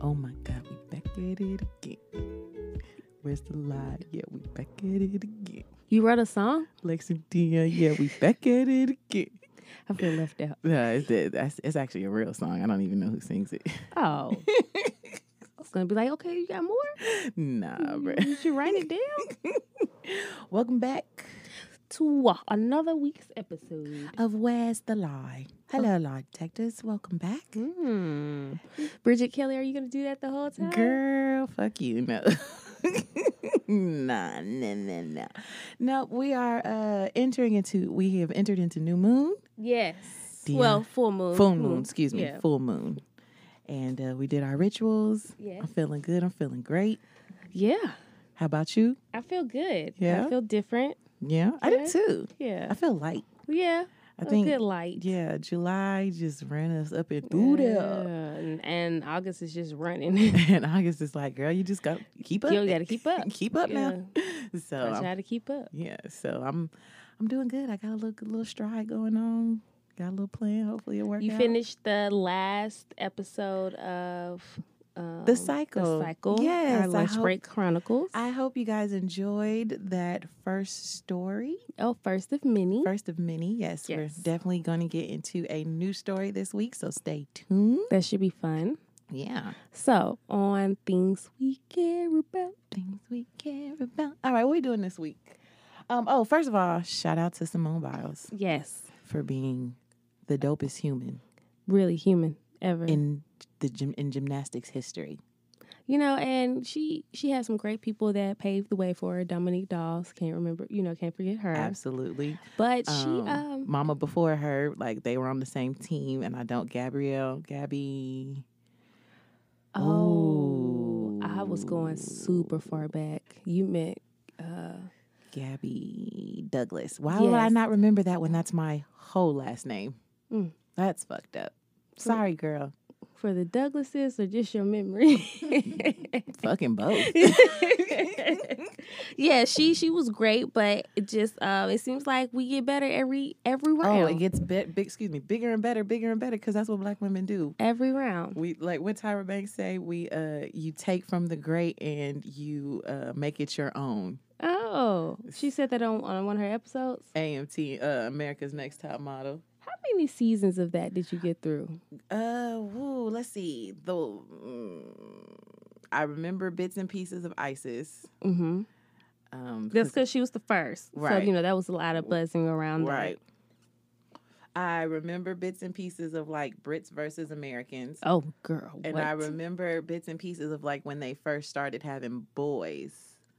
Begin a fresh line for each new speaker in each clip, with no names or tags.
Oh at it again. Where's the light? Yeah, we back at it again.
You wrote a song?
Lexi Dion, yeah, we back at it again.
I feel left out.
No, it's, that's, it's actually a real song. I don't even know who sings it.
Oh. I was gonna be like, okay, you got more?
nah, bro.
You should write it down.
Welcome back
to uh, another week's episode.
of Where's the Lie? Hello, lie detectors. Welcome back.
Hmm. Bridget Kelly, are you gonna do that the whole time?
Girl, fuck you. No. nah, nah, nah, nah. No, we are uh entering into we have entered into new moon.
Yes.
Dear.
Well, full moon.
Full moon, excuse me,
Yeah.
full moon. And uh, we did our rituals.
Yes.
I'm feeling good. I'm feeling great.
Yeah.
How about you?
I feel good.
Yeah?
I feel different.
Yeah, I did
Good.
too. I
Yeah.
feel light.
Yeah.
I
a
think
good light.
yeah, July just ran us up and through there.
Yeah, And, and August is just running.
And August is like, girl, you just got keep up.
You gotta keep up.
keep up now. So
I
I'm-
try to keep up.
yeah, so I'm I'm doing good. I got a little little stride going on. Got a little plan. Hopefully it works.
You finished the last episode of um,
Cycle.
The cycle.
Yes, I
Our lunch
hope-
break chronicles.
I hope you guys enjoyed that first story,
oh, first of many.
first of many. Yes,
Yes.
we're definitely going to get into a new story this week, so stay tuned.
That should be fun.
Yeah,
So on things we care about.
things we care about. All right, what we doing this week? Um, oh, first of all, shout out to Simone Biles
Yes,
for being the dopest human
really human ever.
in the gym, in gymnastics history.
you know, and she she had some great people that paved the way for her. Dominique Dawes can't remember. You know, can't forget her.
Absolutely.
But
um,
she um
mama before her like they were on the same team and i don't gabrielle gabby
um, oh I was
Ooh.
going super far back. You meant uh
gabby douglas why would i
Yes.
not remember that when that's my whole last name
Mm.
that's fucked up sorry girl
for the Douglases or just your memory?
fucking both
yeah, she she was great, but it just um it seems like we get better every every round.
oh it gets be- big excuse me bigger and better bigger and better because that's what black women do
every round.
we like what tyra banks say we uh you take from the great and you uh make it your own
Oh, she said that on on one of her episodes.
amt uh america's next top model
How many seasons of that did you get through?
Uh, woo, let's see. The mm, I remember bits and pieces of ISIS.
Mm-hmm.
Um,
That's because she was the first, so
Right.
you know that was a lot of buzzing around. that.
right. I remember bits and pieces of like Brits versus Americans,
Oh, girl.
and
what?
I remember bits and pieces of like when they first started having boys.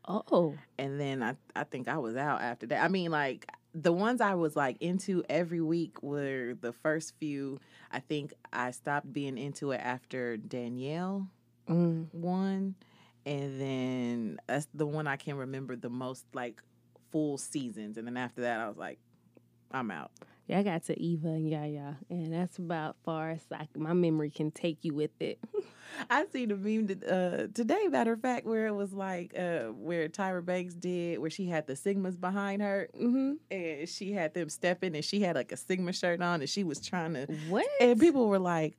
Oh,
And then I, I think I was out after that. I mean, like the ones I was like into every week were the first few. I think I stopped being into it after Danielle.
mm.
one, and then that's the one I can remember the most, like full seasons. And then after that, I was like, I'm out.
yeah. I got to Eva and Yaya, and that's about far as I, my memory can take you with it.
I seen a meme that, uh, today, matter of fact, where it was like uh, where Tyra Banks did, where she had the sigmas behind her,
Mm-hmm.
and she had them stepping, and she had like a sigma shirt on, and she was trying to,
What?
and people were like.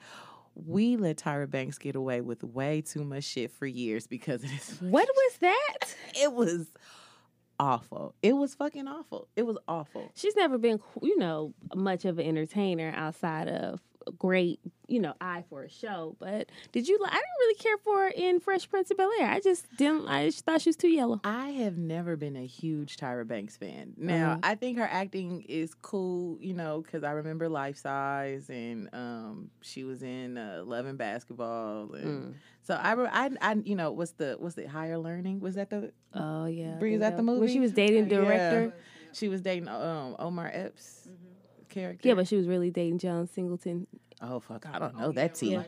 We let Tyra Banks get away with way too much shit for years because of this
What was that?
it was awful. It was fucking awful. It was awful.
She's never been, you know, much of an entertainer outside of a great, you know, eye for a show. But did you? li- I didn't really care for her in Fresh Prince of Bel Air. I just didn't. I just thought she was too yellow.
I have never been a huge Tyra Banks fan. Now,
Uh-huh.
I think her acting is cool, you know, because I remember Life Size and um, she was in uh, Love and Basketball, and
Mm.
so I, re- I, I, you know, what's the what's it? Higher Learning was that the
Oh yeah, I
Bree, is that
think
the
when she
movie?
was dating the
Yeah.
director?
she was dating um, Omar Epps character?
Mm-hmm. Yeah. but she was really dating John Singleton.
oh fuck, I don't know that tea.
Yeah.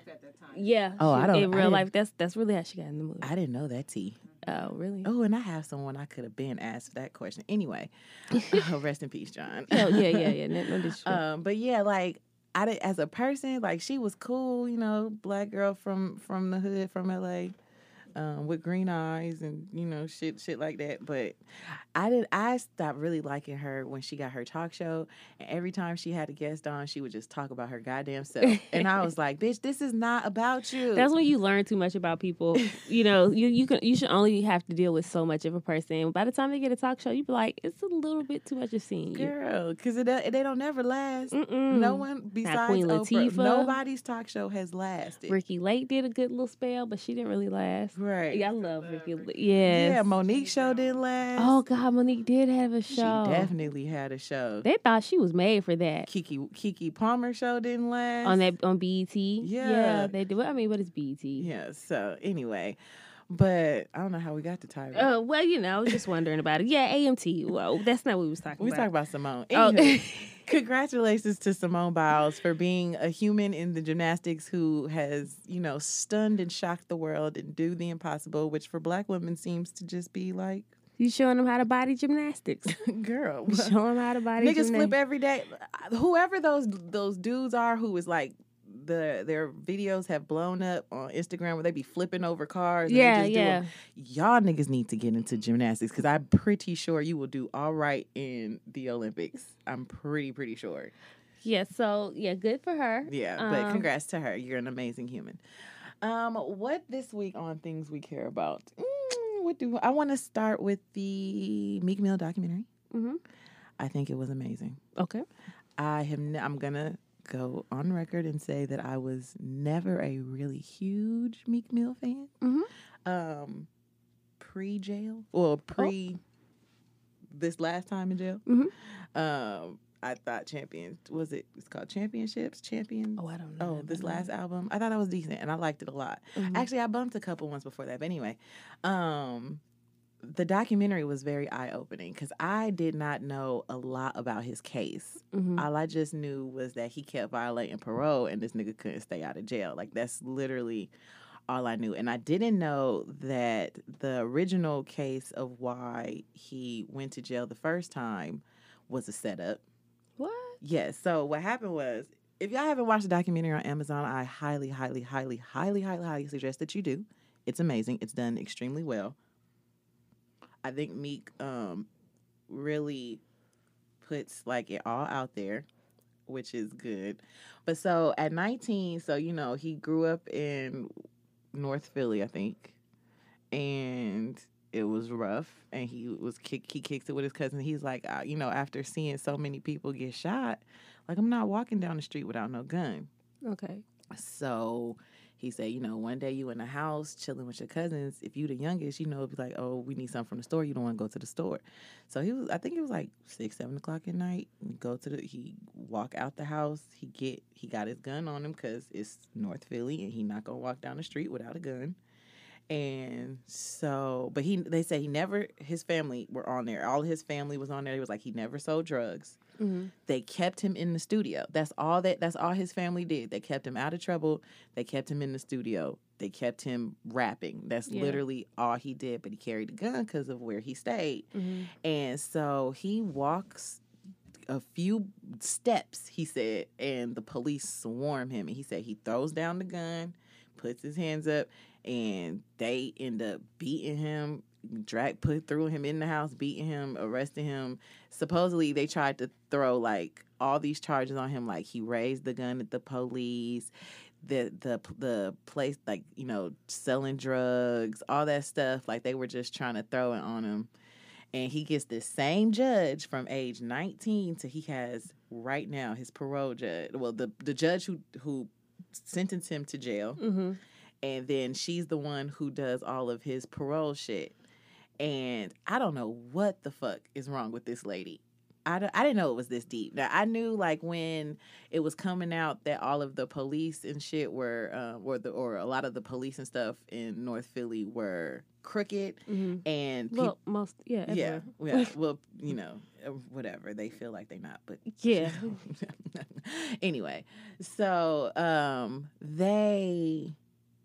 Yeah.
Oh,
she-
I don't-
In
I
real
didn't-
life, that's that's really how she got in the movie.
I didn't know that tea.
oh really?
Oh, and I have someone I could have been asked that question. Anyway, rest in peace, John.
Oh yeah, yeah, yeah. No, no disrespect.
um, but yeah, like I did, as a person, like she was cool, you know, black girl from from the hood, from LA. um, with green eyes and you know shit shit like that. But I did I stopped really liking her when she got her talk show, and every time she had a guest on, she would just talk about her goddamn self, and I was like, bitch, this is not about you.
That's when you learn too much about people. You know, you you can you should only have to deal with so much of a person. By the time they get a talk show, you be like, it's a little bit too much of seeing you.
girl because it, it they don't never last.
Mm-mm.
No one besides
Queen
Oprah,
Latifah.
nobody's talk show has lasted.
Ricky Lake did a good little spell, but she didn't really last.
right?
Yeah, I
Yeah,
love Ricky. Lake. Yes.
Monique show didn't last.
Oh God, Monique did have a
she
show.
definitely had a show.
they thought she was made for that
Kiki Kiki Palmer show didn't last
on that on BET. Yeah,
Yeah.
they do. I mean, what is E BET?
Yeah. So anyway, but I don't know how we got to Tyra.
Uh, well, you know, I was just wondering about it. Yeah, AMT. Well, that's not what we was talking
we talk about
about.
Simone.
Oh.
Anywho, congratulations to Simone Biles for being a human in the gymnastics who has, you know, stunned and shocked the world and do the impossible, which for black women seems to just be like,
you showing them how to body gymnastics.
girl,
You showing them how to body
niggas
gymnastics.
flip every day. Whoever those those dudes are who is like the their videos have blown up on Instagram where they be flipping over cars. and they
Yeah,
just do 'em.
yeah.
y'all niggas need to get into gymnastics because I'm pretty sure you will do all right in the Olympics. I'm pretty pretty sure.
Yeah, so yeah, good for her.
Yeah, but
Um,
congrats to her. You're an amazing human. Um, what this week on things we care about? Mm, what do I want to start with the Meek Mill documentary?
mhm.
I think it was amazing.
Okay.
I have. Ne- I'm gonna go on record and say that I was never a really huge Meek Mill fan.
Mhm.
Um, pre jail, well, pre this last time in jail. Um, I thought champion was it? It's called championships. Champions.
Oh, I don't know.
Oh, this last album. I thought that was decent and I liked it a lot.
Mhm.
Actually, I bumped a couple ones before that. But anyway, um, the documentary was very eye opening because I did not know a lot about his case.
Mhm.
All I just knew was that he kept violating parole and this nigga couldn't stay out of jail. Like that's literally all I knew. And I didn't know that the original case of why he went to jail the first time was a setup.
What?
Yes. So what happened was, if y'all haven't watched the documentary on Amazon, I highly, highly, highly, highly, highly, highly suggest that you do. It's amazing. It's done extremely well. I think Meek um, really puts like it all out there, which is good. But so at 19, so you know he grew up in North Philly, I think, and it was rough and he was kick he kicks it with his cousin he's like uh, you know after seeing so many people get shot like i'm not walking down the street without no gun
Okay.
so he said you know one day you in the house chilling with your cousins if you the youngest you know it'd be like oh we need something from the store you don't want to go to the store so he was i think it was like six seven o'clock at night go to the he walk out the house he get he got his gun on him because it's north philly and he not gonna walk down the street without a gun and so but he they said he never his family were on there all his family was on there It was like he never sold drugs
Mhm.
they kept him in the studio that's all that that's all his family did they kept him out of trouble they kept him in the studio they kept him rapping that's
Yeah.
literally all he did but he carried a gun because of where he stayed
Mhm.
and so he walks a few steps, he said, and the police swarm him. And he said he throws down the gun, puts his hands up, and they end up beating him, drag put through him in the house, beating him, arresting him. Supposedly they tried to throw like all these charges on him, like he raised the gun at the police, the the the place like you know selling drugs, all that stuff. Like they were just trying to throw it on him, and he gets this same judge from age nineteen to he has right now his parole judge. Well, the the judge who who sentenced him to jail,
Mhm.
and then she's the one who does all of his parole shit. And I don't know what the fuck is wrong with this lady. I, don't- I didn't know it was this deep. Now I knew like when it was coming out that all of the police and shit were, uh, were the or a lot of the police and stuff in North Philly were crooked
Mhm.
and peop-
Well, most yeah.
yeah,
everywhere.
yeah. Well, you know, uh, whatever they feel like they're not, but
Yeah.
anyway, so um, they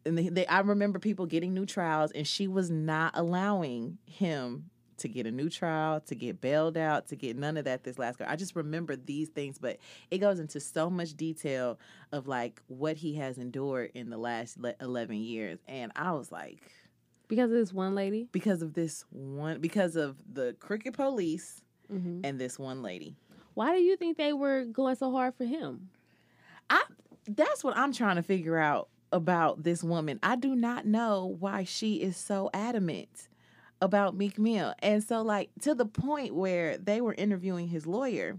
and they, they, I remember people getting new trials, and she was not allowing him to get a new trial, to get bailed out, to get none of that. This last girl, I just remember these things, but it goes into so much detail of like what he has endured in the last le- eleven years, and I was like.
because of this one lady.
because of this one because of the crooked police
hmm
and this one lady.
Why do you think they were going so hard for him?
That's what I'm trying to figure out about this woman. I do not know why she is so adamant about Meek Mill. And so like to the point where they were interviewing his lawyer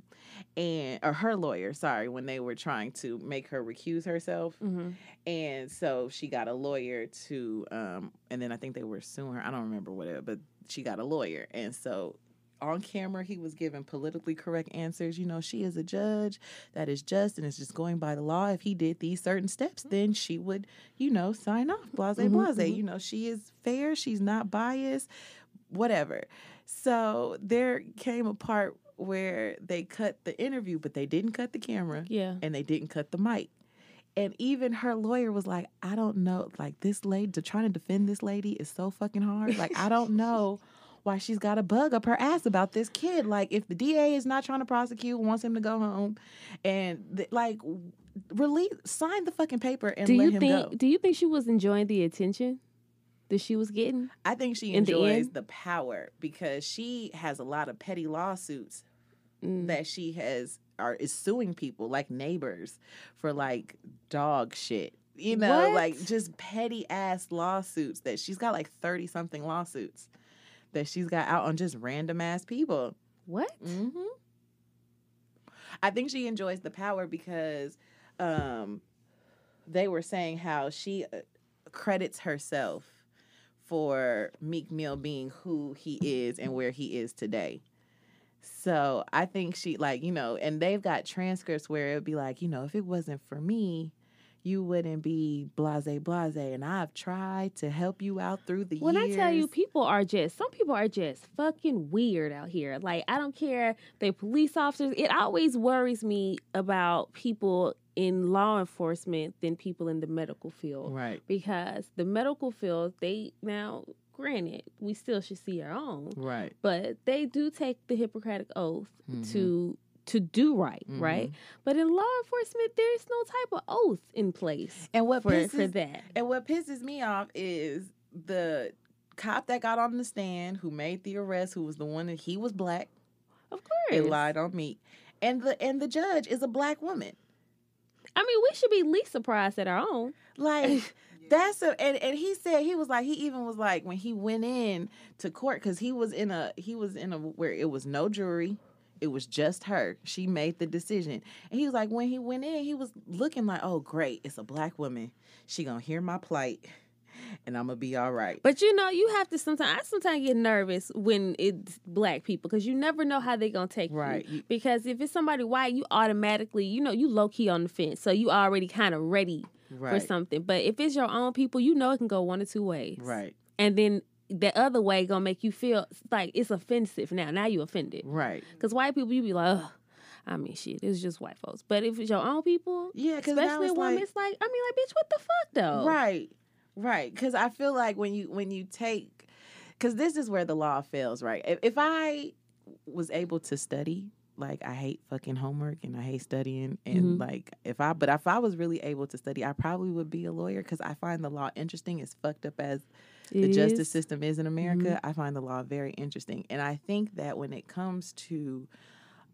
and or her lawyer, sorry, when they were trying to make her recuse herself.
Mm-hmm.
And so she got a lawyer to, um, and then I think they were suing her. I don't remember what it, but she got a lawyer. And so on camera, he was giving politically correct answers. You know, she is a judge that is just and is just going by the law. If he did these certain steps, then she would, you know, sign off, blase,
Mhm,
blase.
mhm.
You know, she is fair. She's not biased, whatever. So there came a part where they cut the interview, but they didn't cut the camera
Yeah.
and they didn't cut the mic. And even her lawyer was like, I don't know. Like, this lady, to trying to defend this lady is so fucking hard. Like, I don't know why she's got a bug up her ass about this kid. Like, if the DA is not trying to prosecute, wants him to go home, and th- like, w- release, sign the fucking paper and
do
let
you
him
think?
go.
Do you think she was enjoying the attention that she was getting?
I think she
in the
enjoys
end?
the power because she has a lot of petty lawsuits
Mm.
that she has are is suing people like neighbors for like dog shit. You know,
What?
like just petty ass lawsuits that she's got like 30 something lawsuits that she's got out on just random ass people.
What?
hmm I think she enjoys the power because um, they were saying how she uh, credits herself for Meek Mill being who he is and where he is today. So I think she like you know, and they've got transcripts where it would be like you know, if it wasn't for me. You wouldn't be blase blase, and I've tried to help you out through the
When
years.
I tell you, people are just some people are just fucking weird out here. Like I don't care they police officers. It always worries me about people in law enforcement than people in the medical field
right,
because the medical field they now granted we still should see our own,
right,
but they do take the Hippocratic oath
Mhm.
to to do right,
Mm-hmm.
right? But in law enforcement, there's no type of oath in place
and what
for for
pisses
that.
And what pisses me off is the cop that got on the stand, who made the arrest, who was the one that he was black.
Of
They
course,
lied on me, and the and the judge is a black woman.
I mean, we should be least surprised at our own.
Like that's a and, and he said he was like he even was like when he went in to court because he was in a he was in a where it was no jury. It was just her. She made the decision. And he was like, when he went in, he was looking like, oh great, it's a black woman. She gonna hear my plight and I'm gonna be all right.
But you know, you have to sometimes. I sometimes get nervous when it's black people because you never know how they gonna take
Right.
you. Because if it's somebody white, you automatically, you know, you low key on the fence, so you already kind of ready for
Right.
something. But if it's your own people, you know it can go one of two ways.
Right.
And then the other way gonna make you feel like it's offensive now. Now you offended
Right.
because white people, you be like, Ugh. I mean, shit, it's just white folks. But if it's your own people,
Yeah, because
especially a woman, it's like, I mean, like, bitch, what the fuck though?
right, right. Because I feel like when you when you take, because this is where the law fails, right? If, if I was able to study, like I hate fucking homework and I hate studying, and
Mhm.
like if I, but if I was really able to study, I probably would be a lawyer because I find the law interesting. As fucked up as the
It
justice
is.
system is in America, I find the law very interesting. And I think that when it comes to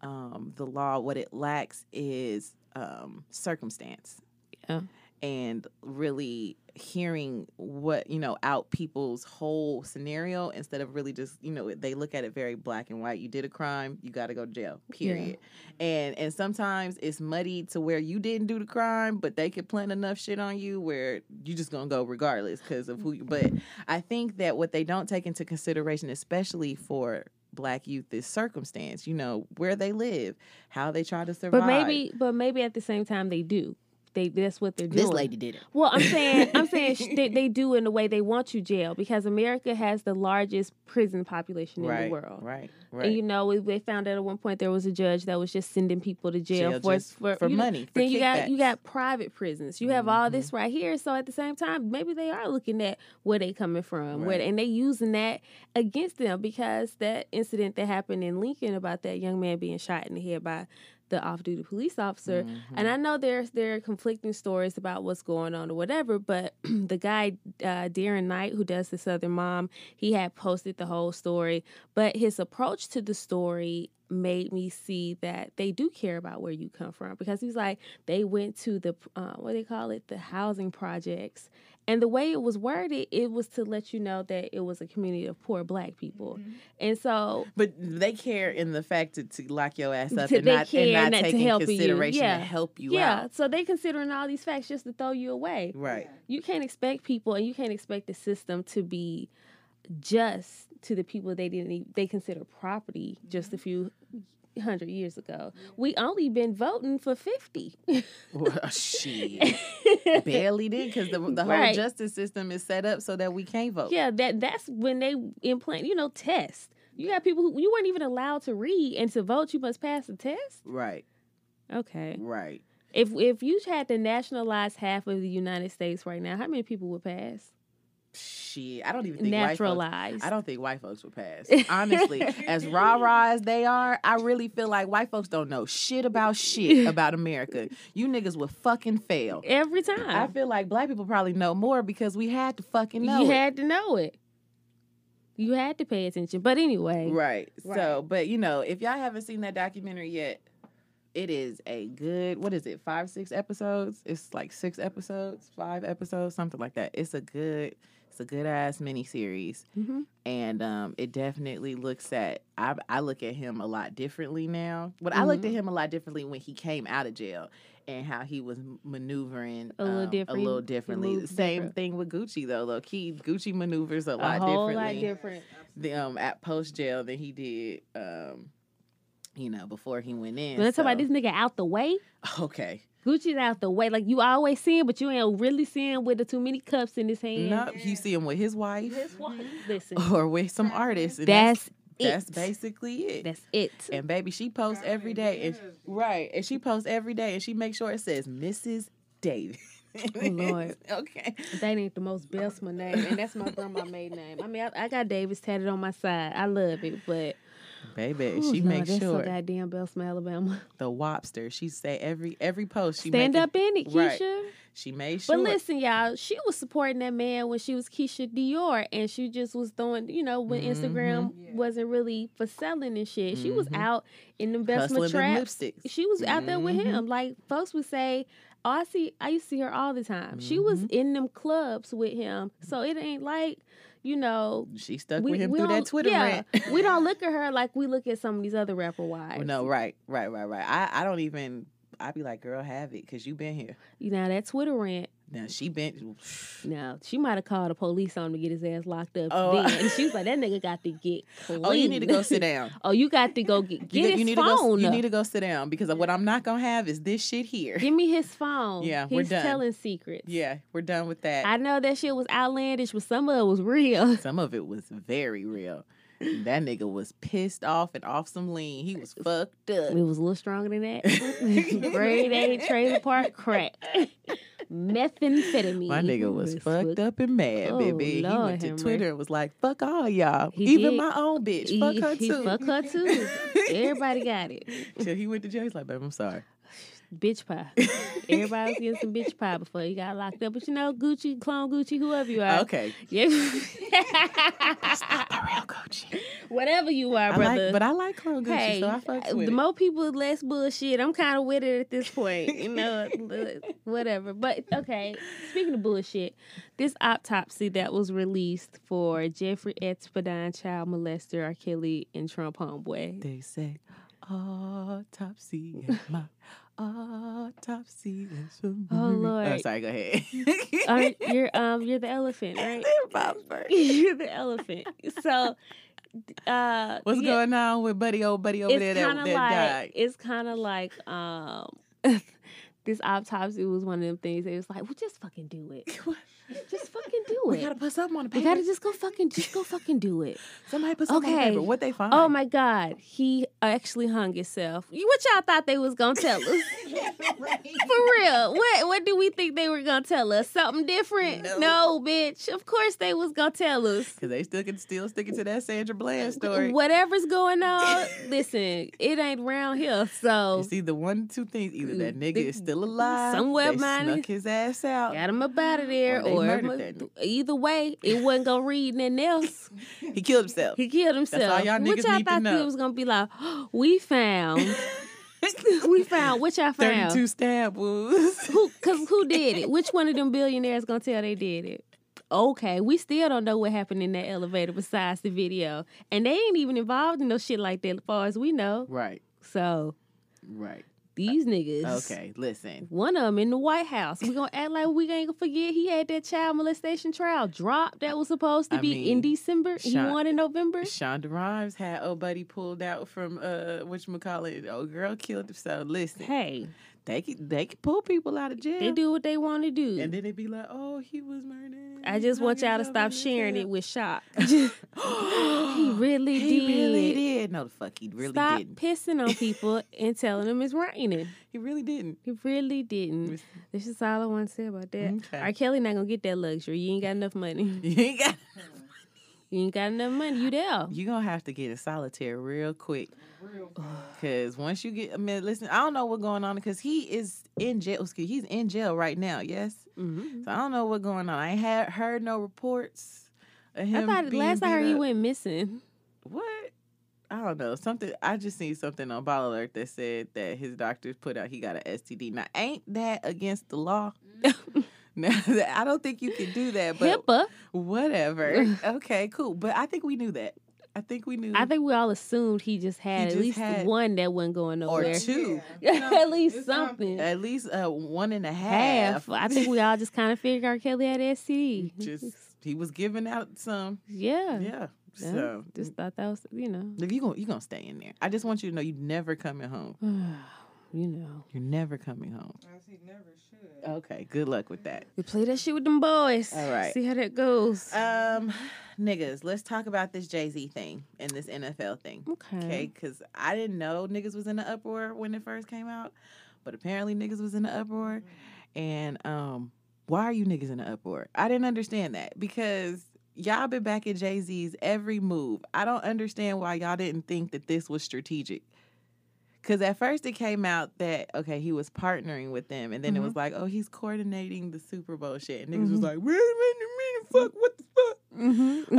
um, the law, what it lacks is um, circumstance.
Yeah.
And really hearing what, you know, out people's whole scenario instead of really just, you know, they look at it very black and white. You did a crime, you got to go to jail, period. And and sometimes it's muddy to where you didn't do the crime, but they could plan enough shit on you where you just going to go regardless because of who you, but I think that what they don't take into consideration, especially for black youth, is circumstance. You know where they live, how they try to survive.
But maybe, but maybe at the same time they do. They that's what they're doing.
this lady did it.
Well, I'm saying, I'm saying sh- they, they do in the way they want you jail because America has the largest prison population in
right,
the world.
right, right.
And you know, we, they found out at one point there was a judge that was just sending people to jail,
Jail
for
just
for,
for
you know,
money, for
then you got
kickbacks.
you
Mm-hmm.
got private prisons. You have all this right here. So at the same time, maybe they are looking at where they coming from, where
Right.
and they using that against them because that incident that happened in Lincoln about that young man being shot in the head by the off-duty police officer.
Mm-hmm.
And I know there's there are conflicting stories about what's going on or whatever, but the guy uh, Darren Knight who does the Southern Mom, he had posted the whole story, but his approach to the story made me see that they do care about where you come from because he's like they went to the uh, what do they call it the housing projects and the way it was worded it was to let you know that it was a community of poor black
Mm-hmm.
people
Mm-hmm.
and so
But they care in the fact to, to lock your ass up
To-
and
they
not,
care
and not
and that to
take in
help you,
consideration
yeah.
to help you
yeah
out.
so they considering all these facts just to throw you away
Right.
you can't expect people and you can't expect the system to be just to the people they didn't even, they consider property just a few hundred years ago we only been voting for 50
Well, shit. Barely did because the, the whole
Right.
justice system is set up so that we can't vote.
yeah that that's when they implant you know tests you got people who you weren't even allowed to read and to vote you must pass a test
Right,
okay
right.
if if you had to nationalize half of the united states right now how many people would pass
Shit. I don't even think white folks.
naturalized
I don't think white folks would pass. Honestly, as rah rah as they are, I really feel like white folks don't know shit about shit about America. You niggas would fucking fail.
every time
I feel like black people probably know more because we had to fucking know.
you
it.
had to know it. You had to pay attention. But anyway,
Right. So,
Right.
but you know, if y'all haven't seen that documentary yet, it is a good, what is it, five, six episodes? It's like six episodes, five episodes, something like that. It's a good, it's a good ass mini series.
Mhm.
And um, it definitely looks at, I, I look at him a lot differently now. But I looked at
Mm-hmm.
him a lot differently when he came out of jail and how he was maneuvering
A little
um,
different.
A little
He
differently.
moved
Same
different.
thing with Gucci though. Look, he Gucci maneuvers a lot
a whole
differently
lot different.
the um at post jail than he did um you know before he went in.
Let's talk about
so-
this nigga out the way.
Okay.
Gucci's out the way. Like you always see him, but you ain't really see him with the too many cups in his hand.
No, you see him with his wife
His wife. Listen,
or with some artists. and
Mm-hmm. that's,
Oh, that's
it.
basically it.
That's it.
and baby, she posts every day, and right, and she posts every day, and she makes sure it says Mrs. Davis.
Oh, Lord.
okay.
That ain't the most Belsma name, and that's my grandma made name. I mean, I, I got Davis tatted on my side. I love it, but
Baby,
Ooh,
she
Lord,
makes
that's
sure
so goddamn Belsma, Alabama.
the wobster. She say every every post she
Stand
make
up in it,
Right.
Keisha.
She made sure.
But listen, y'all, she was supporting that man when she was Keisha Dior, and she just was throwing, you know, when Instagram
Mm-hmm.
wasn't really for selling and shit. She was
Mhm.
out in the best
hustling them
traps.
lipsticks.
She was out there with
Mhm.
him. Like folks would say, oh, I see, I used to see her all the time. She was
Mm-hmm.
in them clubs with him, so it ain't like, you know.
She stuck with him through that
don't-
Twitter
yeah,
rant.
we don't look at her like we look at some of these other rapper wives.
No, right, right, right, right. I, I don't even. I be like, girl, have it, cause you been here.
you know that Twitter rant.
Now she been.
No, she might have called the police on him to get his ass locked up.
Oh.
Then. And she's like, that nigga got to get clean.
Oh, you need to go sit down.
oh, you got to go get,
You
get
go-
his
you need
phone.
To go, you need to go sit down because what I'm not gonna have is this shit here.
Give me his phone.
Yeah,
He's
we're done.
telling secrets.
Yeah, we're done with that.
I know that shit was outlandish, but some of it was real.
Some of it was very real. That nigga was pissed off and off some lean. He was fucked up.
It was a little stronger than that. Grade A trailer park crack. Methamphetamine.
My nigga was fucked up and mad,
Oh,
baby. he
Lord
went to
have
Twitter and was like, "Fuck all y'all,
He
even
did.
my own bitch.
He,
fuck her
he
too."
Fuck her too. Everybody got it.
Till he went to jail, he's like, "Babe, I'm sorry."
Bitch pie. Everybody was getting some bitch pie before you got locked up. But you know, Gucci, clone Gucci, whoever you are.
Okay,
Yeah.
the real Gucci.
Whatever you
I
are, ah, brother.
like, but I like clone Gucci,
hey,
so I fucks with
uh,
it.
the more people, less bullshit. I'm kind of with it at this point, you know, whatever. But okay, speaking of bullshit, this autopsy that was released for Jeffrey Epstein, child molester, R. Kelly, and Trump homeboy.
they say autopsy is my autopsy is from
Oh, Lord.
sorry, go ahead.
Are, you're um, you're the elephant, right?
They're bumper.
you're the elephant. So, uh,
What's
yeah.
going on with buddy old buddy over there
it's
that,
kind
that
of like
died?
it's kind of like um this autopsy was one of them things they was like well just fucking do it just fucking do
we
it
gotta put something on the
we
paper.
gotta just go fucking just go fucking do it
Somebody put something on the
Okay.
paper. What they find?
oh my god he uh, actually hung himself You- what y'all thought they was gonna tell us for real what what do we think they were gonna tell us something different?
No.
No, bitch. Of course they was gonna tell us.
Because they still can still sticking to that Sandra Bland story.
Whatever's going on, listen, it ain't round here. So
It's e either one, two things: either that nigga
mm, They-
is still alive,
somewhere
they
mine
snuck
is-
his ass out.
uh, got him up out of there,
Or they
or,
murdered that nigga.
either way, it wasn't gonna read nothing else.
He killed himself.
He killed himself.
all y'all
which
niggas
I
need to
thought
know.
it was gonna be like, we found, we found, which I found.
Thirty-two stab wounds.
Who? Cause who did it? Which one of them billionaires gonna tell they did it? Okay, we still don't know what happened in that elevator besides the video, and they ain't even involved in no shit like that, as far as we know.
right,
So
right.
these niggas,
Okay, listen.
one of them in the White House, we gonna act like we ain't gonna forget he had that child molestation trial drop that was supposed to
I
be
mean,
in December. He
Sha-
won in November.
Shonda Rhimes had old buddy pulled out from uh, which call it. Old girl killed himself. Listen,
Hey,
they can they can pull people out of jail.
they do what they want to do.
And then they be like, "Oh, he was murdered."
I just want y'all to stop sharing it with shock. he really
he
did.
really did. No, the fuck, he really
Stop
didn't.
pissing on people and telling them it's raining.
He really didn't.
He really didn't.
Mis-
This is all I want to say about that.
Okay.
R. Kelly not gonna get that luxury. You ain't got enough money.
You ain't got.
You ain't got enough money. You there?
You gonna have to get in solitaire real quick. Cause once you get, I mean, listen, I don't know what's going on because he is in jail. excuse- He's in jail right now. Yes,
Mhm.
so I don't know what's going on. I ain't had heard no reports. Of
I
him
thought
being
last I
beat
heard he
up.
went missing.
What? I don't know. Something I just seen something on Ball Alert that said that his doctors put out he got an STD. Now, ain't that against the law? no, I don't think you can do that. But
HIPAA.
whatever. okay, cool. But I think we knew that. I think we knew.
I think we all assumed he just
Mm-hmm.
had
just
at least
had-
one that wasn't going
or
nowhere.
two,
at least something.
at least uh, one and a half.
Half. I think we all just kind of figured R. Kelly had STD.
Uh, just he was giving out some.
yeah.
Yeah.
Yeah.
So
Just thought that was you know.
look, you gonna you gonna stay in there. I just want you to know you never coming home.
you know.
You're never coming home.
As he never should.
Okay. Good luck with that.
We play that shit with them boys.
All right.
See how that goes.
Um, niggas, let's talk about this Jay Z thing and this NFL thing,
okay.
okay? Because I didn't know niggas was in the uproar when it first came out, but apparently niggas was in the uproar. And um, why are you niggas in the uproar? I didn't understand that because y'all been backing Jay Z's every move. I don't understand why y'all didn't think that this was strategic. Because at first it came out that, okay, he was partnering with them. And then it was like, oh, he's coordinating the Super Bowl shit. And niggas was
Mhm.
like, wait a minute, minute, fuck, what the fuck?
Mm-hmm.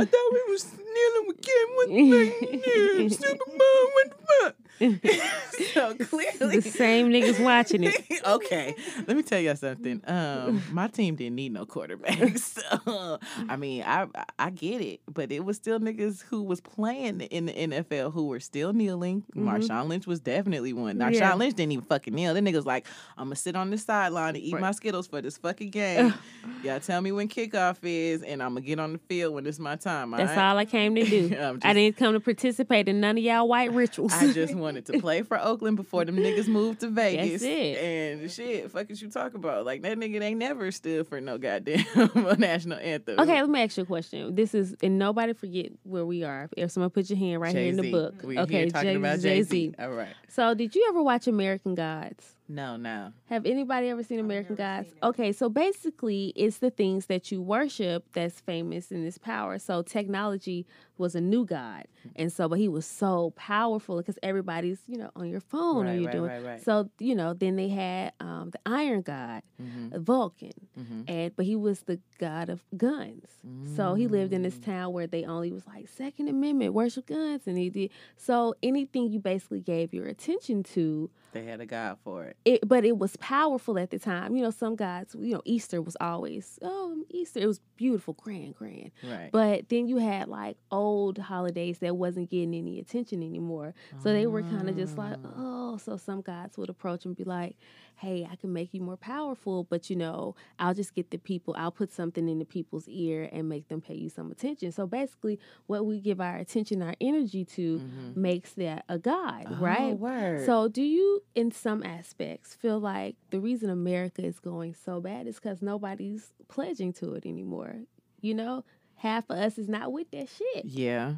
I thought we was kneeling with Kim. What the fuck? Yeah, Super Bowl, what the fuck? so
the
clearly.
same niggas watching it.
okay, let me tell y'all something. Um, my team didn't need no quarterback, so I mean, I I get it, but it was still niggas who was playing in the NFL who were still kneeling. Marshawn Lynch was definitely one. Marshawn
Mm-hmm. Yeah.
Lynch didn't even fucking kneel. That nigga's like, I'm gonna sit on the sideline and eat
Right.
my skittles for this fucking game. y'all tell me when kickoff is, and I'm gonna get on the field when it's my time.
That's
alright?
all I came to do.
I'm
I
just-
didn't come to participate in none of y'all white rituals.
I just wanted to play for Oakland before them niggas moved to Vegas.
it.
And shit, fuck is you talk about? Like that nigga ain't never stood for no goddamn national anthem.
okay, let me ask you a question. This is and nobody forget where we are. If someone put your hand right here in the
Jay-Z.
book.
We
okay,
here talking about Jay Z. All right.
So did you ever watch American Gods?
No, no.
Have anybody ever seen American
never
Gods?
seen it.
Okay, so basically, it's the things that you worship that's famous in this power. So technology was a new god, and so but he was so powerful because everybody's you know on your phone or
Right,
you're
right,
doing.
right, right.
So you know, then they had um, the Iron God,
Mhm.
Vulcan,
Mhm.
and but he was the god of guns. So he lived in this town where they only was like Second Amendment worship guns, and he did so anything you basically gave your attention to
They had a god for it.
it, but it was powerful at the time. You know, some guys, you know, Easter was always oh Easter. It was beautiful, grand, grand.
Right.
But then you had like old holidays that wasn't getting any attention anymore. So they were kind of just
Mm.
like, oh. So some guys would approach and be like, hey, I can make you more powerful, but you know, I'll just get the people. I'll put something in the people's ear and make them pay you some attention. So basically, what we give our attention, our energy to,
Mhm.
makes that a god,
Oh,
right?
Word.
So, do you, in some aspects, feel like the reason America is going so bad is because nobody's pledging to it anymore? You know, half of us is not with that shit.
yeah.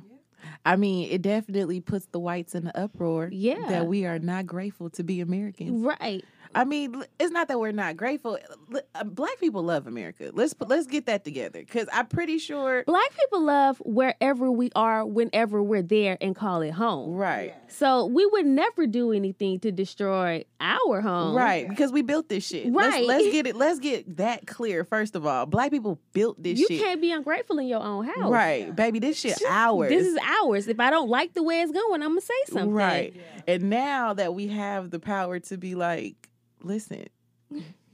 I mean, it definitely puts the whites in the uproar
Yeah.
that we are not grateful to be Americans.
Right.
I mean, l- it's not that we're not grateful. L- uh, Black people love America. Let's put, let's get that together because I'm pretty sure.
Black people love wherever we are, whenever we're there, and call it home.
Right,
So we would never do anything to destroy our home.
right, because we built this shit.
Right.
Let's, let's get it. Let's get that clear. First of all, Black people built this
You
shit.
can't be ungrateful in your own house.
right, baby. This shit ours.
This is ours. If I don't like the way it's going, I'm gonna say something.
Right. And now that we have the power to be like, listen,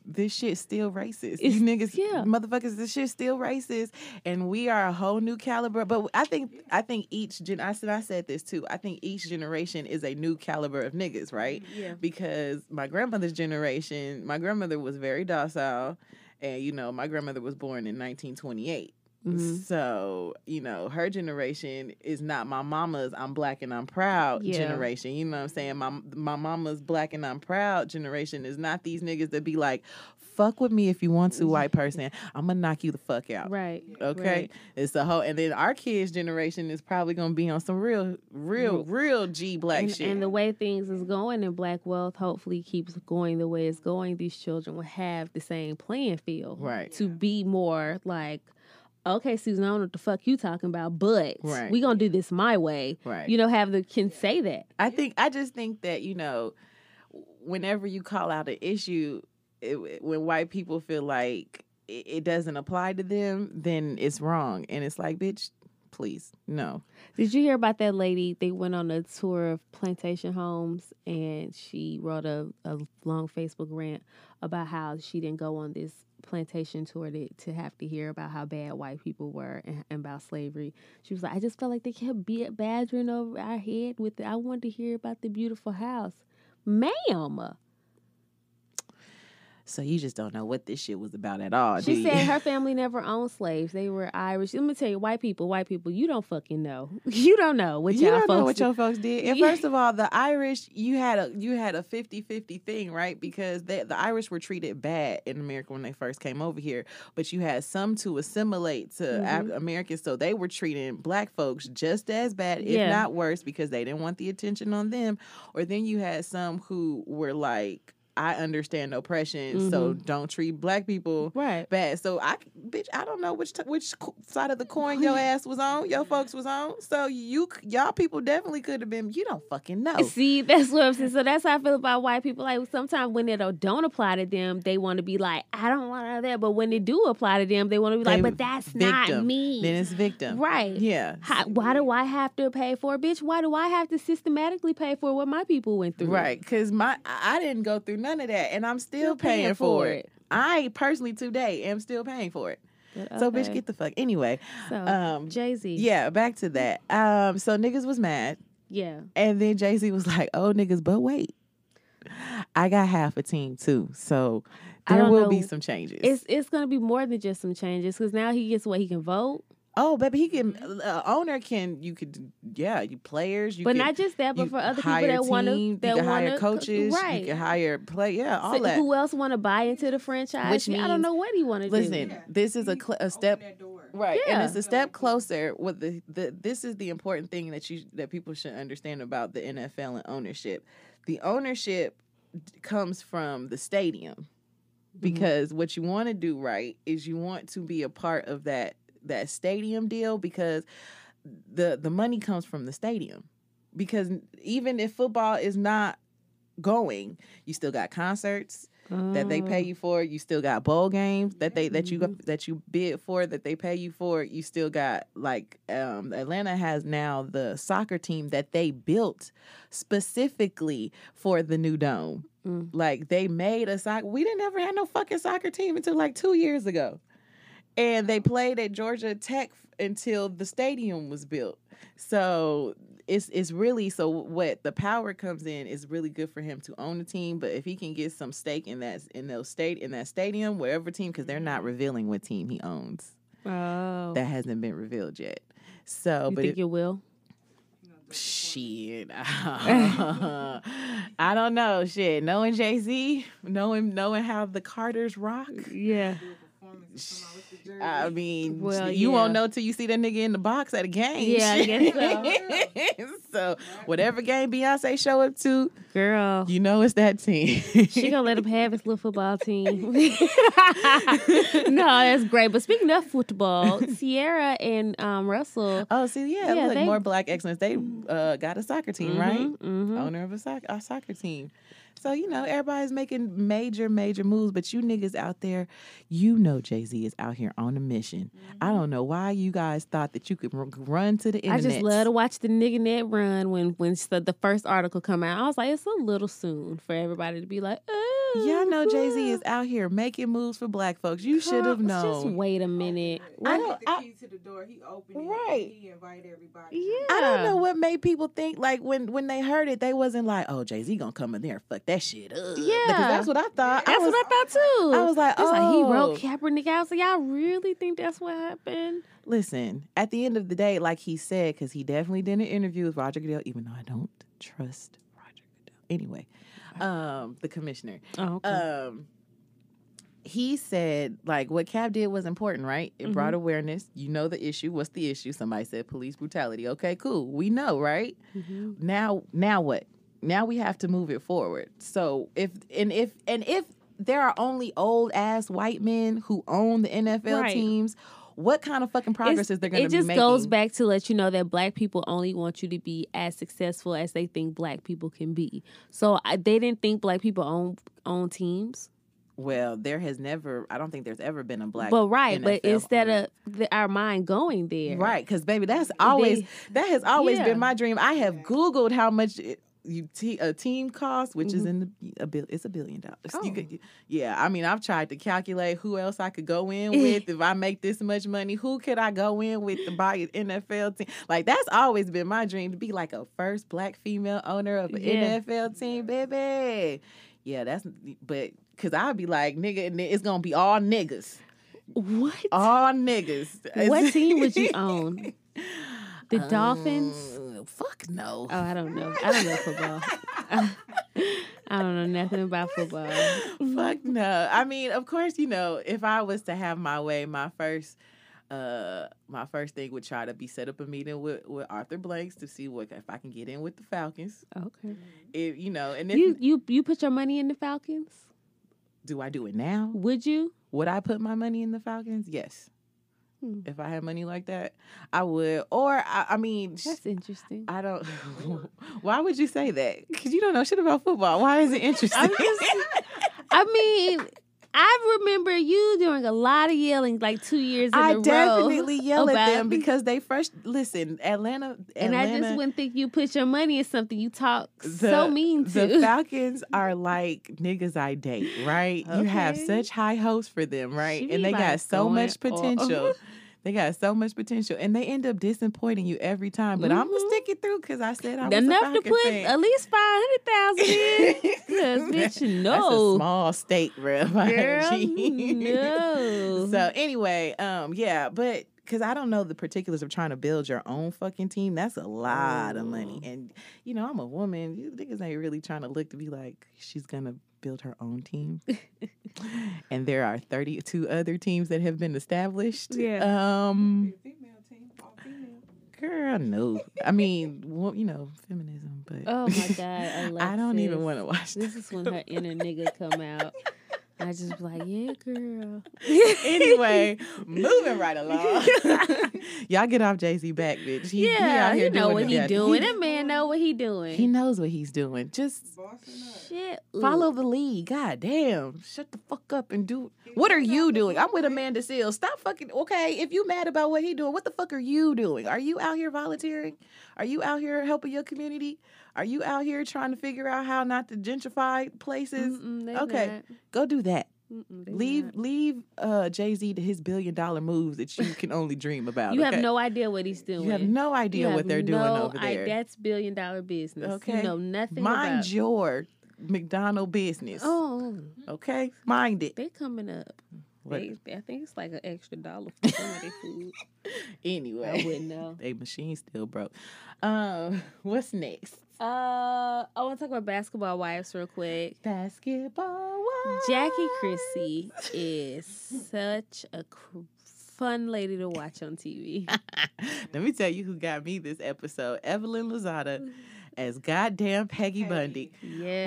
this shit's still racist.
It's-
you niggas,
yeah.
motherfuckers, this shit's still racist. And we are a whole new caliber. But I think I think each gen I said I said this too. I think each generation is a new caliber of niggas, right?
Yeah.
Because my grandmother's generation, my grandmother was very docile. And you know, my grandmother was born in 1928.
Mhm.
So, you know, her generation is not my mama's I'm black and I'm proud
Yeah.
generation. You know what I'm saying? My my mama's black and I'm proud generation is not these niggas that be like, fuck with me if you want to, white person. I'm gonna knock you the fuck out.
Right.
Okay.
right.
It's a whole and then our kids generation is probably gonna be on some real, real, real G black
and,
shit.
and the way things is going in black wealth hopefully keeps going the way it's going these children will have the same playing field
Right.
to be more like okay susan i don't know what the fuck you talking about but
Right.
we gonna do this my way
right.
you know have the can say that
I think I just think that you know, whenever you call out an issue, it, when white people feel like it, it doesn't apply to them, then it's wrong, and it's like, bitch, please, no.
did you hear about that lady they went on a tour of plantation homes and she wrote a, a long facebook rant about how she didn't go on this plantation tour to, to have to hear about how bad white people were and, and about slavery She was like, I just felt like they kept be- badgering over our head with it. I wanted to hear about the beautiful house. Ma'am.
So you just don't know what this shit was about at all. do
She
you?
said her family never owned slaves. They were Irish. Let me tell you, white people, white people, you don't fucking know. You don't know what
you
y'all
don't
folks
know what your folks did. And
Yeah.
first of all, the Irish, you had a you had a 50-50 thing, right? Because they, the Irish were treated bad in America when they first came over here, but you had some to assimilate to
Mm-hmm.
Af- Americans, so they were treating black folks just as bad, if
Yeah.
not worse, because they didn't want the attention on them. Or then you had some who were like, "I understand oppression, so
Mm-hmm.
don't treat black people."
Right.
bad. So I, bitch, I don't know which t- which co- side of the coin your ass was on, your folks was on. So you, c- y'all people definitely could have been. You don't fucking know.
See, that's what I'm saying. So that's how I feel about white people. Like sometimes when it don't- don't apply to them, they want to be like, I don't want to that. But when it do apply to them, they want to be like,
They
but that's not
victim.
me.
Then it's victim,
right.
Yeah,
How, why do I have to pay for it, bitch? Why do I have to systematically pay for what my people went through?
right. Because my, I I didn't go through none of that, and I'm still
Still paying
paying, for,
for
it.
it.
I personally today am still paying for it. So bitch, get the fuck anyway.
so,
Um,
Jay Z.
yeah, back to that. Um, so niggas was mad.
yeah.
And then Jay Z was like, "Oh, niggas, but wait, I got half a team too, so
I
there
don't
will be
know.
some changes."
It's it's gonna be more than just some changes because now he gets what he can vote,
oh, baby, he can uh, owner can you could yeah, you players, you
Mm-hmm. but
can,
not just that, but
you
for other people
hire
that want
team,
to
you
that
can
want
hire coaches,
right?
you can hire play, yeah, all
So
that.
Who else want to buy into the franchise?
Which
I don't
means-
know what he want to do.
Listen, this is a, cl- a step right, and
Yeah.
it's a step closer. With the, the this is the important thing that you that people should understand about the NFL and ownership. The ownership d- comes from the stadium because what you want to do right is you want to be a part of that that stadium deal because the the money comes from the stadium because even if football is not going you still got concerts that they
Mm.
pay you for. You still got bowl games that they that you that you bid for that they pay you for. You still got like um, Atlanta has now the soccer team that they built specifically for the new dome.
Mm.
Like they made a soccer. We didn't ever have no fucking soccer team until like two years ago, and they played at Georgia Tech until the stadium was built. So it's it's really so what the power comes in is really good for him to own the team, but if he can get some stake in that in those state in that stadium, wherever team, because they're not revealing what team he owns.
Oh,
That hasn't been revealed yet. So,
you
but
think
it,
you will?
shit, I don't know. Shit, knowing Jay Z, knowing knowing how the Carters rock,
Yeah,
I mean,
Well,
you
yeah.
won't know till you see that nigga in the box at a game.
Yeah, I guess
so. whatever game Beyonce show up to,
Girl.
you know it's that team.
She gonna let him have his little football team. no, that's great. But speaking of football, Sierra and um, Russell,
oh, see, yeah,
Yeah,
look,
they-
more black excellence. They uh, got a soccer team, right?
Mhm, mhm.
Owner of a, soc- a soccer team. So you know everybody's making major, major moves, but you niggas out there, you know Jay Z is out here on a mission. I don't know why you guys thought that you could r- run to the
Mm-hmm. I
internet.
just love to watch the nigga net run when when s- the, the first article come out. I was like, it's a little soon for everybody to be like, oh,
Y'all know Jay Z
yeah.
is out here making moves for black folks. You should have
Come- Just
known.
wait a minute.
I
I
don't-
got
I-
the key to the door. He opened it.
Right.
Right. He invited everybody.
Yeah,
I don't know what made people think like when when they heard it, they wasn't like, "Oh, Jay Z gonna come in there and fuck that shit up." Yeah,
Yeah.
that's what I thought.
That's
I was,
what I thought too.
I was like,
It's like he
"Oh."
wrote Kaepernick out. So y'all really think that's what happened?
Listen, at the end of the day, like he said, because he definitely did an interview with Roger Goodell, even though I don't trust Roger Goodell. Anyway, um, the commissioner.
Oh, okay.
um he said like what Cab did was important, right? It brought awareness. You know the issue. What's the issue? Somebody said police brutality. Okay, cool. We know, right?
Mm-hmm.
Now now what? Now we have to move it forward. So if and if and if there are only old ass white men who own the NFL
Right.
teams, what kind of fucking progress
It's-
is there going to
It
be
just
making?
goes back to let you know that black people only want you to be as successful as they think black people can be. So I, they didn't think black people own own teams.
Well, there has never. I don't think there's ever been a black.
but right, but
NFL
instead
owner.
of the, our mind going there,
Right, because baby, that's always
They-
that has always
Yeah.
been my dream. I have Googled how much it, you te- a team costs, which is in the a bill. It's a billion dollars. You
Mm-hmm. Oh.
could, yeah, I mean, I've tried to calculate who else I could go in with if I make this much money. Who could I go in with to buy an NFL team? Like that's always been my dream to be like a first black female owner of an
Yeah.
NFL team, baby. Yeah, that's but because I'd be like, nigga, and it's gonna be all niggas,
What?
all niggas.
what team would you own? The Dolphins?
Uh, fuck no.
Oh, I don't know. I don't know football. I don't know nothing about football.
fuck no. I mean, of course, you know, if I was to have my way, my first uh my first thing would try to be set up a meeting with with Arthur Blanks to see what if I can get in with the Falcons.
Okay.
If you know, and if
You you you put your money in the Falcons?
do I do it now?
Would you?
Would I put my money in the Falcons? Yes.
Hmm.
If I had money like that, I would. Or I, I mean, sh-
That's interesting.
I don't. Why would you say that? Because you don't know shit about football. Why is it interesting?
I mean, I remember you doing a lot of yelling like two years in a
I
row.
definitely yell at
about-
them because they fresh. Listen, Atlanta,
And I
Atlanta-
just wouldn't think you put your money in something you talk
the-
so mean to.
The Falcons are like niggas I date, right? You have
Okay.
such high hopes for them, right?
She be
and they
like
got so
going
much
off.
potential. they got so much potential, and they end up disappointing you every time. But I'm gonna
Mhm.
stick it through because I said I was a
Enough to
Falcon
put
fan.
at least five hundred thousand in. Cause bitch,
That's a
no,
small state, bro.
girl,
Gee.
no.
So anyway, um, yeah, but because I don't know the particulars of trying to build your own fucking team, that's a lot of money.
Oh.
And you know, I'm a woman. You niggas ain't really trying to look to be like she's gonna build her own team. and there are 32 other teams that have been established. Yeah. Um,
The Mm-hmm. female team, all female.
girl, no. I mean, wo- you know, feminism, but
oh my god, Alexis.
I don't even want to watch
This is when her inner nigga come out. I just be like, yeah, girl.
anyway, moving right along. Y'all get off Jay Z back, bitch. He, he
yeah,
out
he,
here
know
doing
what
the
he
best.
doing. That man know what he doing.
He knows what he's doing. Just
Bossing up.
Shit.
follow the lead. God damn. Shut the fuck up and do what are you doing? I'm with Amanda Seals. Stop fucking okay. If you mad about what he doing, what the fuck are you doing? Are you out here volunteering? Are you out here helping your community? Are you out here trying to figure out how not to gentrify places?
Mm-mm, they
okay.
not.
Go do that.
Mm-mm, they
Leave
not.
leave uh Jay Z to his billion dollar moves that you can only dream about.
You have
okay?
no idea what he's doing.
You have no idea what they're doing over there.
that's billion dollar business.
Okay.
You know nothing
Mind
about.
your McDonald business.
oh,
Okay? Mind it.
they coming up.
What-
They, I think it's like an extra dollar for some of their food. I
Anyway.
wouldn't know.
They machine still broke. Um, what's next?
Uh, I want to talk about basketball wives real quick.
Basketball. wives.
Jackie Chrissy is such a cr- fun lady to watch on TV.
Let me tell you who got me this episode Evelyn
Mm-hmm.
Lozada as goddamn Peggy Bundy.
yes.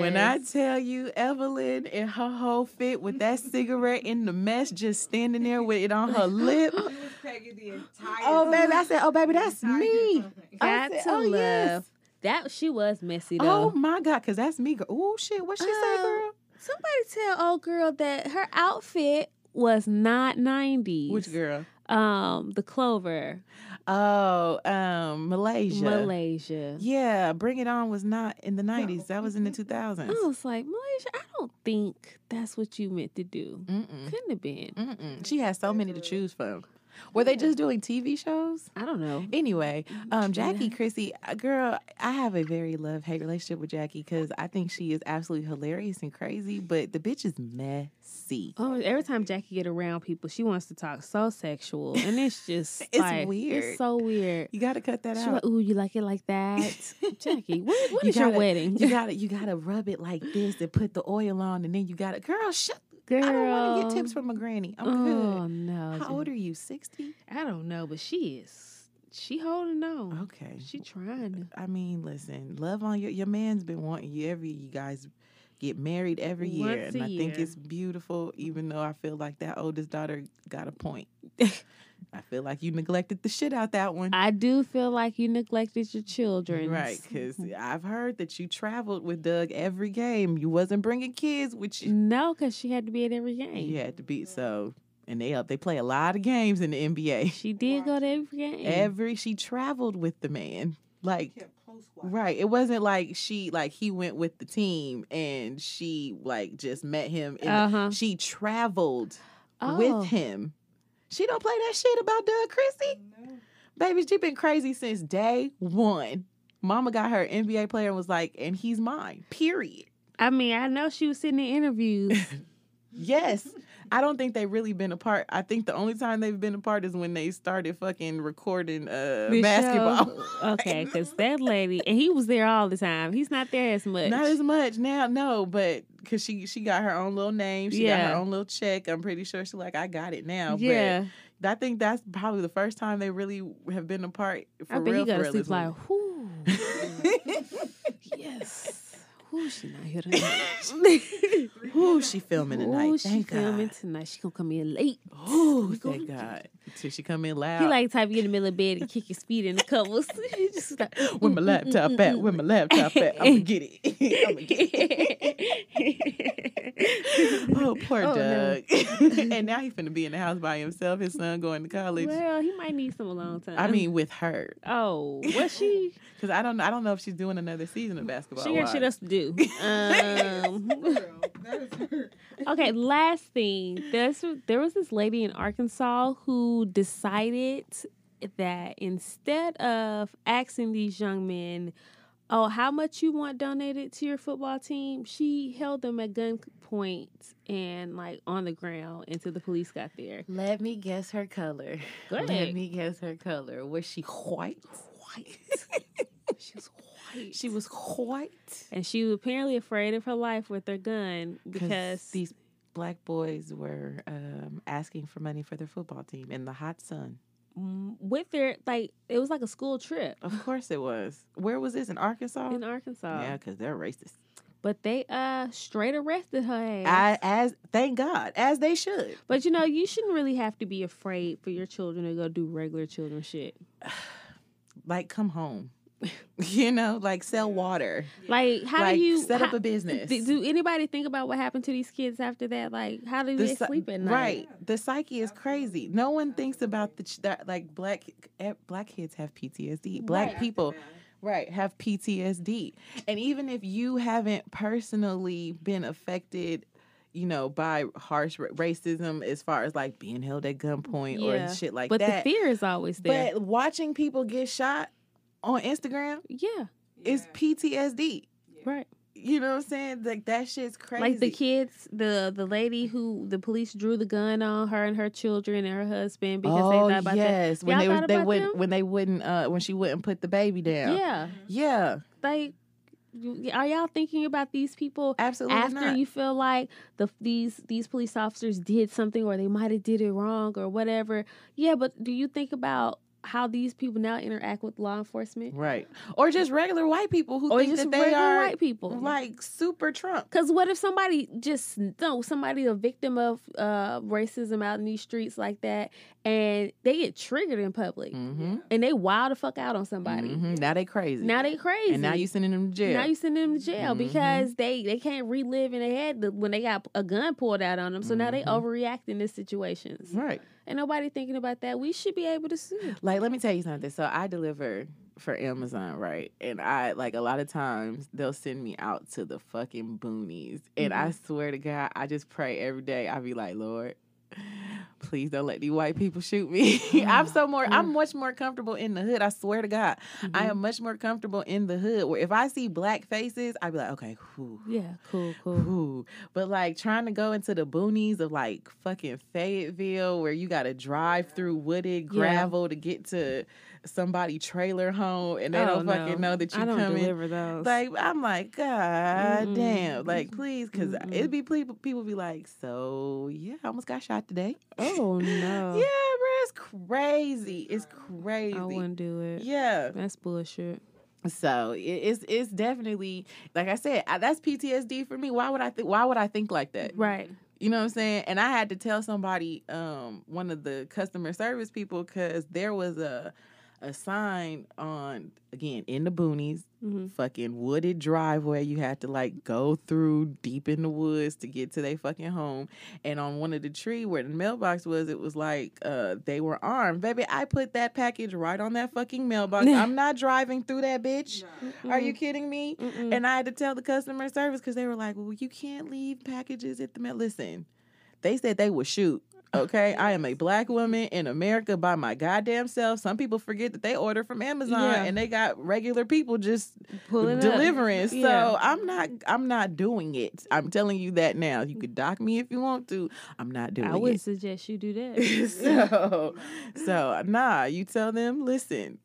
When I tell you Evelyn and her whole fit with that cigarette in the mess, just standing there with it on her lip.
You was Peggy the entire
Oh, baby. I said, oh, baby,
the
that's
entire
me.
time.
I
got
said,
to
oh,
love
yes.
that she was messy
Oh
though.
my God, because that's me. girl. Oh, shit. What she say,
Uh,
girl?
Somebody tell old girl that her outfit was not nineties.
Which girl?
Um, the Clover,
Oh, um, Malaysia.
Malaysia.
Yeah, Bring It On was not in the 90s. That was in the 2000s.
I was like, Malaysia, I don't think that's what you meant to do.
Mm-mm.
Couldn't have been.
Mm-mm. She has so many to choose from. Were they just doing TV shows?
I don't know.
Anyway, um, Jackie Chrissy, uh, girl, I have a very love hate relationship with Jackie because I think she is absolutely hilarious and crazy, but the bitch is messy.
Oh, every time Jackie get around people, she wants to talk so sexual, and it's just
It's
like,
weird.
It's so weird.
You got to cut that
She's
out.
like, "Ooh, you like it like that, Jackie? What, what
You
is your
gotta-
wedding,
You gotta you gotta rub it like this and put the oil on and then you gotta girl shut
girl?"
I don't wanna get tips from a granny. I'm
oh
good.
no,
How old are you? Sixty?
I don't know, but she is. She holding on.
Okay.
She trying to.
I mean, listen, love on your your man's been wanting you every you guys get married every year.
Once
and
a
I think
year.
it's beautiful, even though I feel like that oldest daughter got a point. I feel like you neglected the shit out that one.
I do feel like you neglected your children.
Right, because
Mm-hmm.
I've heard that you traveled with Doug every game. You wasn't bringing kids, which you
No, because she had to be at every game.
had to beat. So, and they they play a lot of games in the NBA.
She did go to every game.
Every she traveled with the man, like
Kept close watch.
Right. It wasn't like she like he went with the team and she like just met him and
Uh-huh.
she traveled
Oh.
with him. She don't play that shit about Doug Christie.
No.
Baby, she been crazy since day one. Mama got her NBA player and was like, and he's mine. Period.
I mean, I know she was sitting in interviews.
Yes. I don't think they've really been apart. I think the only time they've been apart is when they started fucking recording uh
Michelle-
basketball.
okay, because that lady, and he was there all the time. He's not there as much.
Not as much now, no, but because she she got her own little name, she got her
Yeah.
own little check. I'm pretty sure she like I got it now.
yeah.
but I think that's probably the first time they really have been apart for
I bet
real.
he got
for real,
to sleep
is when-
like, whoo, yes. Whoo, she not here tonight.
Ooh, she filming tonight.
Ooh, she
thank God.
filming tonight. She gonna come in late.
Ooh,
We
thank
gonna-
God. Till she come in loud.
He like type you in the middle of bed and kick his feet in the covers. He just like, "Mm,
where my laptop at? Where my laptop at? I'm gonna get it. I'm gonna get it. Oh, poor
Oh, no.
Doug. and now he finna be in the house by himself. His son going to college.
well, um he might need some alone time.
I mean, with her,
oh, was she?
because I don't, I don't know if she's doing another season of basketball.
She got shit
Wives.
else to do. Um,
Girl, that is her.
okay, last thing. There's, there was this lady in Arkansas who decided that instead of asking these young men, oh, how much you want donated to your football team, she held them at gunpoint and like on the ground until the police got there.
Let me guess her color.
Good.
Let me guess her color. Was she white? White.
She was white.
she was white.
and she was apparently afraid of her life with her gun because
these black boys were um, asking for money for their football team in the hot sun.
mm, with their like it was like a school trip
Of course it was. Where was this in Arkansas?
in uh, Arkansas.
Oh. yeah, because they're racist.
But they uh straight arrested her ass.
I, as thank God, as they should.
but you know, you shouldn't really have to be afraid for your children to go do regular children shit.
Like come home. you know, like sell water.
Like how
like
do you
set up
how-
a business.
do, do anybody think about what happened to these kids after that? Like how do they
psy-
sleep at night?
Right. The psyche is crazy. No one thinks about the ch- that like black eh, black kids have PTSD. Black
Right.
people right have PTSD. And even if you haven't personally been affected you know, by harsh ra- racism, as far as like being held at gunpoint
Yeah.
or shit like
but
that.
the fear is always there.
but watching people get shot on Instagram
yeah,
is PTSD.
right.
You know what I'm saying? Like that shit's crazy.
Like the kids, the the lady who the police drew the gun on her and her children and her husband because
oh,
they thought about that.
yes. When
Y'all
they
thought
they
about
wouldn't
them?
when they wouldn't uh when she wouldn't put the baby down.
Yeah,
Yeah.
like You- Are y'all thinking about these people
Absolutely
after
not.
you feel like the these these police officers did something or they might have did it wrong or whatever? Yeah, but do you think about how these people now interact with law enforcement
right. Or just regular white people who
or
think
just
that they
regular
are
white people?
like super Trump.
Cause what if somebody just no somebody a victim of uh, racism out in these streets like that, and they get triggered in public,
Mm-hmm.
and they wild the fuck out on somebody.
Now they crazy.
Now they crazy.
Mm-hmm. And now you sending them to jail.
now you send them to jail
Mhm.
because they they can't relive in their head the, when they got a gun pulled out on them. So now they
Mhm.
overreact in these situations,
right.
and nobody thinking about that. We should be able to sue.
Like, let me tell you something. So I deliver for Amazon, right? And I like a lot of times they'll send me out to the fucking boonies. And I swear to God, I just pray every day. I be like, Lord, please don't let these white people shoot me. I'm so more I'm much more comfortable in the hood. I swear to God. I
Mm-hmm.
am much more comfortable in the hood where if I see black faces, I be like, okay, whew.
Yeah, cool, cool.
Ooh, but like trying to go into the boonies of like fucking Fayetteville where you got to drive through wooded gravel to get to somebody trailer home and they
Oh,
don't fucking
no.
know that you
I don't
coming.
deliver those. Mm-hmm.
Like I'm like god
Mm-mm.
damn like please cuz
Mm-mm.
it'd be people people be like so yeah I almost got shot today.
oh no,
Yeah, bro, it's crazy. It's crazy.
I wouldn't do it.
yeah.
That's bullshit.
So it- it's it's definitely like I said I, that's PTSD for me. Why would I think why would I think like that?
Right.
You know what I'm saying? And I had to tell somebody, um, one of the customer service people, because there was a a sign on again in the boonies,
Mm-hmm.
fucking wooded driveway. You had to like go through deep in the woods to get to their fucking home. And on one of the tree where the mailbox was, it was like uh they were armed. Baby, I put that package right on that fucking mailbox. I'm not driving through that bitch. Are you kidding me?
Mm-mm.
And I had to tell the customer service because they were like, "Well, you can't leave packages at the mail." Listen, they said they would shoot. Okay, I am a black woman in America by my goddamn self. Some people forget that they order from Amazon
Yeah.
and they got regular people just
pulling
delivering. So
Yeah.
I'm not, I'm not doing it. I'm telling you that now. You could dock me if you want to. I'm not doing
I would
it.
suggest you do that.
so, so nah. You tell them, listen,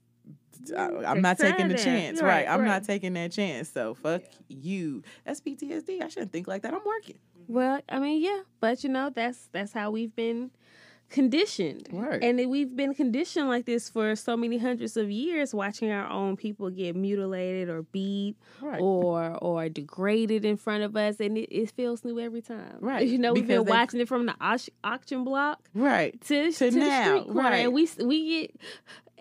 I, I'm not taking the
Excited.
chance,
Mm, You're
right?
right,
I'm
right.
not taking that chance. So fuck
Yeah.
you. That's PTSD. I shouldn't think like that. I'm working.
Well, I mean, yeah, but you know, that's that's how we've been conditioned,
Right.
and then we've been conditioned like this for so many hundreds of years, watching our own people get mutilated or beat
Right.
or or degraded in front of us, and it, it feels new every time,
Right,
You know, we've
because
been
they-
watching it from the auc- auction block
right.
to to,
now,
the street corner,
right.
and we s- we get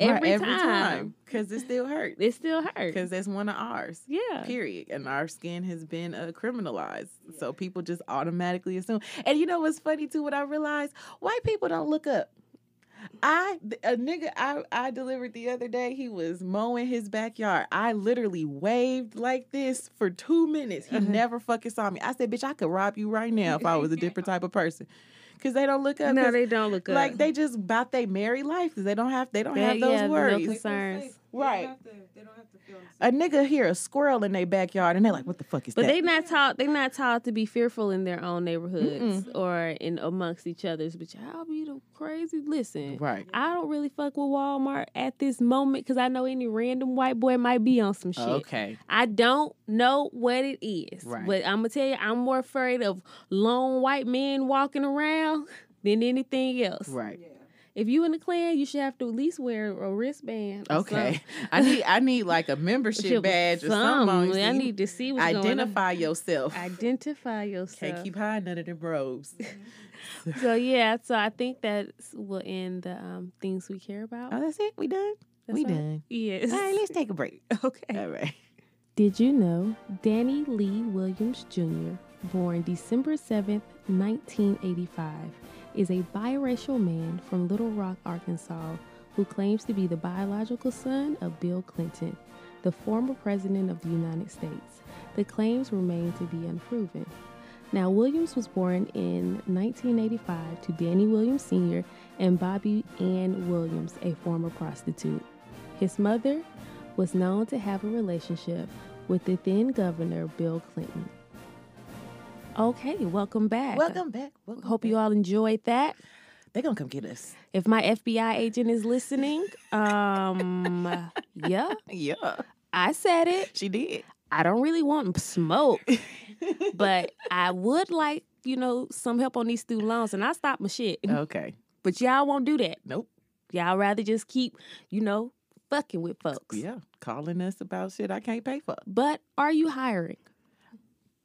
Right,
every, time.
Cause it still hurts.
it still hurts.
Cause that's one of ours.
yeah,
Period. And our skin has been uh, criminalized. So people just automatically assume. And you know what's funny too? What I realized, white people don't look up. I a nigga I, I delivered the other day. He was mowing his backyard. I literally waved like this for two minutes. He
Uh-huh.
never fucking saw me. I said, "Bitch, I could rob you right now if I was a different type of person," because they don't look up.
no,
'cause,
they don't look up.
like they just about they married life because they don't have they don't
They-
have those
yeah, no
worries.
cons- Concerns.
Right.
They don't have to, they don't have to feel
a
insecure.
nigga hear a squirrel in their backyard and they're like, "What the fuck is
But
that?"
they not taught. They not taught to be fearful in their own neighborhoods or in amongst each other's. But y'all be the crazy. Listen,
right.
I don't really fuck with Walmart at this moment because I know any random white boy might be on some shit.
Okay.
I don't know what it is,
Right.
but I'm gonna tell you, I'm more afraid of lone white men walking around than anything else.
Right.
Yeah.
If you in the Klan, you should have to at least wear a wristband. or
Okay.
something.
I need I need like a membership
Shit,
badge or something. on you so
I
you
need to see what's going on.
identify yourself.
Identify yourself.
Can't keep hiding none of them robes.
Mm-hmm.
So yeah, so I think that will end the um, things we care about.
oh, that's it. We done.
That's
we
all.
done.
Yes.
All right, let's take a break.
Okay.
All right.
Did you know Danny Lee Williams Jr., born December 7th, 1985, is a biracial man from Little Rock, Arkansas, who claims to be the biological son of Bill Clinton, the former president of the United States. The claims remain to be unproven. Now, Williams was born in 1985 to Danny Williams Sr. and Bobby Ann Williams, a former prostitute. His mother was known to have a relationship with the then governor, Bill Clinton. Okay, welcome back.
Welcome back. Welcome
Hope you all enjoyed that.
They're gonna come get us.
If my FBI agent is listening, um, yeah,
Yeah.
I said it.
She did.
I don't really want smoke, but I would like, you know, some help on these student loans. And I stopped my shit.
okay.
But y'all won't do that.
Nope.
Y'all rather just keep, you know, fucking with folks.
Yeah. Calling us about shit I can't pay for.
But are you hiring?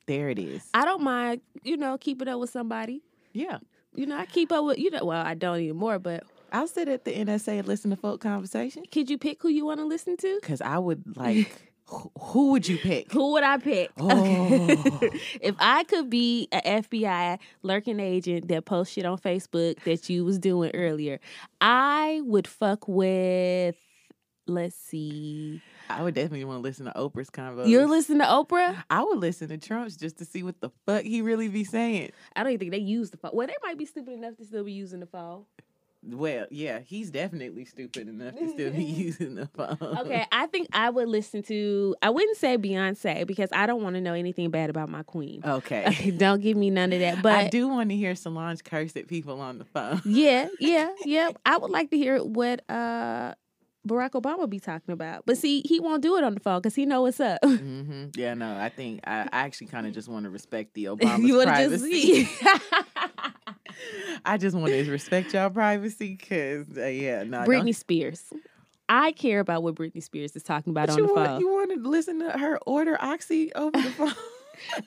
There it is.
I don't mind, you know, keeping up with somebody.
Yeah.
You know, I keep up with, you know, well, I don't anymore, but
I'll sit at the NSA and listen to folk conversation
could you pick who you want to listen to?
because I would like, who, who would you pick?
Who would I pick?
Oh.
if I could be an FBI lurking agent that posts shit on Facebook that you was doing earlier, I would fuck with. Let's see.
I would definitely want to listen to Oprah's convo.
You're listening to Oprah.
I would listen to Trump's just to see what the fuck he really be saying.
I don't even think they use the phone. Well, they might be stupid enough to still be using the phone.
Well, yeah, he's definitely stupid enough to still be using the phone.
Okay, I think I would listen to. I wouldn't say Beyonce because I don't want to know anything bad about my queen.
Okay.
don't give me none of that. But
I do want to hear Solange curse at people on the phone.
Yeah, yeah, yeah. I would like to hear what uh Barack Obama be talking about. But see, he won't do it on the phone because he know what's up.
hmm Yeah, no, I think I, I actually kind of just want to respect the Obama's
you want to just
privacy.
see.
I just want to respect y'all privacy because, uh, yeah, no, I don't-
Britney Spears. I care about what Britney Spears is talking about
But
on
you
the
want,
phone.
You want to listen to her order oxy over the phone?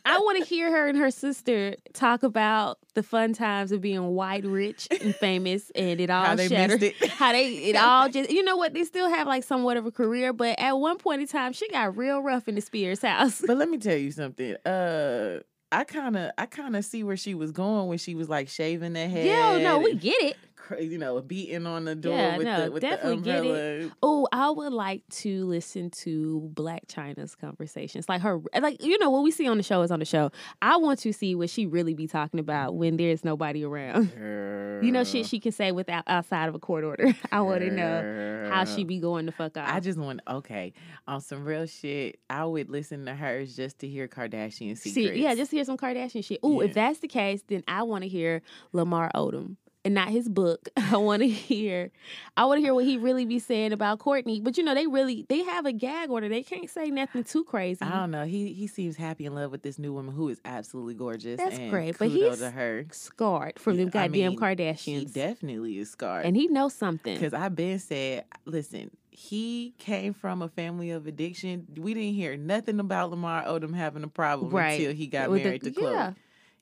I want to hear her and her sister talk about the fun times of being white, rich, and famous, and it all
How they
shattered.
missed it.
How they it all just you know what they still have like somewhat of a career, but at one point in time she got real rough in the Spears house.
but let me tell you something. Uh, I kind of, I kind of see where she was going when she was like shaving her head.
Yeah, oh, no, we
and
get it.
cra- you know, beating on the door
Yeah,
with
no,
the with the
definitely get it.
umbrella.
Oh, I would like to listen to Black China's conversations. Like her like you know what we see on the show is on the show. I want to see what she really be talking about when there's nobody around. You know shit she can say without outside of a court order. I want to know how she be going the fuck
I
off.
just want okay on some real shit. I would listen to hers just to hear Kardashian secrets.
See, yeah, just hear some Kardashian shit. Ooh,
Yeah.
if that's the case, then I want to hear Lamar Odom and not his book. I want to hear, I want to hear what he really be saying about Courtney. But you know, they really they have a gag order. They can't say nothing too crazy.
I don't know. He he seems happy in love with this new woman who is absolutely gorgeous.
That's
and
great, but
kudos
he's-
to her.
scarred from them
I
goddamn
mean, She
Kardashians.
definitely is scarred.
and he knows something.
Because I've been said, listen, he came from a family of addiction. We didn't hear nothing about Lamar Odom having a problem
Right.
until he got
With the-
married to Chloe.
yeah.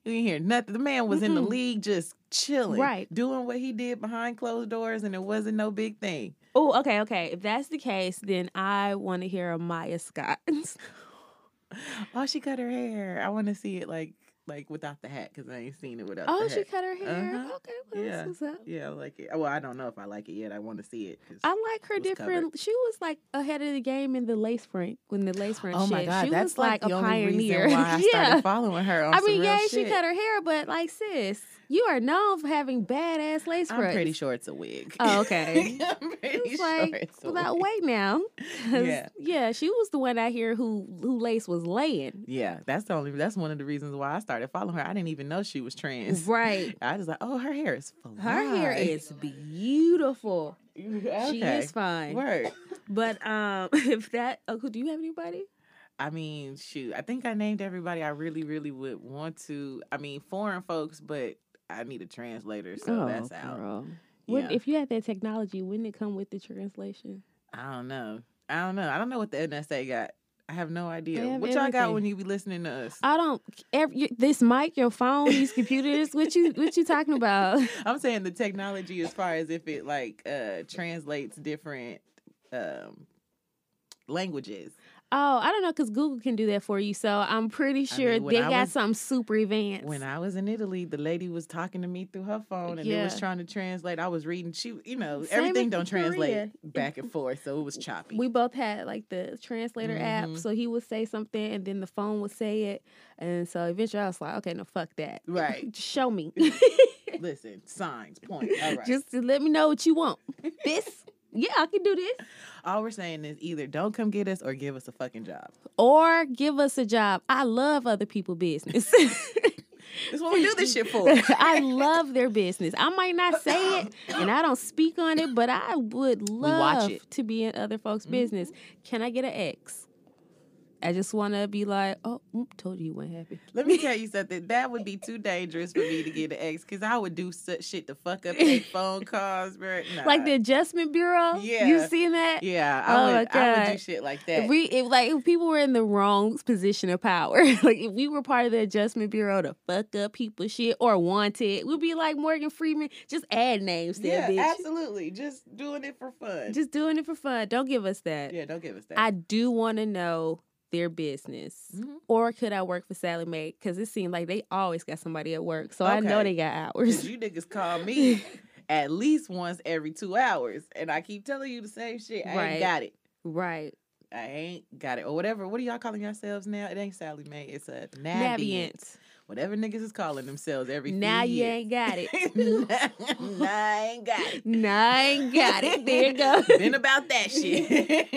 We didn't hear nothing. The man was in the
Mm-mm.
league just chilling,
Right.
doing what he did behind closed doors, and it wasn't no big thing.
Oh, okay, okay. If that's the case, then I want to hear a Maya Scott.
Oh, she cut her hair. I want to see it like like without the hat because I ain't seen it without.
oh,
the
she
hat.
cut her hair.
Uh-huh.
Okay, well,
Yeah.
that's what's up.
Yeah, I like it. Well, I don't know if I like it yet. I want to see it. 'cause-
I like her
was
different. She was like ahead of the game in the lace front when the lace front.
oh my
shit.
god,
she
that's
was like,
the
a
only
pioneer.
reason why I
yeah,
started following her. On
I
some
mean,
real
yeah, she
shit.
cut her hair, but like, sis, you are known for having badass lace fronts.
I'm pretty sure it's a wig.
Oh, okay.
I'm pretty
It's
sure
like
it's a
without
wig.
wait now. 'Cause,
Yeah.
yeah, she was the one out here who who lace was laying.
Yeah, that's the only. That's one of the reasons why I started following her. I didn't even know she was trans.
Right.
I was like, oh, her hair is fly.
Her hair is beautiful.
okay.
She is fine.
Word.
But um if that Uncle, do you have anybody?
I mean, shoot. I think I named everybody I really, really would want to. I mean, foreign folks, but I need a translator,
Oh,
so that's out.
Wouldn't-
Oh, Yeah.
if you had that technology, wouldn't it come with the translation?
I don't know. I don't know. I don't know what the NSA got. I have no idea.
have
What y'all got
everything.
when you be listening to us?
I don't. Every, you- this mic, your phone, these computers. What you what you talking about?
I'm saying the technology as far as if it like uh translates different um languages.
Oh, I don't know, cause Google can do that for you. So I'm pretty sure
mean, when
they
I
got
was-
something super advanced.
When I was in Italy, the lady was talking to me through her phone and it was
Yeah.
trying to translate. I was reading she you know,
Same
everything
in
don't translate
Korea.
back and forth, so it was choppy.
we both had like the translator
Mhm.
app, so he would say something, and then the phone would say it, and so eventually I was like, okay, no, fuck that.
Right.
Just show me.
Listen, signs, point. All right.
Just to let me know what you want. This. Yeah, I can do this.
All we're saying is either don't come get us or give us a fucking job.
Or give us a job. I love other people' business.
That's what we do this shit for.
I love their business. I might not say it and I don't speak on it, but I
watch
would love
it. Mm-hmm.
to be in other folks' business. Can I get an X? I just want to be like, oh, mm, told you you weren't happy.
Let me tell you something. That would be too dangerous for me to get an ex because I would do such shit to fuck up their phone calls, bro. Nah.
Like the Adjustment Bureau.
Yeah.
You seen that?
Yeah,
Oh,
I
my
would. I would do
God.
shit like that.
If we if like if people were in the wrong position of power, like if we were part of the adjustment bureau to fuck up people shit or wanted, we'd be like Morgan Freeman, just add names to
yeah,
that bitch.
absolutely. Just doing it for fun.
Just doing it for fun. Don't give us that.
yeah, don't give us that.
I do want to know their business.
Mhm.
Or could I work for Sally Mae? Because it seemed like they always got somebody at work, so I know
Okay.
they got
'Cause
hours.
you niggas call me at least once every two hours, and I keep telling you the same shit. I
Right.
ain't got it.
right.
I ain't got it, or whatever. What are y'all calling yourselves now? It ain't Sally Mae. It's a Navient.
Navient.
Whatever niggas is calling themselves every. few
Now you
years.
ain't got it.
nah, I ain't got it.
now I ain't got it. There you go.
Been about that shit.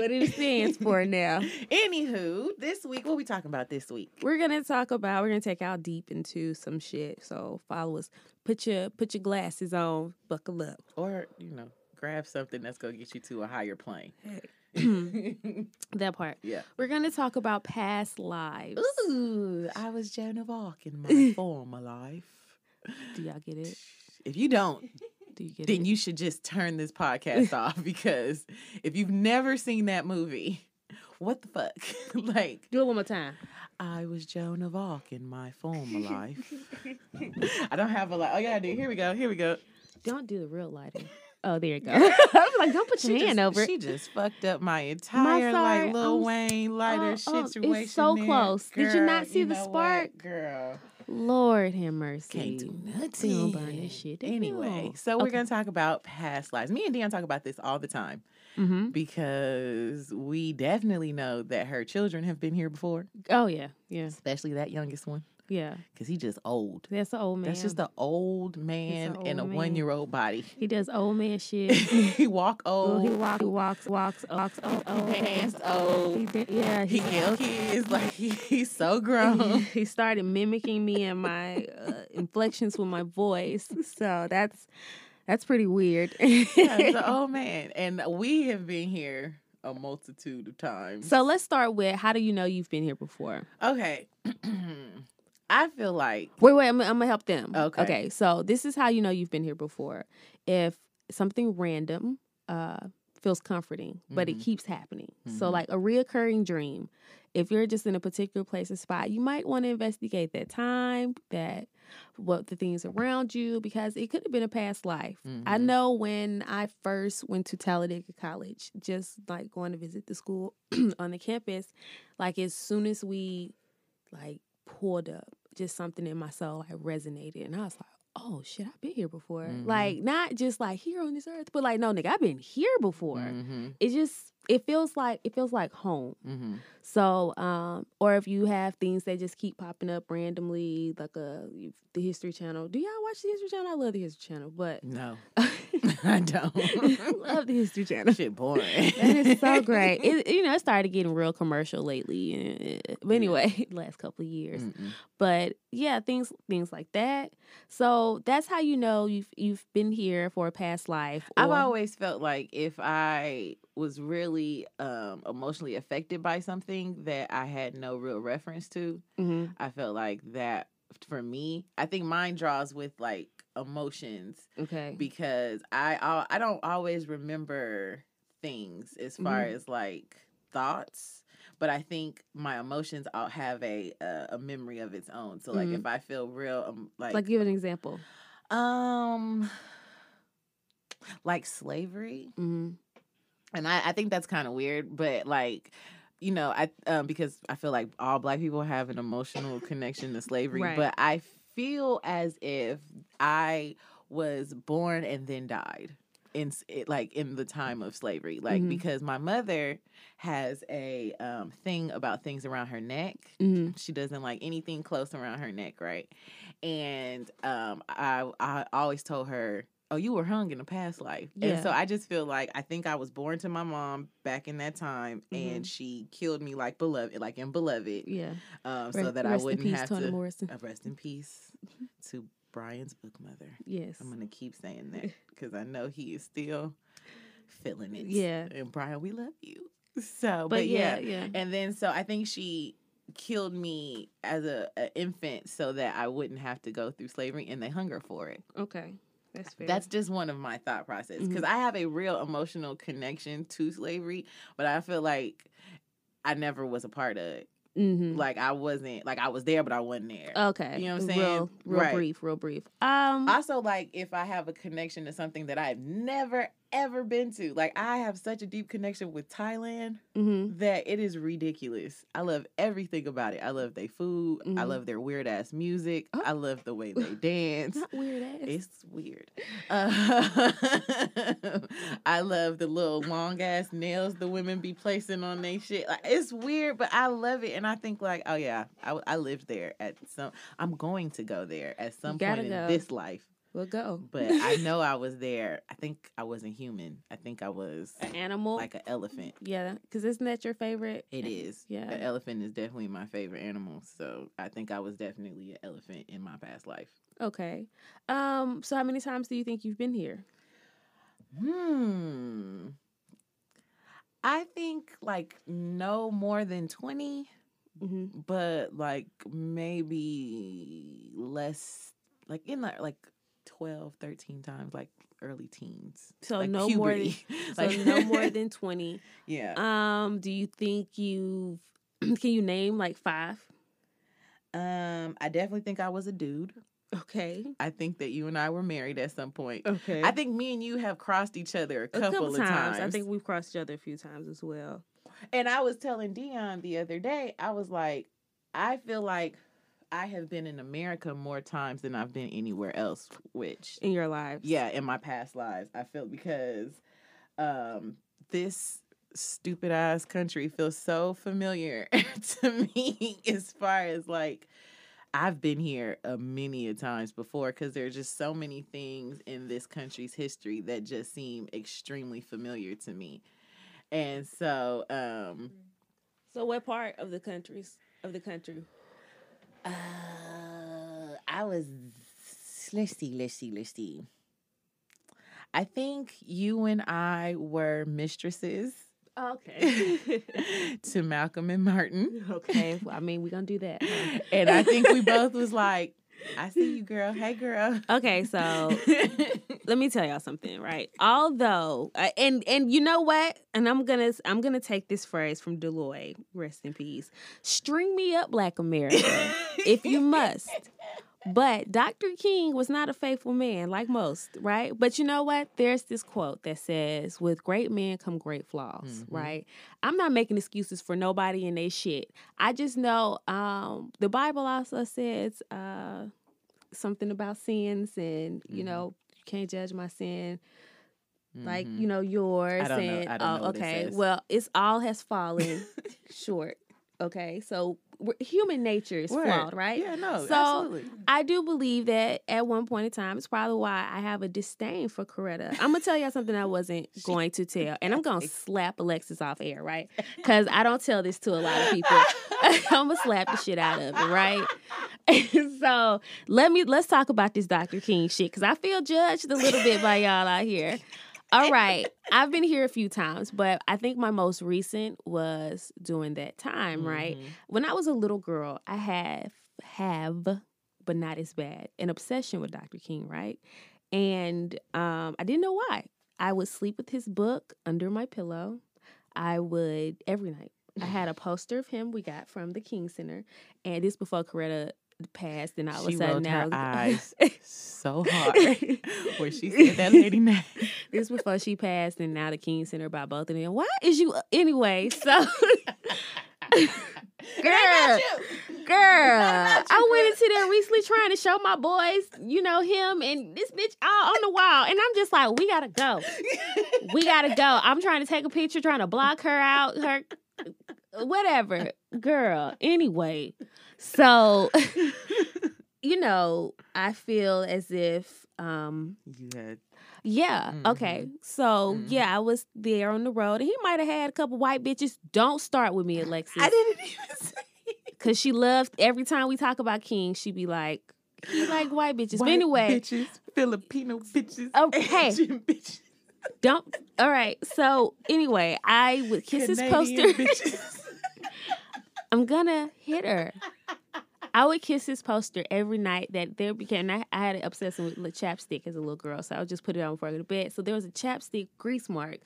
what it stands for now.
Anywho, this week, what we talking about this week?
we're gonna talk about we're gonna take out deep into some shit so follow us put your put your glasses on buckle up
Or, you know, grab something that's going to get you to a higher plane.
that part
yeah.
we're gonna talk about past lives
Ooh, I was Joan of Arc in my former life.
do y'all get it
If you don't,
do you get
then
it
you should just turn this podcast off because if you've never seen that movie, what the fuck? like,
do it one more time
I was Joan of Arc in my former life. I don't have a lot. Oh, yeah, I do. Here we go. Here we go.
don't do the real lighting oh there you go i was like don't put your
She
hand
just,
over it.
She just fucked up my entire
sorry,
like Lil
I'm s-
Wayne lighter
oh, oh, it's
situation.
so
there.
close. Did you not
Girl,
see the
know what,
spark?
girl?
lord have mercy
Can't do
we
nothing.
don't burn this shit down.
Anyway, so we're
Okay.
gonna talk about past lives. Me and Dion talk about this all the time
mm-hmm.
because we definitely know that her children have been here before,
oh yeah yeah
especially that youngest one,
yeah
because he just old.
that's the old man
That's just an old man
old
in a
man.
one year old body.
he does old man shit
he walk
Oh,
old.
he walks, he walks, walks, walks. Oh, oh,
Pants old.
He did, yeah,
He
he,
kill kids. Like he, he's so grown.
he started mimicking me and my uh, inflections with my voice. So that's that's pretty weird.
yeah, he's an old man. And we have been here a multitude of times.
so let's start with how do you know you've been here before?
okay. I feel like
Wait, wait, I'm, I'm gonna help them.
Okay.
Okay. So this is how you know you've been here before. If something random uh, feels comforting, but it
Mhm.
keeps happening. So
Mhm.
like a reoccurring dream. If you're just in a particular place or spot, you might want to investigate that time, that what the things around you, because it could have been a past life. I
Mhm.
know when I first went to Talladega College, just like going to visit the school on the campus, like as soon as we like pulled up, just something in my soul like resonated, and I was like, "Oh shit, I've been here before."
Mhm.
Like not just like here on this earth, but like no, nigga, I've been here before.
Mhm,
It just it feels like it feels like home.
mhm.
So, um, or if you have things that just keep popping up randomly, like a the History Channel. Do y'all watch the History Channel? I love the History Channel, but
No, I
I
don't.
love the History Channel.
Shit boring.
That is so great. It, you know, it started getting real commercial lately. eh, But anyway, last couple of years.
Mm-mm.
But yeah, things things like that. So that's how you know you've you've been here for a past life.
I've
or-
always felt like if I was really um, emotionally affected by something that I had no real reference to,
Mhm,
I felt like that for me. I think mine draws with like emotions
okay.
because I al- I don't always remember things as far
Mhm.
as like thoughts, but I think my emotions all have a uh, a memory of its own. So like
Mhm.
if I feel real, um, like,
like give an example.
um, like slavery,
hmm
and I I think that's kind of weird, but like. You know, I um, because I feel like all black people have an emotional connection to slavery,
Right.
but I feel as if I was born and then died in s- it, like in the time of slavery like
Mhm.
because my mother has a um, thing about things around her neck
hmm
she doesn't like anything close around her neck right and um, I, I always told her oh you were hung in a past life
Yeah.
and so i just feel like i think i was born to my mom back in that time
Mm-hmm.
and she killed me like beloved like in beloved
Yeah.
um, so
Rest-
that i
rest in
wouldn't
peace,
have
Toni
to
Morrison.
uh, rest in peace
Mm-hmm.
to brian's book mother
Yes.
I'm gonna keep saying that because I know he is still feeling it.
Yeah.
And Brian, we love you. So,
But,
but,
yeah,
yeah.
yeah.
And then so I think she killed me as a, a infant so that I wouldn't have to go through slavery and they hunger for it.
Okay, that's fair.
That's just one of my thought process because I have a real emotional connection to slavery, but I feel like I never was a part of it.
mm-hmm. Uh-huh.
Like I wasn't like I was there, but I wasn't there.
okay.
you know what I'm saying?
Real, real
Right.
brief, real brief. Um,
also, like if I have a connection to something that I've never ever been to, like I have such a deep connection with Thailand
mhm.
that it is ridiculous. I love everything about it. I love their food. I
Mhm.
love their weird ass music.
Oh.
I love the way they dance.
not weird ass.
It's weird. Uh, I love the little long ass nails the women be placing on they shit. Like it's weird, but I love it, and I think like, oh yeah, I, I lived there at some. I'm going to go there at some point
gotta
in
go.
this life,
we'll go.
but I know I was there. I think I wasn't human. I think I was
an animal.
like an elephant.
yeah, because isn't that your favorite?
It is.
Yeah.
An elephant is definitely my favorite animal, so I think I was definitely an elephant in my past life.
Okay. Um. So how many times do you think you've been here?
Hmm. I think like no more than 20,
Mm-hmm.
but like maybe less like in the, like 12, 13 times like early teens.
So
like
no more than
puberty.
so no more than twenty.
yeah.
Um. Do you think you've? Can you name like five?
Um I definitely think I was a dude.
Okay.
I think that you and I were married at some point.
Okay.
I think me and you have crossed each other a couple, of times.
I think we've crossed each other a few times as well.
And I was telling Dion the other day, I was like, I feel like I have been in America more times than I've been anywhere else, which
In your lives.
yeah, in my past lives, I feel because um this stupid ass country feels so familiar to me as far as like I've been here a many a times before because there are just so many things in this country's history that just seem extremely familiar to me. And so um
So what part of the countries of the country?
Uh, I was. Let's see, let's see, let's see. I think you and I were mistresses
Oh, Okay.
to Malcolm and Martin.
okay. Well, I mean, we're gonna do that. huh?
And I think we both was like, I see you, girl. Hey, girl.
Okay, so let me tell y'all something, right? Although, uh, and and you know what? And I'm gonna I'm gonna take this phrase from Deloitte. Rest in peace. String me up, Black America, if you must. But Dr. King was not a faithful man, like most, right? But you know what? There's this quote that says, "With great men come great flaws."
Mhm.
Right? I'm not making excuses for nobody and they shit. I just know um, the Bible also says. Uh, something about sins and you
Mhm.
know you can't judge my sin like
Mhm.
you know yours
I don't know-
and
I don't
oh,
know what it
okay
says.
well it's all has fallen short okay so we're, human nature is
Word.
flawed right
Yeah, no,
So-
absolutely.
I do believe that at one point in time, it's probably why I have a disdain for Coretta. I'm gonna tell y'all something I wasn't going to tell, and I'm gonna slap Alexis off air, right? Because I don't tell this to a lot of people. I'm gonna slap the shit out of it, right? so let me let's talk about this Dr. King shit because I feel judged a little bit by y'all out here. All right, I've been here a few times, but I think my most recent was during that time, right?
Mhm.
when I was a little girl, I have have, but not as bad, an obsession with Dr. King, right? And um, I didn't know why. I would sleep with his book under my pillow. I would every night. I had a poster of him we got from the King Center, and this before Coretta passed, and all
She
of a sudden
rolled her
now
eyes so hard where she said that lady name.
this was before she passed, and now the King Center by both of them. Why is you anyway? So. Girl, Girl,
about you,
I
girl.
went into there recently trying to show my boys, you know, him and this bitch all on the wall. And I'm just like, we gotta go. We gotta go. I'm trying to take a picture, trying to block her out, her whatever. Girl, anyway. So, you know, I feel as if um
you had
yeah. Okay. So yeah, I was there on the road, and he might have had a couple white bitches. Don't start with me, Alexis,
didn't even say.
because she loves. Every time we talk about King, she be like, "He like white bitches." but anyway,
bitches, Filipino bitches,
Okay.
Asian bitches.
Don't. All right. So anyway, I would kiss his poster.
bitches.
I'm gonna hit her. I would kiss his poster every night that there became. I, I had an obsession with the chapstick as a little girl, so I would just put it on before I go to bed. So there was a chapstick grease mark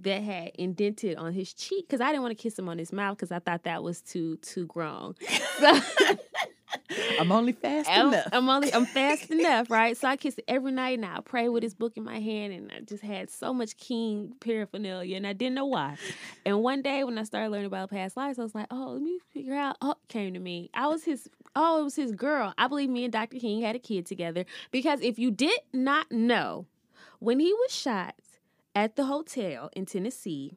that had indented on his cheek because I didn't want to kiss him on his mouth because I thought that was too too grown. So-
I'm only fast
I'm,
enough.
I'm only I'm fast enough, right? So I kiss it every night, and I pray with this book in my hand, and I just had so much king paraphernalia, and I didn't know why. And one day when I started learning about past lives, I was like, oh, let me figure out. Oh, it came to me. I was his. Oh, it was his girl. I believe me and Dr. King had a kid together because if you did not know, when he was shot at the hotel in Tennessee.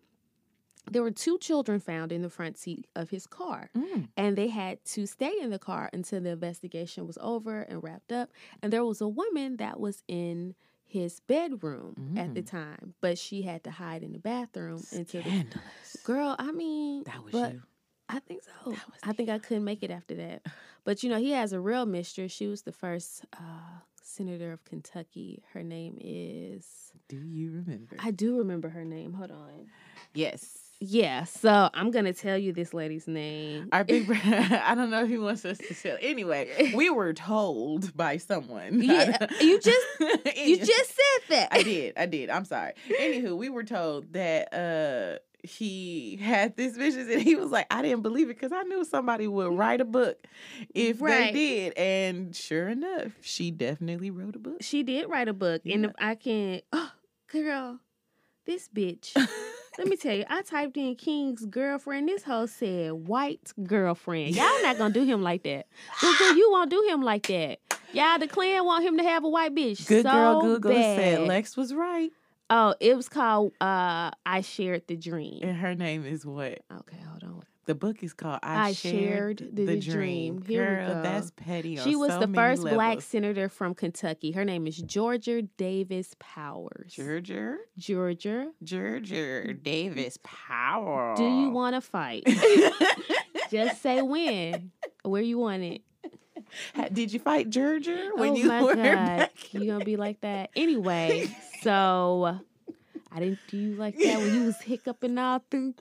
There were two children found in the front seat of his car
Mm.
and they had to stay in the car until the investigation was over and wrapped up. And there was a woman that was in his bedroom at
Mm.
the time, but she had to hide in the bathroom until the
Scandalous.
girl. I mean,
That was
but
you.
I think so.
That was
I think I couldn't make it after that. But you know, he has a real mistress. She was the first uh, senator of Kentucky. Her name is.
Do you remember?
I do remember her name. Hold on.
yes.
Yeah. So I'm gonna tell you this lady's name.
Our big brother, I don't know if he wants us to tell. Anyway, we were told by someone.
Yeah, you just- you
Anywho.
just said that.
I did. I did. I'm sorry. Anywho, we were told that uh he had this vision and he was like, I didn't believe it because I knew somebody would write a book if
Right.
they did. And sure enough, she definitely wrote a book.
She did write a book, and
Yeah.
if I can, oh, girl, this bitch. Let me tell you, I typed in King's girlfriend. This hoe said white girlfriend. Y'all not gonna do him like that. Google, you won't do him like that. Y'all, the Klan want him to have a white bitch.
Good
so
girl Google
bad.
said Lex was right.
Oh, it was called uh, I Shared the Dream.
And her name is what?
Okay, hold on.
The book is called I,
I
Shared,
Shared
the,
the
Dream.
Dream. Here we
Girl,
go.
that's petty.
She
on
was
so
the
many
first black
levels.
senator from Kentucky. Her name is Georgia Davis Powers.
Gerger,
Georgia,
Gerger Davis Power.
do you Mm. want to fight? Just say when, where you want it.
Ha- Did you fight Gerger when
oh
you
my
were
god,
back?
you gonna be like that anyway? So I didn't do you like that when you was hiccuping all through.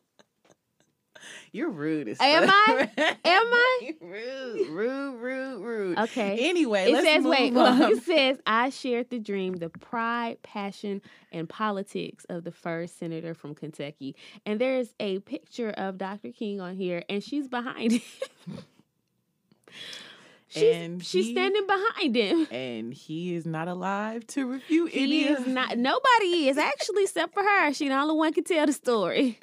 You're rude as
Am
fuck.
Am I?
rude, rude, rude, rude.
Okay.
Anyway,
It
let's
says,
move
wait,
on.
look, it says, I shared the dream, the pride, passion, and politics of the first senator from Kentucky. And there is a picture of Dr. King on here, and she's behind him. she's
And
she's
he-
standing behind him.
And he is not alive to refute
He
any
is
of
not. Nobody is actually, except for her. She the only one can tell the story.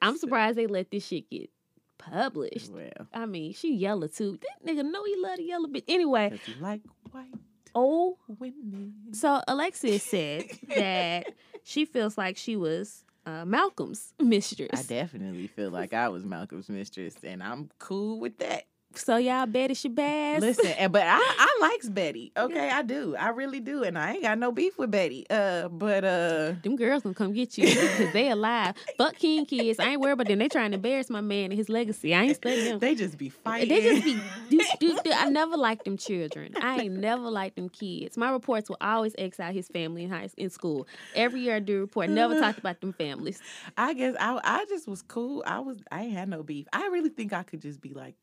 I'm surprised they let this shit get published.
Well,
I mean, she yellow too. That nigga know he love the yellow bitch. Anyway,
because you like white
oh
women.
So Alexis said that she feels like she was uh, Malcolm's mistress.
I definitely feel like I was Malcolm's mistress, and I'm cool with that.
So y'all bet it's your bass.
Listen, and- but I, I likes Betty. Okay, I do. I really do, and I ain't got no beef with Betty. Uh, but uh,
Them girls gonna come get you because they alive. Fuck King kids. I ain't worried about them. They trying to embarrass my man and his legacy. I ain't studying them.
they just be fighting.
They just be. Do, do, do. I never liked them children. I ain't never liked them kids. My reports will always X out his family in high in school. Every year I do a report. Never talked about them families.
I guess I I just was cool. I was I ain't had no beef. I really think I could just be like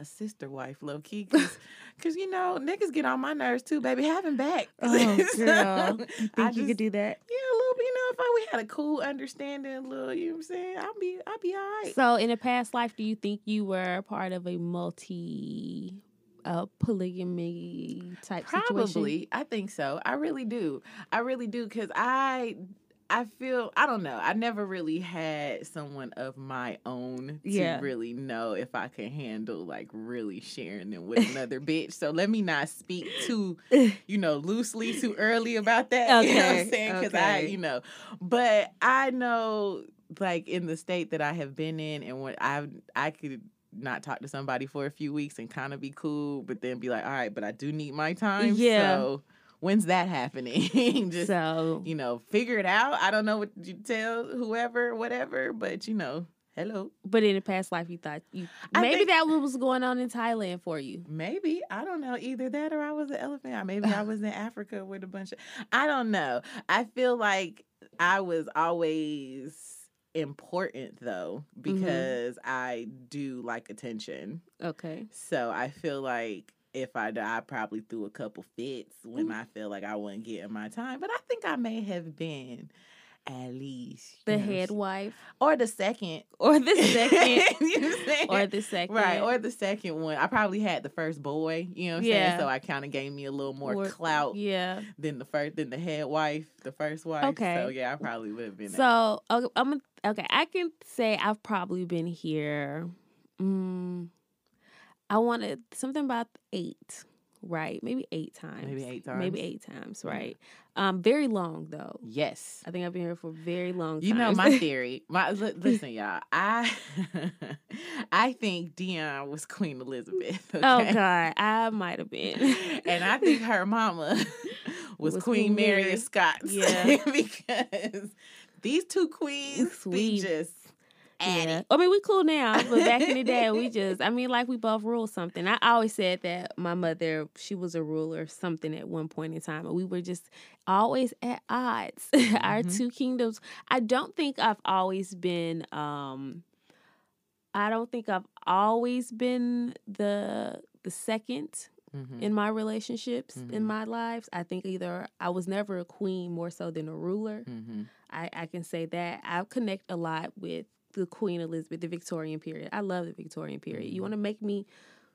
a sister wife, low key, cause, 'cause, you know niggas get on my nerves too, baby. Having back, So, I just,
do that?
yeah, a little bit. You know, if I, we had a cool understanding, a little, you know what I'm saying, I'll be I'll be all right.
So, in a past life, do you think you were part of a multi uh, polygamy type
Probably,
situation?
I think so. I really do. I really do because I. I feel I don't know. I never really had someone of my own to
Yeah.
really know if I could handle like really sharing them with another bitch. So let me not speak too, you know, loosely too early about that. You know what I'm
Okay,
saying? Because I,
okay.
you know, but I know like in the state that I have been in and when I I could not talk to somebody for a few weeks and kind of be cool, but then be like, all right, but I do need my time.
Yeah.
So when's that happening? Just
so,
you know, figure it out. I don't know what you tell whoever, whatever, but you know, hello.
but in a past life, you thought you
I
maybe
think-
that was what was going on in Thailand for you.
Maybe I don't know either that or I was an elephant. Or maybe I was in Africa with a bunch of I don't know. I feel like I was always important though
Mm-hmm.
because I do like attention.
Okay.
So I feel like if I die, I probably threw a couple fits when
Mm.
I feel like I wasn't getting my time. But I think I may have been at least you
The
know,
head wife
or the second
or the second
You know what I'm saying?
or the second.
Right, or the second one. I probably had the first boy, you know what I'm
Yeah.
saying? So I kind of gave me a little more
Or-
clout
Yeah.
than the first than the head wife, the first wife. So
Okay.
yeah, I probably would have been that.
So okay, I'm okay. I can say I've probably been here. Mm, I wanted something about eight, right? Maybe eight times.
Maybe eight times.
Maybe eight times, right? Um, very long though.
Yes.
I think I've been here for very long.
You know
times.
my theory. My li- listen, y'all. I I think Dion was Queen Elizabeth.
Oh God, I might have been.
and I think her mama was,
Was
Queen
Queen
Mary,
Mary.
of Scots.
Yeah.
because these two queens,
Sweet.
they just at
Yeah.
it.
I mean, we cool now, but back in the day, we just, I mean, like we both ruled something. I always said that my mother, she was a ruler of something at one point in time, and we were just always at odds. Our
Mhm.
two kingdoms. I don't think I've always been, um I don't think I've always been the the second
Mhm.
in my relationships
Mhm.
in my lives i think either i was never a queen more so than a ruler
Mhm.
I, I can say that I connect a lot with the Queen Elizabeth, the Victorian period. I love the Victorian period.
Mm-hmm.
You want to make me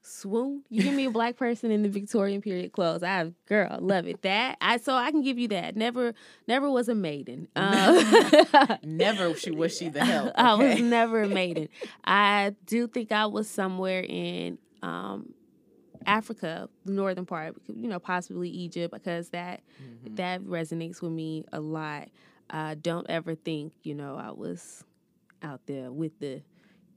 swoon? You give me a black person in the Victorian period clothes. I girl, I love it. That I so I can give you that. Never, never was a maiden. Um,
Never she was she the help.
I was
okay?
never a maiden. I do think I was somewhere in um, Africa, the northern part, you know, possibly Egypt, because that
Mhm.
that resonates with me a lot. Uh, don't ever think, you know, I was out there with the,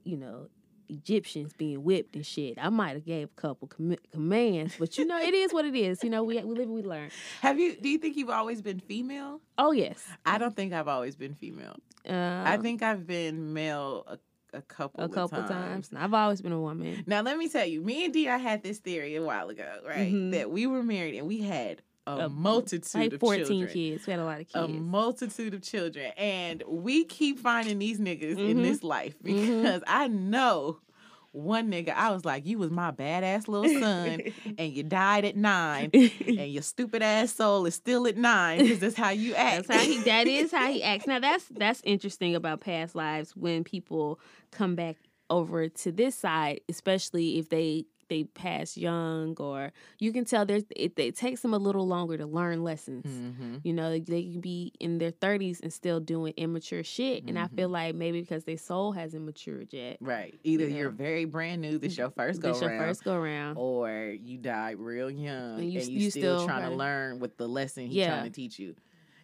you know, Egyptians being whipped and shit. I might have gave a couple comm- commands, but you know, it is what it is. You know, we we live, we learn.
Have you do you think you've always been female?
Oh yes,
I don't think I've always been female.
uh,
I think I've been male a, a couple
a
of
couple
times.
times. I've always been a woman.
Now let me tell you, me and Di had this theory a while ago, right?
Mhm.
That we were married and we had a,
A-
multitude
Like
of
fourteen
children.
kids. We had a lot of kids.
A multitude of children. And we keep finding these niggas in
Mhm.
this life because
Mhm.
I know one nigga, I was like, You was my badass little son and you died at nine and your stupid ass soul is still at nine because that's how you act.
That's how he. That is how he acts. Now that's that's interesting about past lives when people come back over to this side, especially if they they pass young or you can tell there's it, it takes them a little longer to learn lessons.
Mhm.
You know, they can be in their 30s and still doing immature shit. And I
Mm-hmm.
feel like maybe because their soul hasn't matured yet.
Right. Either
Yeah. Mm-hmm.
you're very brand new, this your first go
This your
round.
first go round.
or you died real young and
And
you,
you-
still,
you still
trying to
gotta-
learn with the lesson he's
Yeah.
trying to teach you.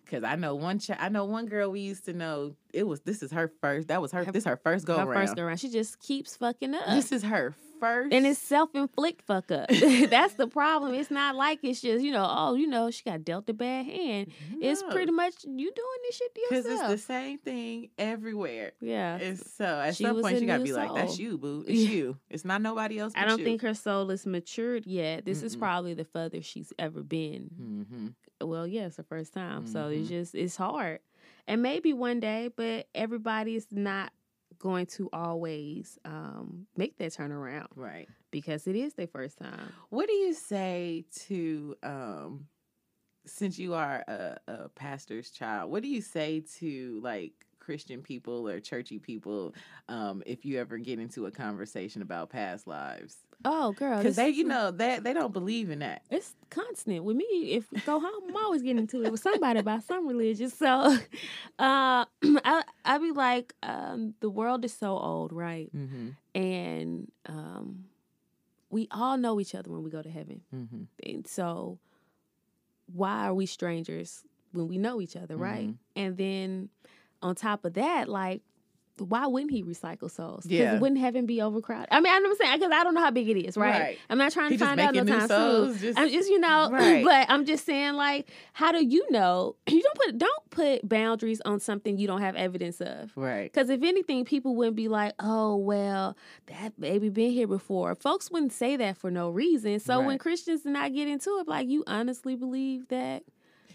Cause I know one child, I know one girl we used to know. It was this is her first. That was her.
Her-
this her first go
Her
around.
first go round. She just keeps fucking up.
This is her first.
And it's self inflict fuck up. That's the problem. It's not like it's just, you know, oh, you know, she got dealt a bad hand. It's
No,
pretty much you doing this shit to
Cause
yourself.
it's the same thing everywhere.
yeah.
It's so at
She
some
was
point
a
you gotta
new
be like, that's
soul.
you, boo. It's
Yeah.
you. It's not nobody else.
I don't think her soul is matured yet. This is
Mm-mm.
probably the furthest she's ever been.
hmm
Well, yeah, it's the first time. So
Mhm.
it's just, it's hard. And maybe one day, but everybody's not going to always um, make that turnaround
Right.
because it is their first time.
What do you say to um since you are a, a pastor's child, what do you say to like Christian people or churchy people um if you ever get into a conversation about past lives?
Oh, girl.
Cuz
this
they
is-
you know that they, don't believe in that.
It's constant with me. If we go home, I'm always getting into it with somebody about some religion. So, uh, I I be like, um, the world is so old, right?
Mhm.
And um, we all know each other when we go to heaven,
Mhm.
and so why are we strangers when we know each other, right?
Mhm.
And then on top of that, like. Why wouldn't he recycle souls?
Yeah.
Because wouldn't heaven be overcrowded? I mean, I know what I'm saying because I don't know how big it is, right?
Right.
I'm not trying
He
to
just
find out no
making new
time soon.
souls just
I'm just you know,
Right.
but I'm just saying like, how do you know? You don't put don't put boundaries on something you don't have evidence of.
right.
Because if anything, people wouldn't be like, "Oh well, that baby been here before." Folks wouldn't say that for no reason. So
Right.
when Christians did not get into it, like you honestly believe that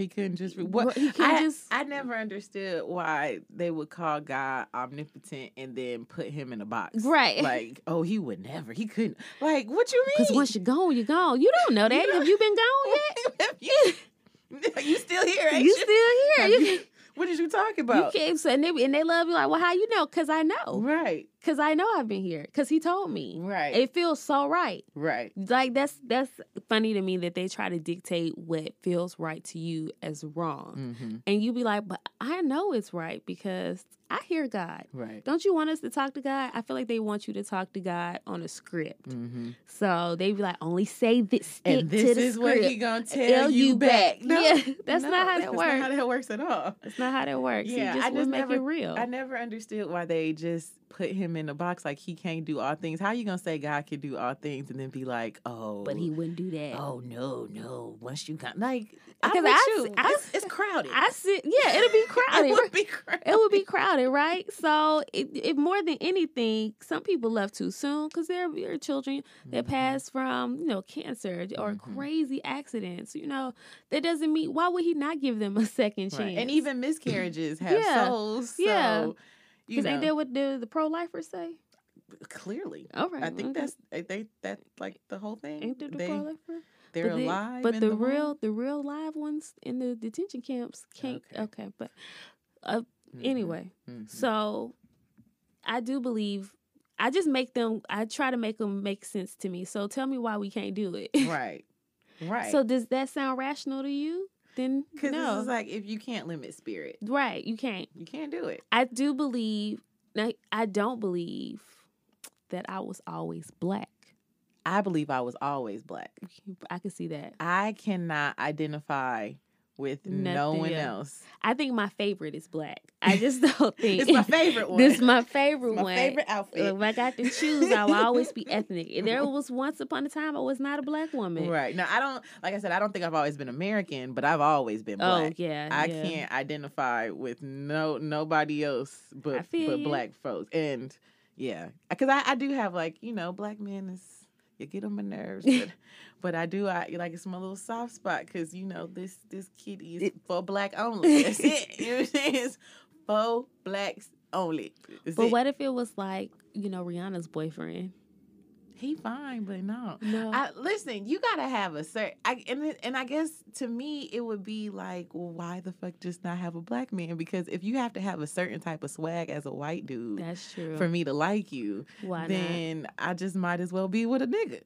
He couldn't just re- what
He couldn't
I,
just-
I never understood why they would call God omnipotent and then put him in a box.
Right.
Like, oh, he would never. He couldn't. Like, what you mean?
Because once you're gone, you're gone. You don't know that. Have you been gone yet?
you, you still here, ain't
you
you?
still
Like,
here. You,
you- what is you talking
you
about?
can't say, and they, and they love you like, well, how you know? Because I know.
Right,
Because I know I've been here. Because he told me.
right,
It feels so right.
right.
Like that's that's funny to me that they try to dictate what feels right to you as wrong,
Mm-hmm.
and you be like, "But I know it's right because I hear God."
Right.
Don't you want us to talk to God? I feel like they want you to talk to God on a script.
Mm-hmm.
So they be like, only say this, stick
And
to
this
the
is
script.
what he gonna tell you back. No,
yeah, that's
no,
not how that works. Oh.
That's not how that works at all.
That's not how that works.
Yeah,
you just
I
want to
just
make it
never-
real.
I never understood why they just put him in a box like he can't do all things. How you gonna say God can do all things and then be like, oh,
but he wouldn't do that.
oh no, no. Once you got like, I'm
Because
with
I
you.
s- I
It's- it's, crowded.
I see. Yeah, it'll be crowded.
it would be crowded.
it would be crowded, right? So, it, it more than anything, some people left too soon because there are children that
Mhm.
pass from you know cancer or
Mhm.
crazy accidents. You know that doesn't mean why would he not give them a second chance?
Right. And even miscarriages have
Yeah.
souls. So,
Yeah.
you
because
know,
ain't that what the, the pro lifers say?
clearly.
All right,
I think
okay.
that's I think that's like the whole thing.
ain't that the
they,
pro lifer.
they're
but the-
alive.
but
in
the,
the womb.
real the real live ones in the detention camps can't. Okay,
Okay.
but
Mhm,
anyway.
mhm.
So I do believe I just make them I try to make them make sense to me. So tell me why we can't do it.
right, right.
So does that sound rational to you? Then
because this
no.
is like if you can't limit spirit,
right, you can't.
you can't do it.
I do believe now I don't believe that I was always black.
I believe I was always black.
I can see that.
I cannot identify with no
Nothing
one
else.
else.
I think my favorite is black. I just don't think
It's my favorite one.
This is my favorite
It's my
one.
favorite outfit.
If I got to choose, I will always be ethnic. There was once upon a time I was not a black woman.
Right. Now I don't like I said, I don't think I've always been American, but I've always been
Oh
black.
yeah,
I
yeah.
can't identify with no nobody else
I
but
feel
but
you.
black folks. And yeah, because I, I do have like you know black men is you get on my nerves, but, but I do I like it's my little soft spot because you know this this kid is
It-
for black only. That's it. You know what I'm saying? It's for blacks only. That's
But
it.
what if it was like you know Rihanna's boyfriend?
He fine, but no.
No,
I, listen, you gotta have a certain, I, and it- and I guess to me it would be like, well, why the fuck just not have a black man? Because if you have to have a certain type of swag as a white dude
that's true.
for me to like you,
Why
then I just might as well be with a nigga.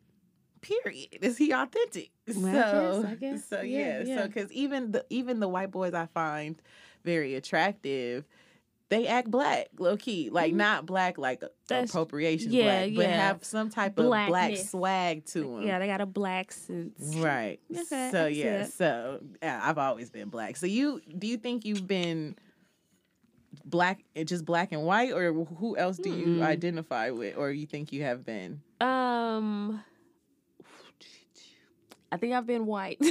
Period. Is he authentic?
Well, I
so,
guess- I guess.
so
Yeah,
yeah,
yeah.
so because even the even the white boys I find very attractive. They act black, low key, like
Mhm.
not black, like
That's-
appropriation
yeah,
black, but
yeah.
have some type of black
Blackness.
swag to
not?
them.
Yeah, they got a black sense.
Right.
Okay, I
so
can see
yeah.
that.
So yeah, I've always been black. So you do you think you've been black eh, just black and white or who else do you
Mm-mm.
identify with or you think you have been?
Um, I think I've been white.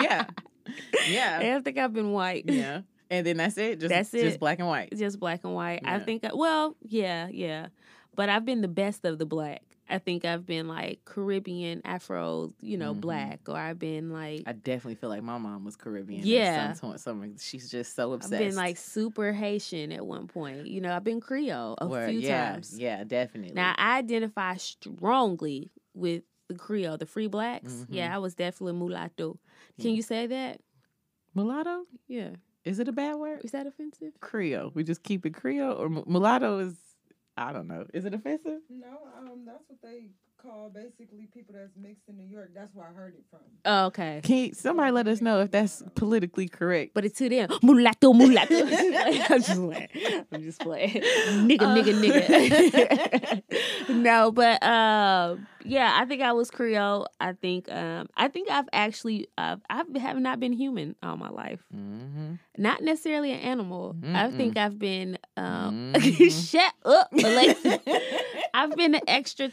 Yeah.
I
yeah.
don't think I've been white.
Yeah. And then that's it. Just
That's
just
it.
black and white.
just black and white. I
Yeah.
think, I, well, yeah, yeah. But I've been the best of the black. I think I've been like Caribbean, Afro, you know,
Mhm.
black, or I've been like,
I definitely feel like my mom was Caribbean.
Yeah.
Yeah. Some, some, she's just so
I've
obsessed.
been like super Haitian at one point. You know, I've been Creole a
Word.
few
yeah,
times.
Yeah, definitely.
Now I identify strongly with the Creole, the free blacks.
Mhm.
Yeah, I was definitely mulatto. Can
Yeah.
you say that?
mulatto?
Yeah.
Is it a bad word?
Is that offensive?
Creole. We just keep it Creole or mu- mulatto is I don't know. Is it offensive?
No, um, that's what they call basically people that's mixed in New York. That's where I heard it from.
Oh, okay.
Can you- somebody let us know if that's politically correct?
But it's to them, mulatto, mulatto. I'm just playing. I'm just playing. Nigga,
Uh,
nigga, nigga. no, but um, yeah, I think I was Creole. I think um, I think I've actually uh, I've have not been human all my life.
Mm-hmm.
Not necessarily an animal. I
Mm-mm.
think I've been um,
Mhm.
shut up, Alexis. I've been an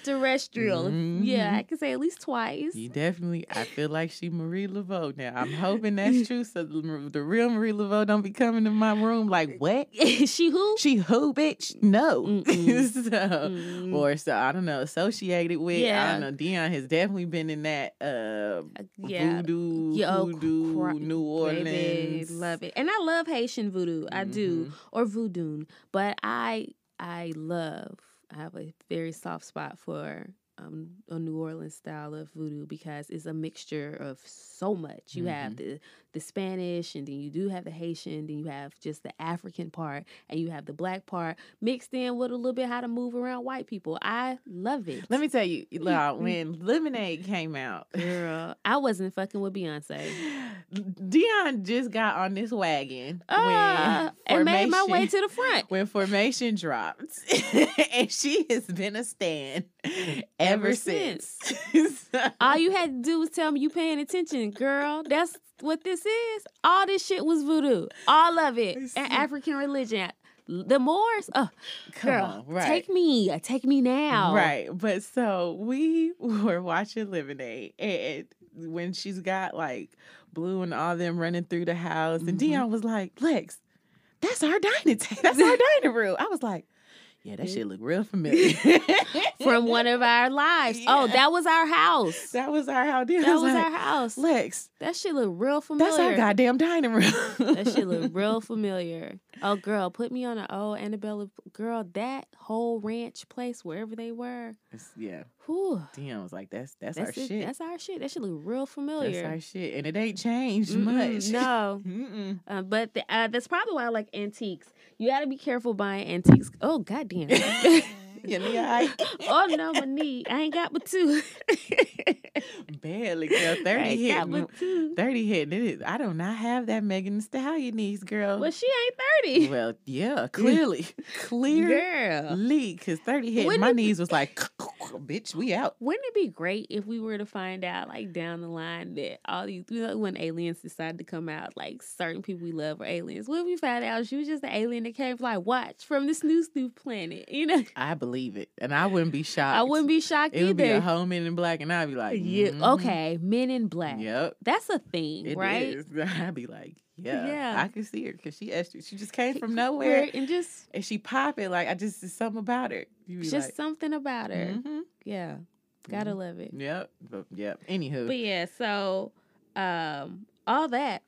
extraterrestrial. Yeah,
Mhm.
I can say at least twice.
You definitely. I feel like she Marie Laveau now. I'm hoping that's true, so the the real Marie Laveau don't be coming to my room like what?
she who?
She who, bitch? No.
Mm-mm.
so,
Mm.
or so I don't know. Associated with.
Yeah.
I
Yeah.
don't know. Dion has definitely been in that uh,
Uh, yeah.
voodoo,
Yo,
hoodoo,
cra-
New Orleans.
Baby, love it. And I love Haitian voodoo. I do. Or voodoo. But I I love I have a very soft spot for um, a New Orleans style of voodoo because it's a mixture of so much. You have
Mm-hmm.
the the Spanish and then you do have the Haitian, then you have just the African part and you have the black part mixed in with a little bit how to move around white people. I love it.
Let me tell you,
Mm-hmm.
Lord, when Lemonade came out,
Girl, I wasn't fucking with Beyonce.
Dion just got on this wagon
Uh,
when
and made my way
Formation-
to the front.
when formation dropped and she has been a stan ever,
Ever Ah,
since, So-
All you had to do was tell me you paying attention, girl. That's what this is. All this shit was voodoo. All of it.
I
And
see.
African religion. The Moors. Oh,
come
girl,
on right
take me. Take me now.
Right. But so we were watching Lemonade and when she's got like Blue and all them running through the house and
Mhm.
Dion was like, Lex, that's our dining table. That's our dining room. I was like, yeah, that shit look real familiar.
From one of our lives. Oh,
Yeah.
that was our house.
that was our how Dion
That
was
was
like,
our house.
Lex,
That shit look real familiar.
that's our goddamn dining room.
That shit look real familiar. Oh, girl, put me on an old Annabella. Girl, that whole ranch place, wherever they were.
yeah.
Whew.
Dion was like, that's that's,
That's,
our
it.
shit.
That's our shit. That shit look real familiar.
That's our shit. And it ain't changed
Mm-mm,
much.
No.
Mm-mm.
Uh, but the, uh, that's probably why I like antiques. You got to be careful buying antiques. Oh, goddamn.
You know, I
oh, no, my knee. I ain't got but two.
barely girl. 30
I ain't got
hit
but two.
30 hitting it. is- I do not have that Megan Thee Stallion knees, girl.
Well, she ain't 30.
well, yeah, clearly. clearly.
Girl.
Because 30 hit
Wouldn't
my
it-
knees was like, bitch, we out.
Wouldn't it be great if we were to find out, like down the line, that all these you know, when aliens decide to come out, like certain people we love are aliens. What if we found out she was just an alien that came, like, watch from this new new planet? You know,
I believe it. And I wouldn't be shocked.
I wouldn't be shocked
It would be a
either.
home in black, and I'd be like,
yeah,
mhm,
okay, Men in Black.
Yep.
That's a thing,
it is.
right?
I'd be like, yeah,
Yeah.
I can see her because she extra. She just came from
Where-
nowhere
and just
and she popping. Like, I just, there's something about her. You be
just
like,
something about her.
mhm,
Yeah, gotta love it.
Yep. But, yep. Anywho.
But yeah, so um, all that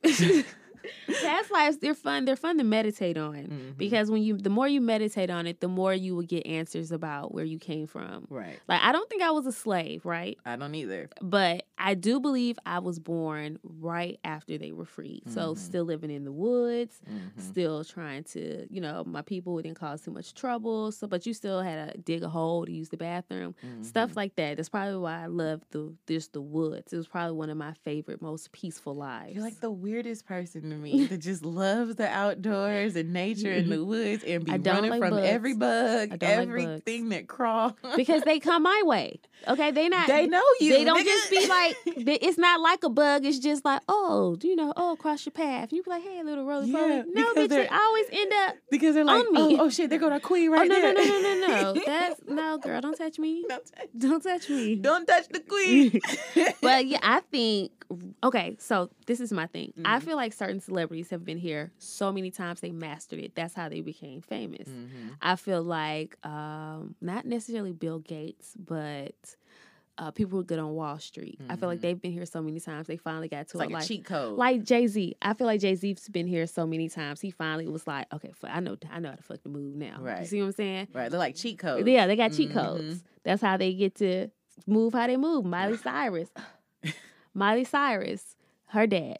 past lives, they're fun. They're fun to meditate on
Mhm.
because when you, the more you meditate on it, the more you will get answers about where you came from.
Right.
Like I don't think I was a slave, right?
I don't either.
But I do believe I was born right after they were freed. So
Mhm.
still living in the woods,
Mhm.
still trying to, you know, my people didn't cause too much trouble. So, but you still had to dig a hole to use the bathroom,
Mhm.
stuff like that. That's probably why I love the just the woods. It was probably one of my favorite, most peaceful lives.
You're like the weirdest person to me that just loves the outdoors and nature and the woods and be
I don't
running
like
from
bugs.
every bug,
I don't like bugs.
everything that crawls.
because they come my way. Okay, they not.
they know you.
they don't
nigga.
just be like. they- It's not like a bug. It's just like, oh, you know, oh, cross your path. You be like, hey, little roly poly.
Yeah,
no,
because
bitch,
they're-
I always end up.
because they're like,
on
oh,
me.
oh shit, there go our queen
Oh
right
no, no,
there.
no, no, no, no. That's no, girl. Don't touch me.
Don't touch-
Don't touch me.
don't touch the queen.
but yeah, I think okay. So this is my thing. I
Mhm.
feel like certain celebrities have been here so many times they mastered it. That's how they became famous.
Mhm.
I feel like um, not necessarily Bill Gates, but uh, people who are good on Wall Street. I feel like
Mhm.
they've been here so many times they finally got
It's
to
like
it.
a
Like
cheat code.
like Jay Z, I feel like Jay Z's been here so many times. He finally was like, okay, fu- I know, I know how to fuck the move now. You
Right.
see what I'm saying?
right, they're like cheat codes.
Yeah, they got cheat
Mhm.
codes. That's how they get to move how they move. Miley Cyrus. Miley Cyrus, her dad,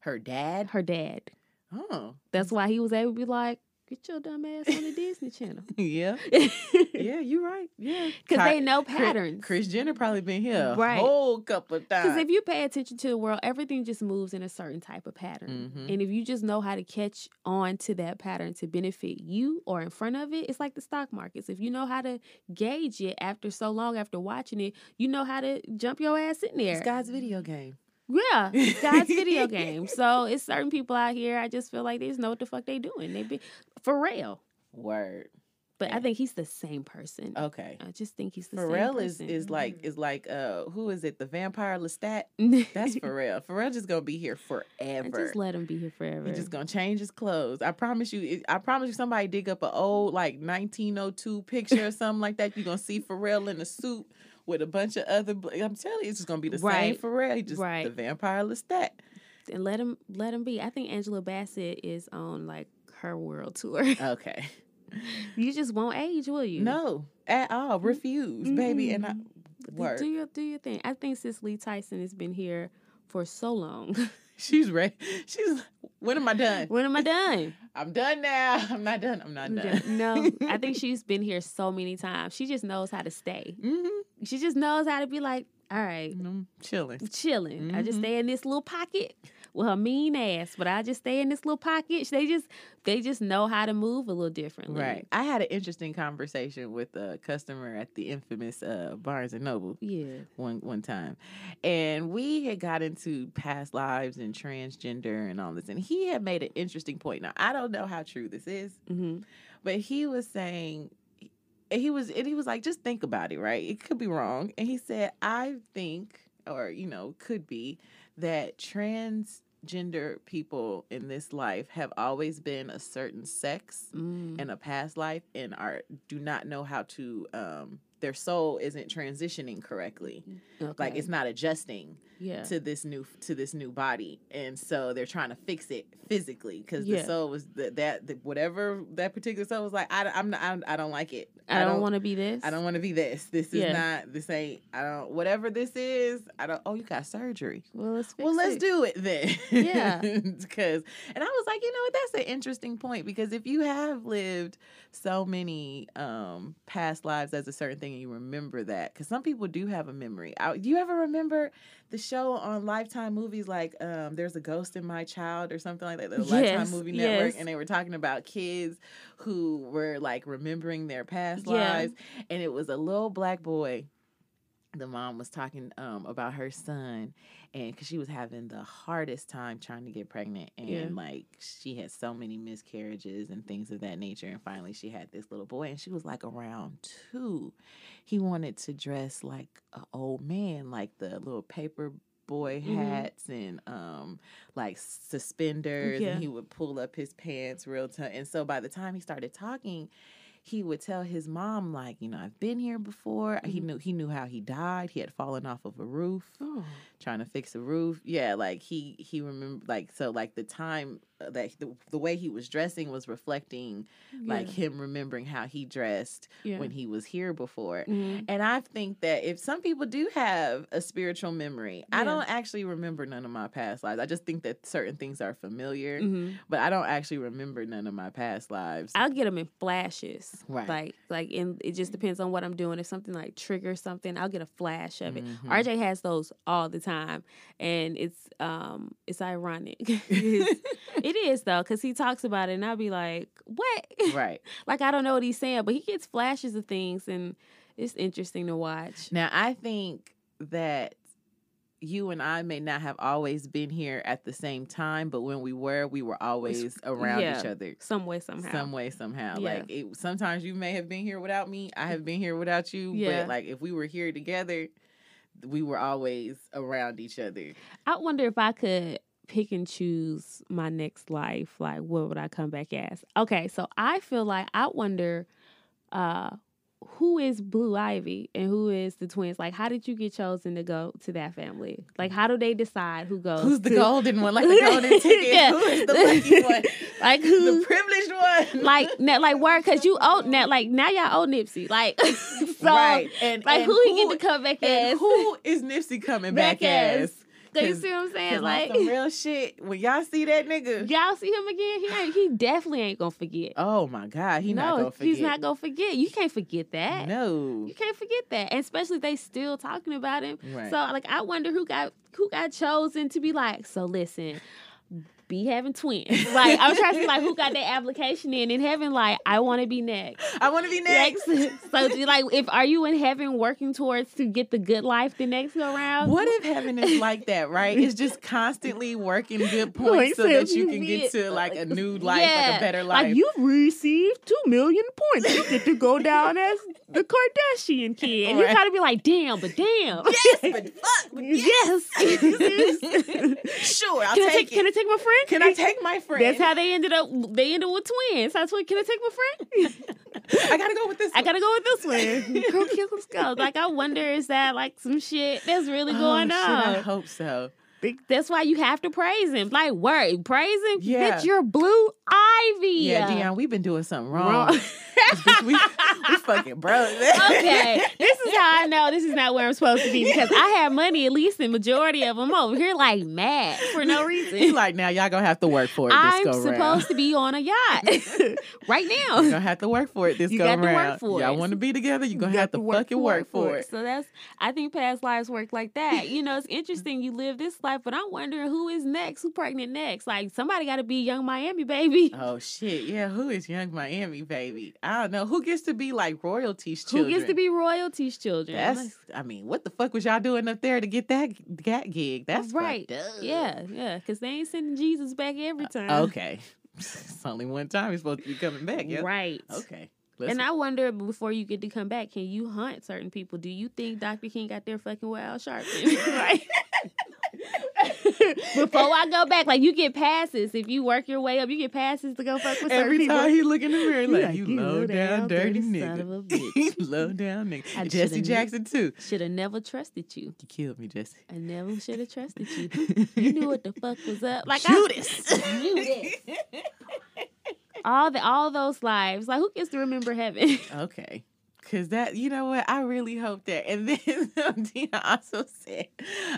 Her dad.
her dad.
Oh,
That's why he was able to be like, get your dumb ass on the Disney Channel.
yeah,
Because
yeah, you're right. Yeah,
they know
Chris-
patterns.
Chris Jenner probably been here a
Right.
whole couple of times.
Because if you pay attention to the world, everything just moves in a certain type of pattern.
Mhm.
And if you just know how to catch on to that pattern to benefit you or in front of it, it's like the stock markets. If you know how to gauge it after so long after watching it, you know how to jump your ass in there.
it's God's video game.
yeah, it's God's video game. So it's certain people out here. I just feel like they just know what the fuck they doing. They be for real.
Word.
But I
Yeah.
think he's the same person.
Okay.
I just think he's Uh, the
Pharrell
same
Oh. is
person. Mm-hmm.
is like is like uh who is it? The vampire Lestat? That's Pharrell. Pharrell just gonna be here
I
forever.
just let him be here forever.
He just gonna change his clothes. I promise you. it- I promise you. Somebody oh dig up an old like 1902 picture or something like that. You are gonna see Pharrell in a suit with a bunch of other. bl- I'm telling you, it's just gonna be the same
Right.
for real. He Just
Right.
the vampire Lestat.
and let him let him be. I think Angela Bassett is on like her world tour.
Okay.
you just won't age, will you?
No, at all.
Mm-hmm.
Refuse, baby. And I,
But then
word.
Mm-hmm. do your do your thing. I think Sis Lee Tyson has been here for so long.
she's ready. She's. like, When am I done?
when am I done?
I'm done now. I'm not done. I'm not done.
no, I think she's been here so many times. She just knows how to stay.
Mm-hmm.
She just knows how to be like, all right,
I'm chilling.
chilling. I just
Mm-hmm.
stay in this little pocket with her mean ass, but I just stay in this little pocket. They just they just know how to move a little differently.
Right. I had an interesting conversation with a customer at the infamous uh, Barnes and Noble
Yeah.
one one time, and we had got into past lives and transgender and all this, and he had made an interesting point. Now I don't know how true this is,
Mm-hmm.
but he was saying and he was and he was like just think about it right it could be wrong and he said i think or you know could be that transgender people in this life have always been a certain sex
Mm.
in a past life and are do not know how to um their soul isn't transitioning correctly like
Okay.
it's not adjusting
yeah.
to this new to this new body and so they're trying to fix it physically because the
Yeah.
soul was the, that the, whatever that particular soul was like I, i'm not I, I don't like it
I don't, want to be this.
i don't want to be this this is
Yeah.
not this ain't i don't whatever this is i don't oh you got surgery
Well, let's fix
well, let's
it.
do it then.
Yeah.
Because, and I was like, you know what? That's an interesting point because if you have lived so many um, past lives as a certain thing and you remember that, because some people do have a memory. I, do you ever remember the show on Lifetime movies like um, There's a Ghost in My Child or something like that? The Lifetime
Yes,
Movie Network.
yes.
And they were talking about kids who were like remembering their past
Yeah.
lives. And it was a little black boy. The mom was talking um, about her son and because she was having the hardest time trying to get pregnant and
Yeah.
like she had so many miscarriages and things of that nature and finally she had this little boy and she was like around two he wanted to dress like an old man like the little paper boy
Mhm.
hats and um like suspenders
Yeah.
and he would pull up his pants real tight and so by the time he started talking he would tell his mom like you know i've been here before he
Mhm.
knew he knew how he died he had fallen off of a roof
Oh.
trying to fix the roof. Yeah, like he he remember like so like the time uh, that the, the way he was dressing was reflecting like him remembering how he dressed
yeah.
when he was here before.
Mhm.
And I think that if some people do have a spiritual memory, I
Yeah.
don't actually remember none of my past lives. I just think that certain things are familiar,
Mhm.
but I don't actually remember none of my past lives.
I'll get them in flashes.
Right.
Like, like, and it just depends on what I'm doing. If something like triggers something, I'll get a flash of it.
Mhm.
RJ has those all the time, and it's um, it's ironic. It's- it is though, because he talks about it, and I'll be like, "What?"
right.
like I don't know what he's saying, but he gets flashes of things, and it's interesting to watch.
Now, I think that you and I may not have always been here at the same time, but when we were, we were always around
yeah,
each other
Some way, somehow.
some way, somehow.
Yeah.
Like, it, sometimes you may have been here without me, I have been here without you,
Yeah.
but like if we were here together, we were always around each other.
I wonder if I could pick and choose my next life. Like, what would I come back as? Okay, so I feel like I wonder uh, who is Blue Ivy and who is the twins. Like, how did you get chosen to go to that family? Like, how do they decide who goes?
Who's the
to-
golden one? Like the golden ticket.
Yeah.
Who is the lucky one?
Like
the
who?
privileged one.
Like now, like work because you owe now, like now y'all owe Nipsey. Like so,
right. And,
like
and
who he get to come back as?
and who is Nipsey coming back,
Back
as?
as. So you
'cause-
see what I'm saying?
Cause on
Like
some real shit. When y'all see that nigga,
y'all see him again? He ain't, he definitely ain't gonna forget.
oh my god, he not gonna
no,
forget.
he's not gonna forget. You can't forget that.
No,
You can't forget that, and especially they still talking about him.
right?
So like, I wonder who got who got chosen to be like. So listen, be having twins. Like I'm trying to see like who got their application in in heaven. Like I want to be next.
I want to be next.
so do you, like, if are you in heaven working towards to get the good life the next go round?
What if heaven is like that, right? It's just constantly working good points so that you can get to like a new life, like a better life.
Like you've received two million points. You get to go down as the Kardashian kid. And
Right.
you gotta be like, damn, but damn.
yes, but
Mm-hmm.
fuck, but
Yes.
yes.
can,
sure, I'll
I
take,
take,
it.
can I take my friend?
Can I take my friend?
That's how they ended up. They ended with twins. That's what. Can I take my friend?
I gotta go with this.
I gotta go with this one. Girl, kill this girl. Like I wonder, is that like some shit that's really
Oh,
going
shit, I
on?
hope so.
That's why you have to praise him. Like word, praise him.
Yeah.
Bitch, you're blue ivy.
Yeah, Dion, we've been doing something wrong.
Wrong.
'Cause bitch, we, we fucking broke.
okay, this is how I know this is not where I'm supposed to be because I have money at least the majority of them over here like mad for no
He's
reason.
like, now y'all gonna have to work for it this
I'm
go
supposed
round.
to be on a yacht right
You're
now.
gonna have to work for it this
You
go
got to work
round.
for
y'all
it.
want to be together? You're gonna
You
have
got
to, fucking work for it.
So that's I think past lives work like that. You know, it's interesting you live this life, but I'm wondering who is next, who pregnant next. Like somebody got to be young Miami baby.
Oh shit! Yeah, who is Young Miami, baby? I don't know who gets to be like royalties.
who
Children?
gets to be royalties children? Like,
That's. I mean, what the fuck was y'all doing up there to get that that gig? That's fucked
right.
up.
Yeah, yeah, because they ain't sending Jesus back every time.
Uh, Okay. it's only one time he's supposed to be coming back. Yeah.
Right.
Okay.
And I wonder before you get to come back, can you hunt certain people? Do you think Dr. King got there fucking wild sharpie? right. Before I go back, like you get passes if you work your way up, you get passes to go fuck with certain
Every
people.
time he look in the mirror,
He
like,
like,
you
"You
low down, dirty
son of
nigga.
a
You
bitch.
low down nigga.
I
And Jesse
shoulda knew.
Jackson too.
Should have never trusted you.
You killed me, Jesse.
I never should have trusted you. You knew what the fuck was up. Like I,
Judas.
Judas. all the all those lives. Like who gets to remember heaven?
Okay. Cause that you know what I really hope that and then Dina also said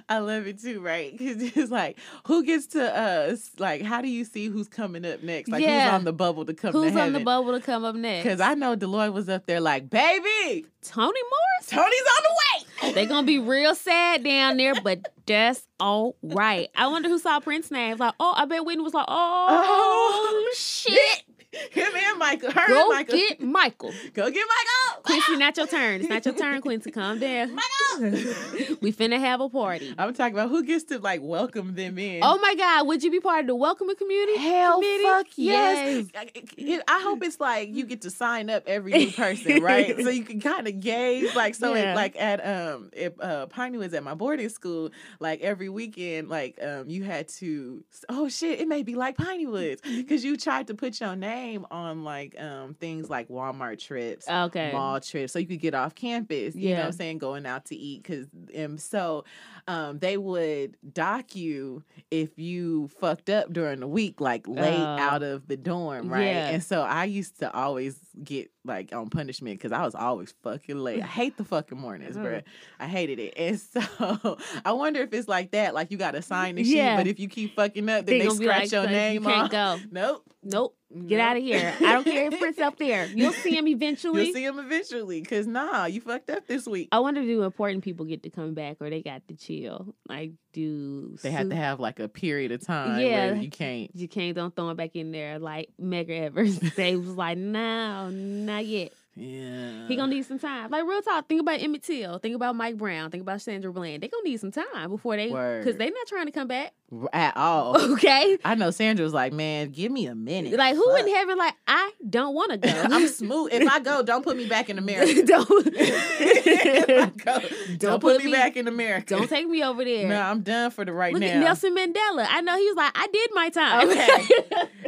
I love it too right because it's like who gets to uh s- like how do you see who's coming up next like
Yeah.
who's on the bubble to come
Who's
to
on
heaven
the bubble to come up next?
because I know Deloitte was up there like baby
Tony
Tony's on the way
They're gonna be real sad down there, but that's all right. I wonder who saw Prince name. Like, oh, I bet Whitney was like, oh,
Oh,
shit.
him and Michael her and
Go
Oh, Michael
get Michael.
go get Michael
Quincy, not your turn. It's not your turn, Quincy. Calm down.
Michael
We finna have a party.
I'm talking about who gets to like welcome them in
Oh my God, would you be part of the welcoming community?
Hell
committee?
fuck yes. I- I- I hope it's like you get to sign up every new person, right? so you can kind of gauge like so it-
Yeah.
like at um if uh Piney was at my boarding school, like every weekend, like um you had to oh shit, it may be like Piney Woods. Cause you tried to put your name on like um things like Walmart trips.
Okay.
Mall trips, so you could get off campus. You know
Yeah.
what I'm saying? Going out to eat. Cause and so um they would dock you if you fucked up during the week, like late
Oh.
out of the dorm, right?
Yeah.
And so I used to always get like on punishment because I was always fucking late. I hate the fucking mornings,
Oh.
bruh. I hated it. And so I wonder if it's like that, like you got to sign the
Yeah.
shit, but if you keep fucking up, then
They
they,
gonna be
scratch
like,
your
"Son,
name
You
off.
can't go.
Nope.
Nope. Get
Nope.
out of here. I don't care if Prince up there. You'll see him eventually.
You'll see him eventually, cause nah, you fucked up this week.
I wonder do important people get to come back or they got to chill. Like do
They have to
Su-
have like a period of time
Yeah.
where you can't.
you can't don't throw it back in there like Mega Evers. they was like, no, not yet.
Yeah.
He gonna need some time. Like real talk. Think about Emmett Till. Think about Mike Brown. Think about Sandra Bland. They gonna need some time before they because
Word.
they not trying to come back.
at all.
Okay.
I know Sandra was like, man, give me a minute.
Like who
Fuck.
in heaven? Like I don't want to go.
I'm smooth. If I go, don't put me back in America. if I
don't
go, don't, put, me back in America.
don't take me over there.
No, I'm done for the right
Look
now.
at Nelson Mandela. I know he was like, I did my time.
Okay.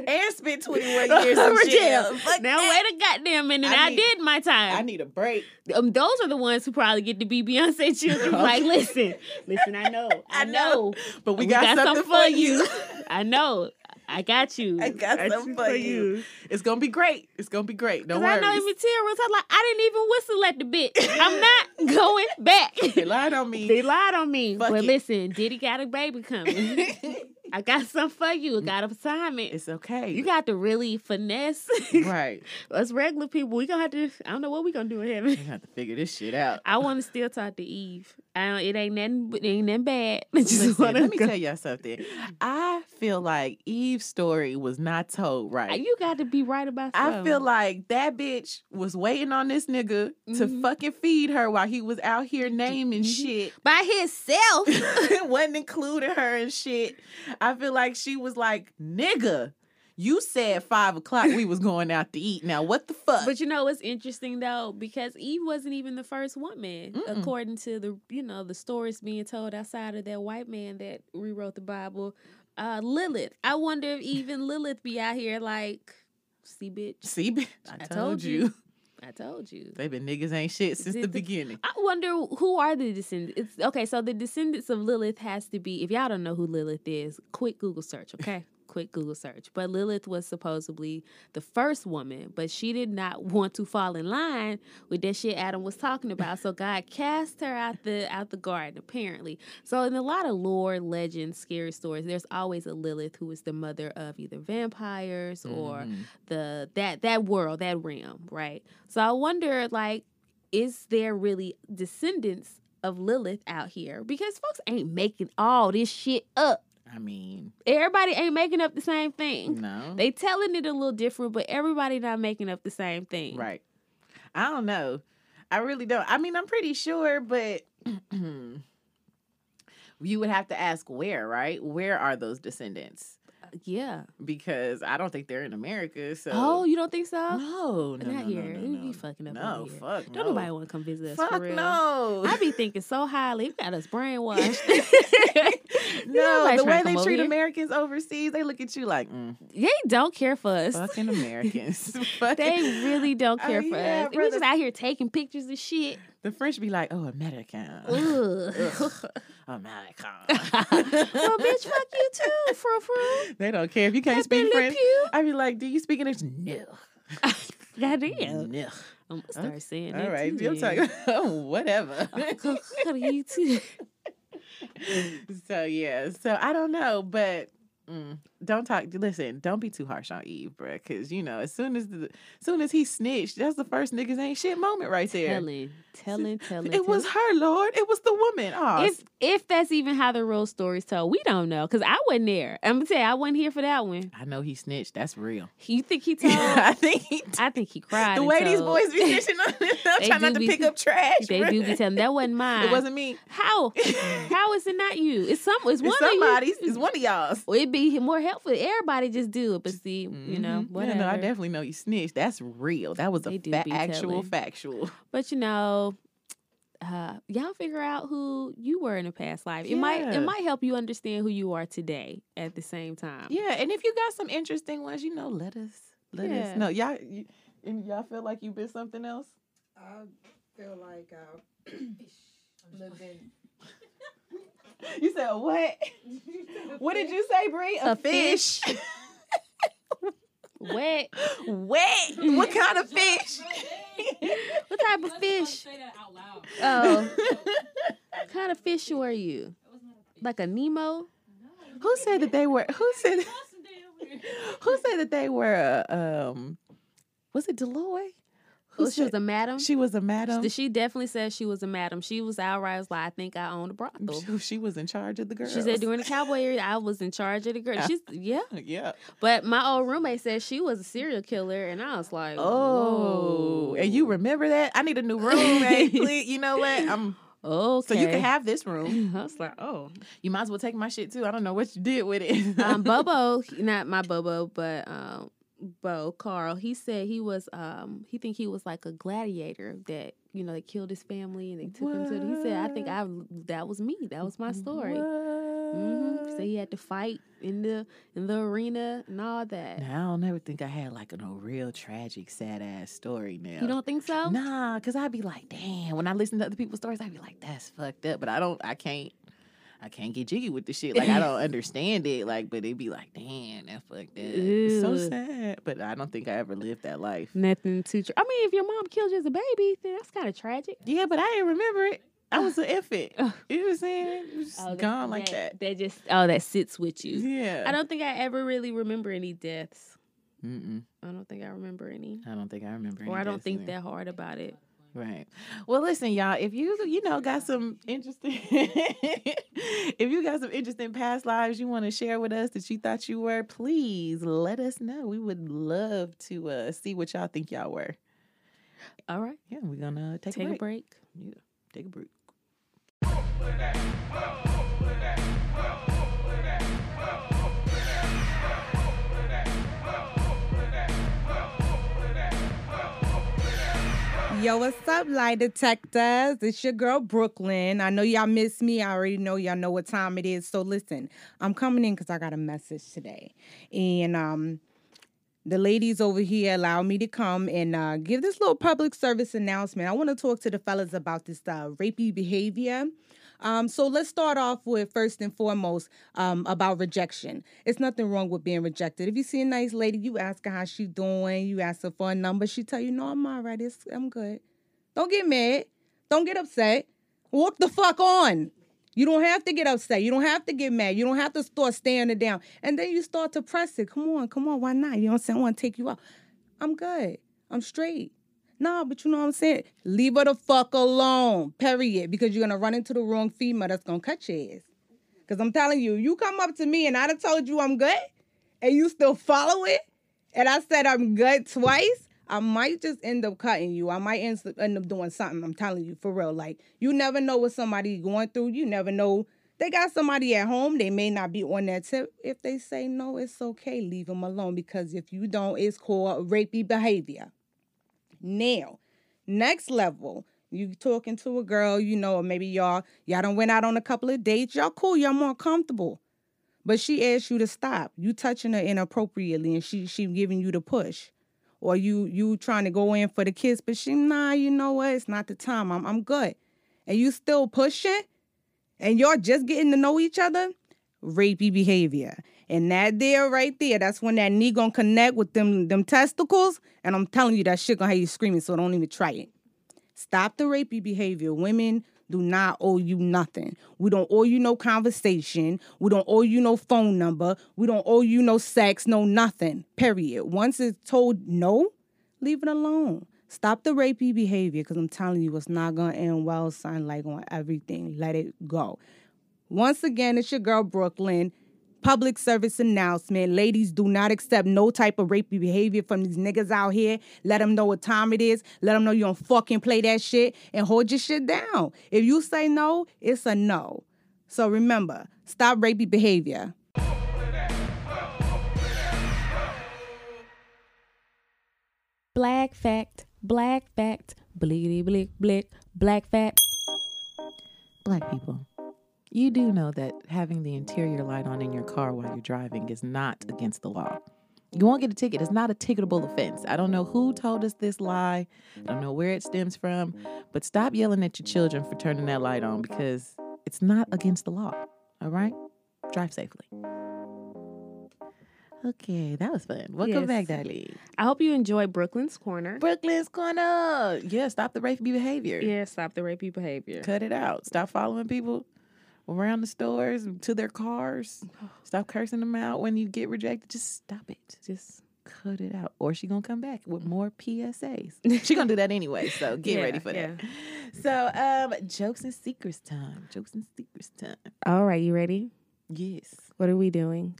And spent 21 years in
Over
jail.
jail.
Fuck
Now
that.
wait a goddamn minute.
I
I,
need-
did my
I
time.
need a break.
um, those are the ones who probably get to be Beyonce children. Like, listen, listen. I know. I,
I
know.
know. But we, got, something, for you.
I know. I got you.
I got something for you. It's gonna be great. It's gonna be great. Don't
Because
worry.
I know Emmett Till was like, I didn't even whistle at the bitch. I'm not going
they
back.
lied on me.
they lied on me.
Fuck
but
it.
listen, Diddy got a baby coming. I got something for you. I got an assignment.
it's okay.
You got to really finesse
right.
us regular people. We gonna have to. I don't know what we gonna do in
We
heaven.
have to figure this shit out.
I want to still talk to Eve. I don't. It ain't nothing. It ain't nothing bad. I just
Listen,
wanna
let me
go-
tell y'all something. I feel like Eve's story was not told right.
You got to be right about.
I
something.
feel like that bitch was waiting on this nigga
Mhm.
to fucking feed her while he was out here naming shit.
by himself.
wasn't including her and shit. I feel like she was like, nigga, you said five o'clock we was going out to eat. Now what the fuck?
But you know what's interesting though, because Eve wasn't even the first woman,
Mm-mm.
according to the you know the stories being told outside of that white man that rewrote the Bible, uh, Lilith. I wonder if even Lilith be out here like, see, bitch,
See, bitch, I, told, you.
I told you.
They've been niggas ain't shit since
Did
the
the-
beginning.
I wonder who are the descendants. It's, okay, so the descendants of Lilith has to be. If y'all don't know who Lilith is, quick Google search. Okay, quick Google search. But Lilith was supposedly the first woman, but she did not want to fall in line with that shit Adam was talking about. So God cast her out the out the garden. Apparently, so in a lot of lore, legends, scary stories, there's always a Lilith who is the mother of either vampires or
Mhm.
the that that world that realm right so i wonder like is there really descendants of lilith out here because folks ain't making all this shit up
I mean,
everybody ain't making up the same thing
no.
they telling it a little different but everybody not making up the same thing
Right. I don't know. I really don't. I mean, I'm pretty sure, but you would have to ask where, right? Where are those descendants?
yeah
Because I don't think they're in America. So
oh you don't think so
no, no, no, no,
not here
no,
It would
no.
be fucking up
No,
over here.
fuck.
don't
no.
nobody want to come visit us for
Fuck
real
no.
I be thinking so highly. You got us brainwashed.
no, the
Nobody tryna
way
come
they
over
treat
here.
Americans overseas, they look at you like mm,
they don't care for us.
fucking Americans. Fucking-
They really don't
Uh,
care for
yeah,
us. We just
brother.
out here taking pictures of shit.
The French be like, oh, America,
Ugh.
America.
well, Oh, bitch, fuck you too, frou frou.
They don't care if you can't speak French. I'd be like, do you speak English? No.
Goddamn.
No.
I'm gonna start saying that.
Mm. All right.
too,
You're talking oh, whatever.
talking. you too.
so yeah. So I don't know, but mm, don't talk. Listen, don't be too harsh on Eve, bruh, because you know as soon as the soon as he snitched, that's the first niggas ain't shit moment right there.
Telling, telling, telling.
it was
telling.
her, Lord. It was the woman. Oh,
If if that's even how the real story's told, we don't know because I wasn't there. I'm gonna tell you, I wasn't here for that one.
I know he snitched. That's real.
You think he told?
I think he.
I think he cried.
the
and
way these
told.
boys be snitching on him,
They
trying not
do
to
be-
pick up trash.
they
bruh.
do be telling that wasn't mine.
It wasn't me.
How? How is it not you? It's some. It's one
It's
of you.
somebody's. It's one of y'all's.
Well, it'd be more helpful. if Everybody just do it, but see, you know,
Mhm. Yeah,
whatever.
no, I definitely know you snitched. That's real. That was a
They do
fa-
be
actual
telling.
factual.
but you know, uh, y'all figure out who you were in a past life. It might
Yeah.
it might help you understand who you are today at the same time.
Yeah, and if you got some interesting ones, you know, let us let
Yeah.
us know. Y'all, you, and y'all feel like you've been something else.
I feel like I lived in.
You said what? What did you say, Bree?
A fish. What
Wet. What kind of fish?
what type of fish?
Say that out loud.
Oh, what kind of fish were you? Like a Nemo?
who said that they were? Who said?
Awesome day over here.
Who said that they were? Uh, um, was it Deloy? Who
Oh, she was
said-
a madam.
She was a madam.
She, definitely said she was a madam. She was outright was like, I think I owned a brothel.
She, she was in charge of the girls.
She said during the cowboy area, I was in charge of the girl. She's yeah.
Yeah.
But my old roommate said she was a serial killer, and I was like,
Oh,
"Whoa."
and you remember that? I need a new roommate. please. You know what? I'm
okay.
so you can have this room.
I was like, oh,
You might as well take my shit too. I don't know what you did with it.
um, Bobo, not my Bobo, but um, Bo Carl. He said he was um, he think he was like a gladiator that you know they killed his family and they took him to. The, he said, I think I that was me. That was my story. Mm-hmm. So
What?
he had to fight in the in the arena and all that.
Now, I don't ever think I had like a real tragic, sad ass story. Now
You don't think so?
Nah, cause I'd be like, damn. When I listen to other people's stories, I'd be like, that's fucked up. But I don't, I can't, I can't get jiggy with the shit. Like I don't understand it. Like, but it'd be like, damn, that fucked up. It's so
Ew.
sad. But I don't think I ever lived that life.
Nothing too. Tra- I mean, if your mom killed you as a baby, then that's kind of tragic.
Yeah, but I didn't remember it. I was an infant.
Ugh.
You know what I'm saying? It was just
Oh, that-
gone like that.
That just oh, that sits with you.
Yeah.
I don't think I ever really remember any deaths.
Mm-mm.
I don't think I remember any,
I don't think I remember.
or
any
I don't
deaths
think
either.
that hard about it.
Right. Well, listen, y'all. If you you know got some interesting, if you got some interesting past lives you want to share with us that you thought you were, please let us know. We would love to uh, see what y'all think y'all were.
All right,
Yeah, we're gonna uh, take,
take
a break.
a break.
Yeah, take a break.
Yo, what's up, lie detectors? It's your girl Brooklyn. I know y'all miss me. I already know y'all know what time it is. So listen, I'm coming in because I got a message today, and um, the ladies over here allow me to come and uh, give this little public service announcement. I want to talk to the fellas about this uh, rapey behavior. Um, so let's start off with first and foremost um, about rejection. It's nothing wrong with being rejected. If you see a nice lady, you ask her how she doing. You ask her for a number. She tell you, "No, I'm all right. It's, I'm good." Don't get mad. Don't get upset. Walk the fuck on. You don't have to get upset. You don't have to get mad. You don't have to start staring it down. And then you start to press it. Come on, come on. Why not? You know what I'm saying? I want to take you out. I'm good. I'm straight. No, but you know what I'm saying? Leave her the fuck alone, period. Because you're gonna run into the wrong female that's gonna cut your ass. Cause I'm telling you, you come up to me and I done told you I'm good, and you still follow it, and I said I'm good twice, I might just end up cutting you. I might end, end up doing something. I'm telling you for real. Like you never know what somebody going through. You never know. They got somebody at home. They may not be on that tip. If they say no, it's okay. Leave them alone because if you don't, it's called rapey behavior. Now, next level, you talking to a girl, you know, or maybe y'all y'all done went out on a couple of dates. Y'all cool, y'all more comfortable. But she asks you to stop. You touching her inappropriately and she she giving you the push. Or you you trying to go in for the kiss, but she nah, you know what? It's not the time. I'm I'm good. And you still pushing and y'all just getting to know each other, rapey behavior. And that there right there, that's when that knee gonna connect with them them testicles. And I'm telling you, that shit gonna have you screaming, so don't even try it. Stop the rapey behavior. Women do not owe you nothing. We don't owe you no conversation. We don't owe you no phone number. We don't owe you no sex, no nothing. Period. Once it's told no, leave it alone. Stop the rapey behavior, because I'm telling you, it's not gonna end well, son. Like on everything. Let it go. Once again, it's your girl Brooklyn public service announcement. Ladies, do not accept no type of rapey behavior from these niggas out here. Let them know what time it is. Let them know you don't fucking play that shit and hold your shit down. If you say no, it's a no. So remember, stop rapey behavior.
Black fact, black fact, bleedy blick blick, black fact.
Black people, you do know that having the interior light on in your car while you're driving is not against the law. You won't get a ticket. It's not a ticketable offense. I don't know who told us this lie. I don't know where it stems from, but stop yelling at your children for turning that light on because it's not against the law. All right? Drive safely. Okay, that was fun. Welcome
Yes.
back, Dolly.
I hope you enjoy Brooklyn's Corner.
Brooklyn's Corner. Yeah, stop the rapey behavior.
Yeah, stop the rapey behavior.
Cut it out. Stop following people around the stores to their cars. Stop cursing them out when you get rejected. Just stop it.
Just
Cut it out. Or she gonna come back with more PSAs. She gonna do that anyway. So get
Yeah,
ready for that. So um jokes and secrets time. Jokes and secrets time.
all right, you ready?
Yes.
What are we doing?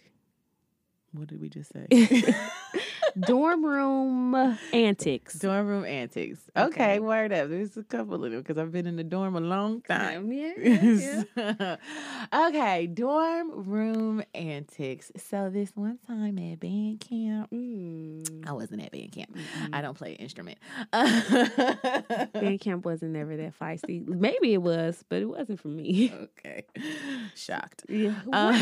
What did we just say?
Dorm room antics.
dorm room antics. Okay,
Okay.
word up. There's a couple of them because I've been in the dorm a long time.
Yeah, yeah.
okay, dorm room antics. So this one time at band camp,
Mm.
I wasn't at band camp.
Mm-mm.
I don't play an instrument.
Band camp wasn't ever that feisty. Maybe it was, but it wasn't for me. Uh,
okay, shocked.
Yeah.
Um,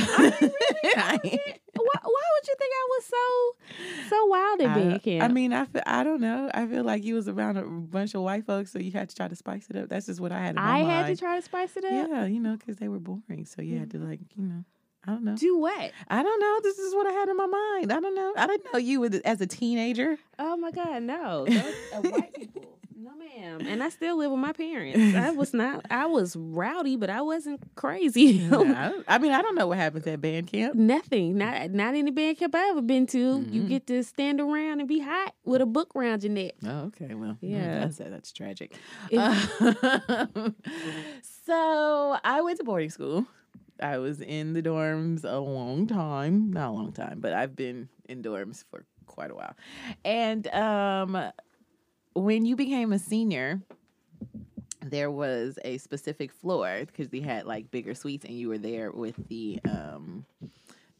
why, why would you think I was so so wild at
I,
band camp?
I mean, I feel, I don't know. I feel like you was around a bunch of white folks, so you had to try to spice it up. That's just what I had. In my
I had to
mind.
try to spice it up.
Yeah, you know, because they were boring, so you had to like, you know, I don't know.
Do what?
I don't know. This is what I had in my mind. I don't know. I didn't know you with- as a teenager.
Oh my God, no! Those are white people. No, ma'am. And I still live with my parents. I was not. I was rowdy, but I wasn't crazy.
No, I mean, I don't know what happens at band camp.
Nothing. Not not any band camp I ever been to. You get to stand around and be hot with a book around your neck.
Oh, okay. Well,
Yeah.
yeah, that's that's tragic.
It-
Um, so I went to boarding school. I was in the dorms a long time, not a long time, but I've been in dorms for quite a while. And um, when you became a senior, there was a specific floor because they had like bigger suites, and you were there with the um,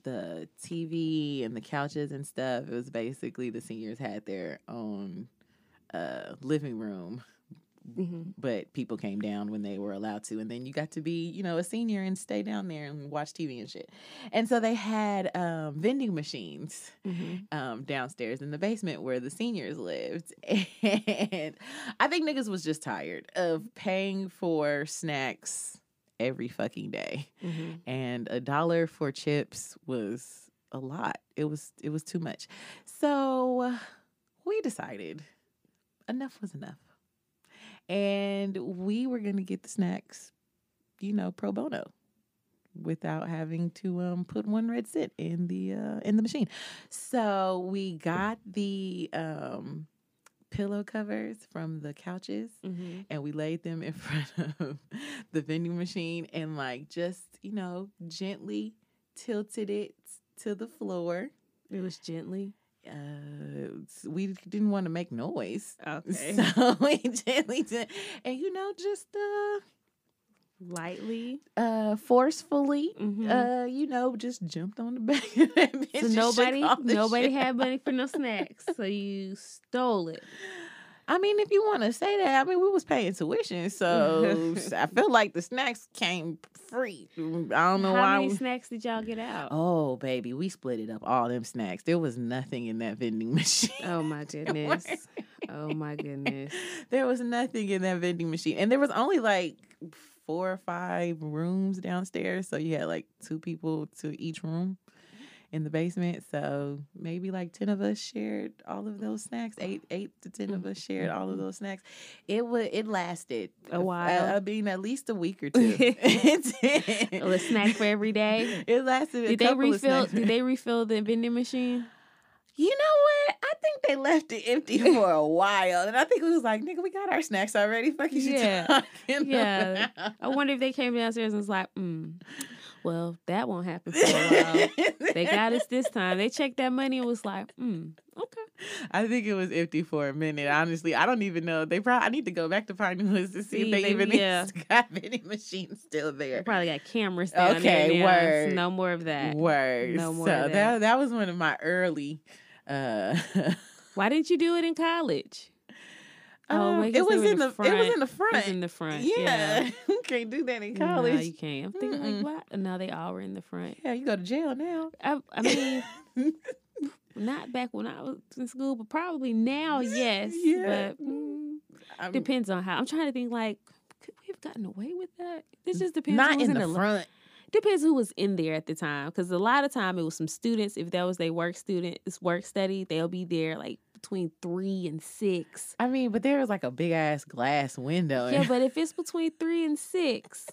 the TV and the couches and stuff. It was basically the seniors had their own uh, living room
Mhm.
but people came down when they were allowed to and then you got to be you know a senior and stay down there and watch tv and shit and so they had um, vending machines
Mhm.
um, downstairs in the basement where the seniors lived and i think niggas was just tired of paying for snacks every fucking day
Mhm.
and a dollar for chips was a lot it was it was too much so we decided enough was enough and we were going to get the snacks you know pro bono without having to um, put one red cent in the uh, in the machine so we got the um, pillow covers from the couches
Mhm.
and we laid them in front of the vending machine and like just you know gently tilted it to the floor
It was gently.
uh, we didn't want to make noise
Okay.
so we gently did and you know just uh
Lightly.
uh forcefully
Mhm.
uh you know just jumped on the back of that bitch
so
and shook
nobody,
all the
nobody
shit
had money for no snacks. So you stole it.
I mean, if you want to say that, I mean, we was paying tuition, so I feel like the snacks came free. I don't know
How
why.
many
we-
snacks did y'all get out? Oh,
oh, baby, we split it up. All them snacks. There was nothing in that vending machine.
my goodness. Oh my goodness.
there was nothing in that vending machine, and there was only like four or five rooms downstairs, so you had like two people to each room. In the basement, so maybe like ten of us shared all of those snacks. Eight, eight to ten of us shared all of those snacks. It would, it lasted
Mm-hmm.
I,
A while.
I mean, at least a week or two. it did.
A little snack for every day.
It lasted. a
Did they
couple of
refill?
snacks for-
Did they refill the vending machine?
You know what? I think they left it empty for a while, and I think we was like, "Nigga, we got our snacks already. Fuck is
Yeah.
you talking
Yeah.
about?"
I wonder if they came downstairs and was like, mm, "Well, that won't happen for a while." They got us this time. They checked that money and was like, mm, "Okay."
I think it was empty for a minute. Honestly, I don't even know. They probably. I need to go back to Pine Woods to see,
See,
if they,
they-
even
yeah.
got any machines still
They
there.
probably got cameras down there.
Okay,
now. It's
word.
No more of that.
Words.
No more
so that.
of that. Oh,
that was one of my early. Uh,
Why didn't you do it in college?
um,
wait, 'cause they
it was
were in
in
the
the. It was
front.
in the
It
front.
was in the front.
Yeah, you can't do that in college.
No, you can't. I'm thinking
Mm-mm.
like, what? No, they all were in the front.
Yeah, you go to jail now.
I, I mean, not back when I was in school, but probably now, Oh, yes.
Yeah.
But mm,
I'm
depends on how. I'm trying to think like, could we have gotten away with that? It just depends. who
not
was
in
in
the
lo-
front.
Depends who was in there at the time, because a lot of time it was some students. If that was their work student, it's work study, they'll be there like between three and six.
I mean, but there was like a big ass glass window.
Yeah,
and-
but if it's between three and six,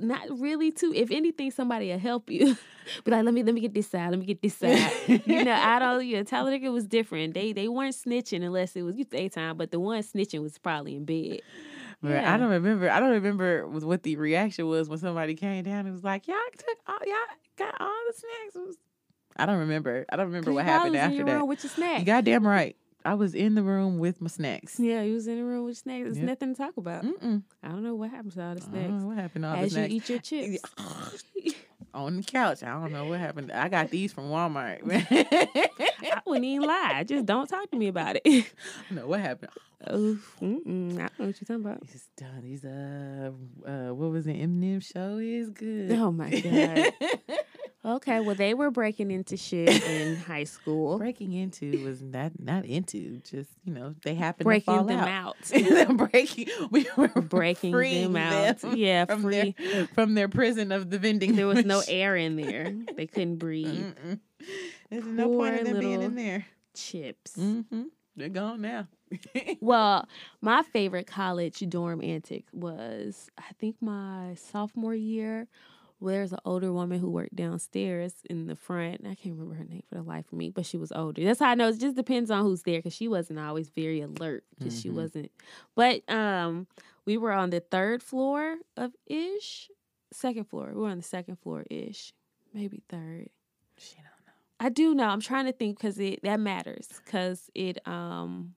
not really two. If anything, somebody will help you. but like, let me let me get this side. Let me get this side. you know, I don't. Yeah, Talladega was different. They they weren't snitching unless it was daytime. But the one snitching was probably in bed.
But
yeah.
I don't remember. I don't remember was- what the reaction was when somebody came down and was like, "Y'all took all, y'all got all the snacks." It was- I don't remember. I don't remember
'Cause
what
you probably
happened
was in
after
your
that.
room with your snacks.
You goddamn right. I was in the room with my snacks.
yeah, you was in the room with snacks. There's
Yep.
nothing to talk about.
Mm-mm.
I don't know what happened to all the
Mm. I don't
snacks.
know what happened? to All
As you
the
eat your chips,
snacks on the couch. I don't know what happened. I got these from Walmart.
I wouldn't even lie. Just don't talk to me about it.
no, what happened?
oh, mm-mm, I don't know what you're talking about.
These done. These uh, uh, what was the Eminem show is good.
Oh my god. Okay, well they were breaking into shit in high school.
Breaking into was not not into. Just you know, they happened to fall
breaking them
out.
out.
They're breaking, we were
breaking
freeing
them out.
them
yeah,
from
free.
their from their prison of the vending.
There was no
machine.
air in there. They couldn't breathe.
Mm-mm. There's no point
Poor
in them being
little-
in there.
Chips.
Mm-hmm. They're gone now.
Well, my favorite college dorm antic was I think my sophomore year. Where there's an older woman who worked downstairs in the front. I can't remember her name for the life of me, but she was older. That's how I know. It just depends on who's there because she wasn't always very alert because she
Mhm.
wasn't. But um, we were on the third floor of ish, second floor. We were on the second floor ish, maybe third.
Shit,
I do know. I'm trying to think because it that matters because it um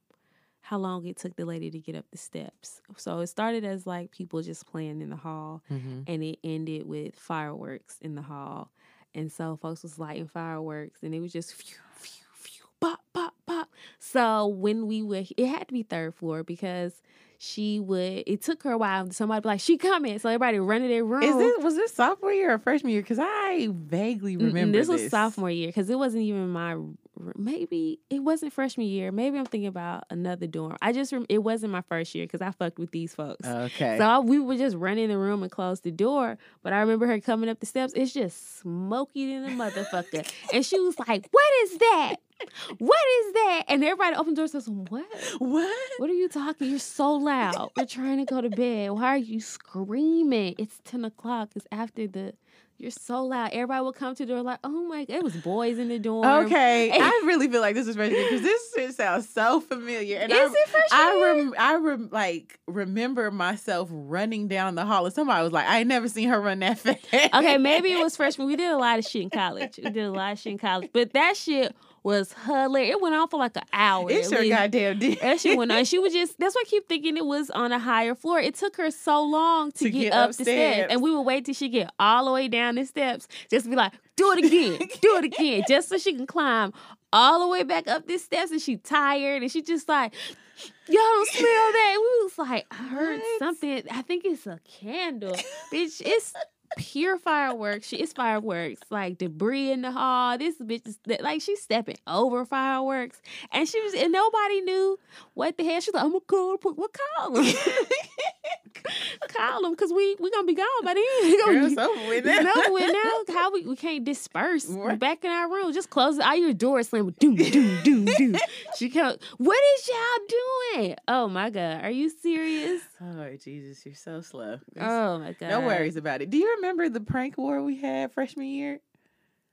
how long it took the lady to get up the steps. So it started as like people just playing in the hall,
I don't know.
and it ended with fireworks in the hall, and so folks was lighting fireworks, and it was just phew, phew, phew, pop, pop, pop. So when we were, it had to be third floor because she would. It took her a while. Somebody be like, "She coming!" So everybody run to their room.
Is this was this sophomore year or freshman year? Because I vaguely
Mm-mm,
remember
this was sophomore year because it wasn't even my r- maybe it wasn't freshman year maybe i'm thinking about another dorm i just rem- it wasn't my first year because i fucked with these folks
Okay.
so I- we would just run in the room and close the door. But I remember her coming up the steps. It's just smoky than a motherfucker. and she was like, What is that? What is that? And everybody opened the door and says, What?
what?
What are you talking? You're so loud. We're trying to go to bed. Why are you screaming? It's 10 o'clock. It's after the. You're so loud. Everybody would come to the door like, Oh my God. It was boys in the dorm.
Okay, I really feel like this is freshman because this shit sounds so familiar. And
Is
I,
it freshman
I
year?
rem- I rem- like remember myself running down the hall, and somebody was like, "I ain't never seen her run that fast."
okay, maybe it was freshman. We did a lot of shit in college. We did a lot of shit in college, but that shit was hilarious. It went on for like an hour.
it
at
sure
least.
goddamn did.
That shit went on. She was just. That's why I keep thinking it was on a higher floor. It took her so long to,
To
get,
get
up the steps,
upstairs.
and we would wait till she get all the way down the steps, just be like, "Do it again, do it again," just so she can climb all the way back up the steps. And she tired, and she just like. Y'all don't smell that. We was like, I heard
What?
something. I think it's a candle. Bitch, it's pure fireworks. She it's fireworks, like debris in the hall. This bitch is like she's stepping over fireworks, and she was and nobody knew what the hell. She's like, I'm gonna call. the pol- What call them? call them because we we gonna be gone by then. We gonna
Girl,
be-
it's over with
it's
now.
over with now. How we, we can't disperse We're
Right.
back in our room. Just close all your doors, slam doom doom doom doom. She come. What is y'all doing? Oh my god, are you serious?
Oh Jesus, you're so slow.
Oh my god.
No worries about it. Do you remember the prank war we had freshman year?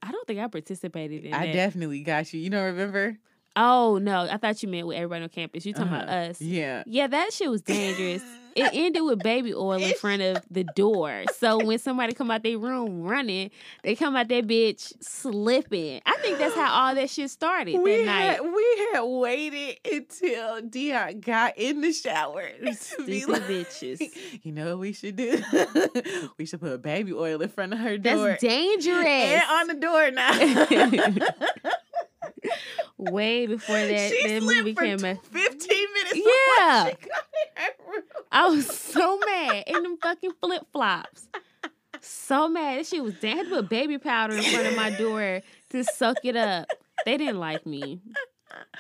I don't think I participated in
I
that.
definitely got you. You don't remember?
Oh no, I thought you meant with everybody on campus. You talking about
Uh-huh.
us?
Yeah.
Yeah, that shit was dangerous. it ended with baby oil in front of the door. So when somebody come out their room running, they come out that bitch slipping. I think that's how all that shit started
we
that night.
had we had waited until Dion got in the shower to be
Stupid
like,
bitches.
You know what we should do? we should put baby oil in front of her
That's
door
dangerous.
and on the door now.
Way before that,
she
that
slept
movie
for
came out.
fifteen minutes. before
Yeah.
she got in her room.
I was so mad in them fucking flip flops. So mad. That shit was damn. I had to put baby powder in front of my door to soak it up. They didn't like me.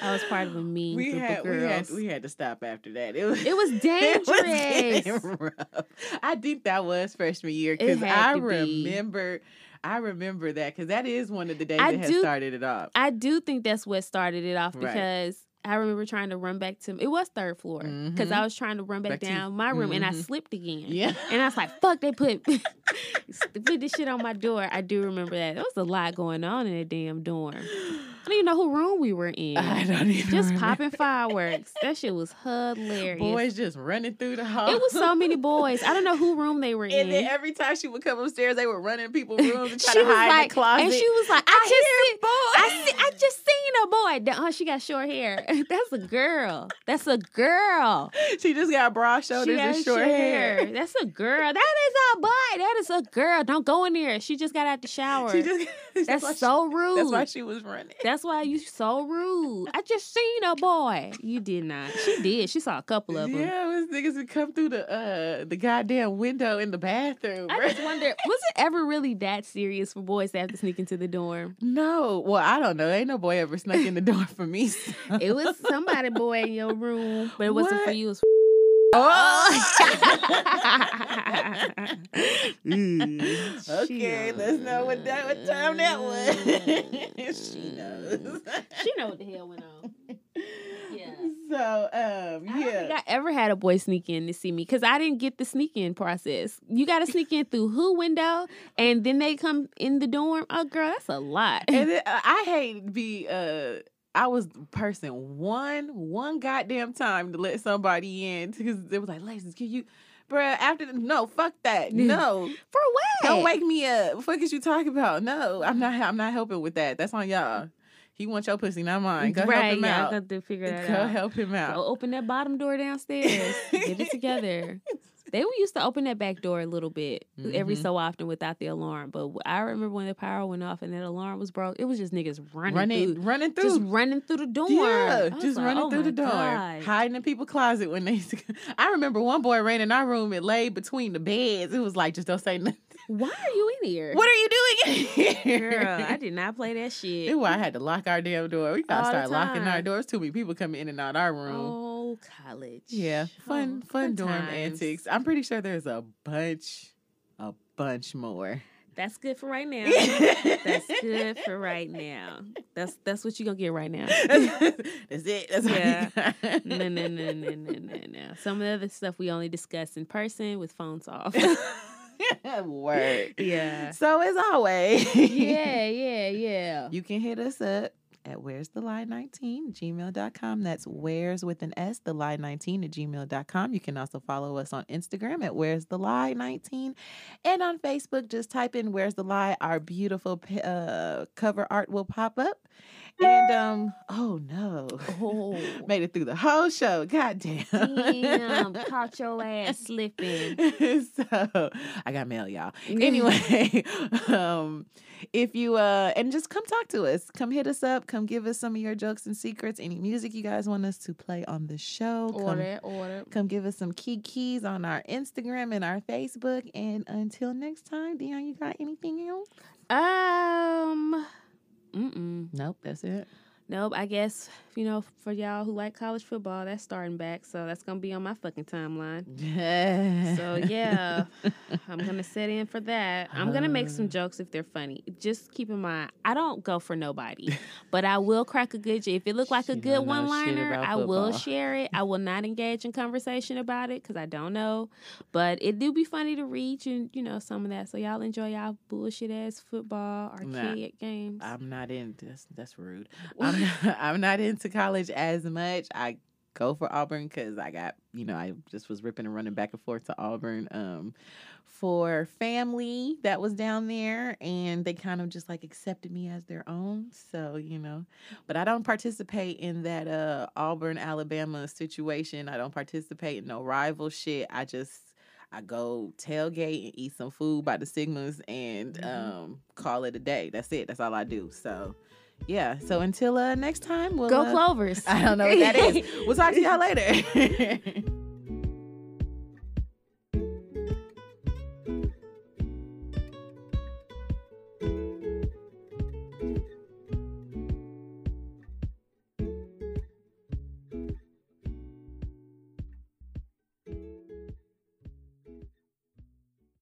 I was part of a mean
We
group
had,
of
we had
girls.
we had to stop after that. It was
It was
it was getting
dangerous.
rough. I think that was freshman year
It
because
had
I
to be.
remember I remember that because that is one of the days
I
that
do-
has started it off.
I do think that's what started it off
Right.
because I remember trying to run back to it was third floor because I was trying to run back,
Mm-hmm. Back to-
down my room and I
Mhm.
slipped again.
yeah.
And I was like, fuck, they put put this shit on my door. I do remember that. There was a lot going on in that damn dorm. I don't even know who room we were in.
I don't even
Just
remember.
popping fireworks. That shit was hilarious.
Boys just running through the hall.
It was so many boys. I don't know who room they were in.
And then every time she would come upstairs, they were running in people's rooms and trying
she
to
was
hide
like,
in the closet.
and she was like, I, just see, I
boy.
see, I just seen a boy. The- Oh, she got short hair. That's a girl. That's a girl.
she just got broad
she
shoulders
got
and short hair.
That's a girl. That is a boy. That is a girl. Don't go in there. She just got out the shower.
She just
that's
why she-
so rude.
That's why she was running.
That's why you so rude. I just seen a boy. You did not. She did. She saw a couple of them.
Yeah, it was niggas would come through the uh the goddamn window in the bathroom.
I just wonder, was it ever really that serious for boys to have to sneak into the dorm?
No, well, I don't know. Ain't no boy ever snuck in the door for me. so-
It was somebody boy in your room, but it wasn't for
What?
you. It was
Oh. okay, let's know what that what time that was. she knows.
She know what the hell went on. Yeah.
So um
I don't think
yeah.
I ever had a boy sneak in to see me because I didn't get the sneak in process. You got to sneak in through who window, and then they come in the dorm. Oh, girl, that's a lot.
and then, uh, I hate to be uh I was person one one goddamn time to let somebody in because it was like, Lexus, can you bruh after the, no, fuck that. No.
For what?
Don't wake me up. What fuck is you talking about? No, I'm not I'm not helping with that. That's on y'all. He wants your pussy, not mine. Go
right,
help him
yeah, I
out.
got to figure that
Go
out.
help him
Go
out.
open that bottom door downstairs. Get it together. They were used to open that back door a little bit every
Mhm.
so often without the alarm. But wh- I remember when the power went off and that alarm was broke, it was just niggas running,
running,
through,
running through.
just running through the door.
Yeah,
I was
just
like,
running
"Oh
through the
my
door,
God."
hiding in people's closet when they. Used to... I remember one boy ran in our room and lay between the beds. It was like, just don't say nothing.
Why are you in here?
What are you doing in here?
Girl, I did not play that shit.
Ooh, I had to lock our damn door. We
All
gotta
the
start locking our
time.
doors. Too many people coming in and out our room.
Oh, college.
yeah, fun,
Oh,
fun dorm
times.
antics. I'm pretty sure there's a bunch, a bunch more.
That's good for right now. That's
That's
good for right now. That's that's what you're gonna get right now.
That's it. That's
Yeah.
all you
No, no, no, no, no, no, no. Some of the other stuff we only discuss in person with phones off.
got. Word.
yeah.
So as always,
Yeah, yeah, yeah.
you can hit us up at where's the lie 19 gmail.com that's where's with an s the lie 19 at gmail.com you can also follow us on instagram at where's the lie 19 and on facebook just type in where's the lie our beautiful p- uh, cover art will pop up and um oh no
Oh.
made it through the whole show god
Damn, caught your ass slipping.
so I got mail, y'all. Anyway, um, if you uh, and just come talk to us, come hit us up, come give us some of your jokes and secrets, any music you guys want us to play on the show. Come,
Order, order.
come give us some key keys on our Instagram and our Facebook. And until next time, Dion, you got anything else?
Um. Mm-mm.
Nope, that's it.
Nope. I guess you know for y'all who like college football, that's starting back, so that's gonna be on my fucking timeline. So yeah, I'm gonna sit in for that. I'm gonna make some
Uh.
jokes if they're funny. Just keep in mind, I don't go for nobody, but I will crack a good. j- If it look like
She
a
don't
good
know shit
one liner,
about
I will
football.
share it. I will not engage in conversation about it because I don't know. But it do be funny to read and you know some of that. So y'all enjoy y'all bullshit ass football or
Nah.
kid games.
I'm not in. That's that's rude. I'm not, I'm not into college as much. I go for Auburn because I got you know I just was ripping and running back and forth to Auburn um for family that was down there and they kind of just like accepted me as their own. So you know, but I don't participate in that uh Auburn Alabama situation. I don't participate in no rival shit. I just I go tailgate and eat some food by the Sigmas and
Mhm.
um, call it a day. That's it. That's all I do. So, yeah. So until uh, next time, we'll
Go
uh,
Clovers.
I don't know what that is. We'll talk to y'all later.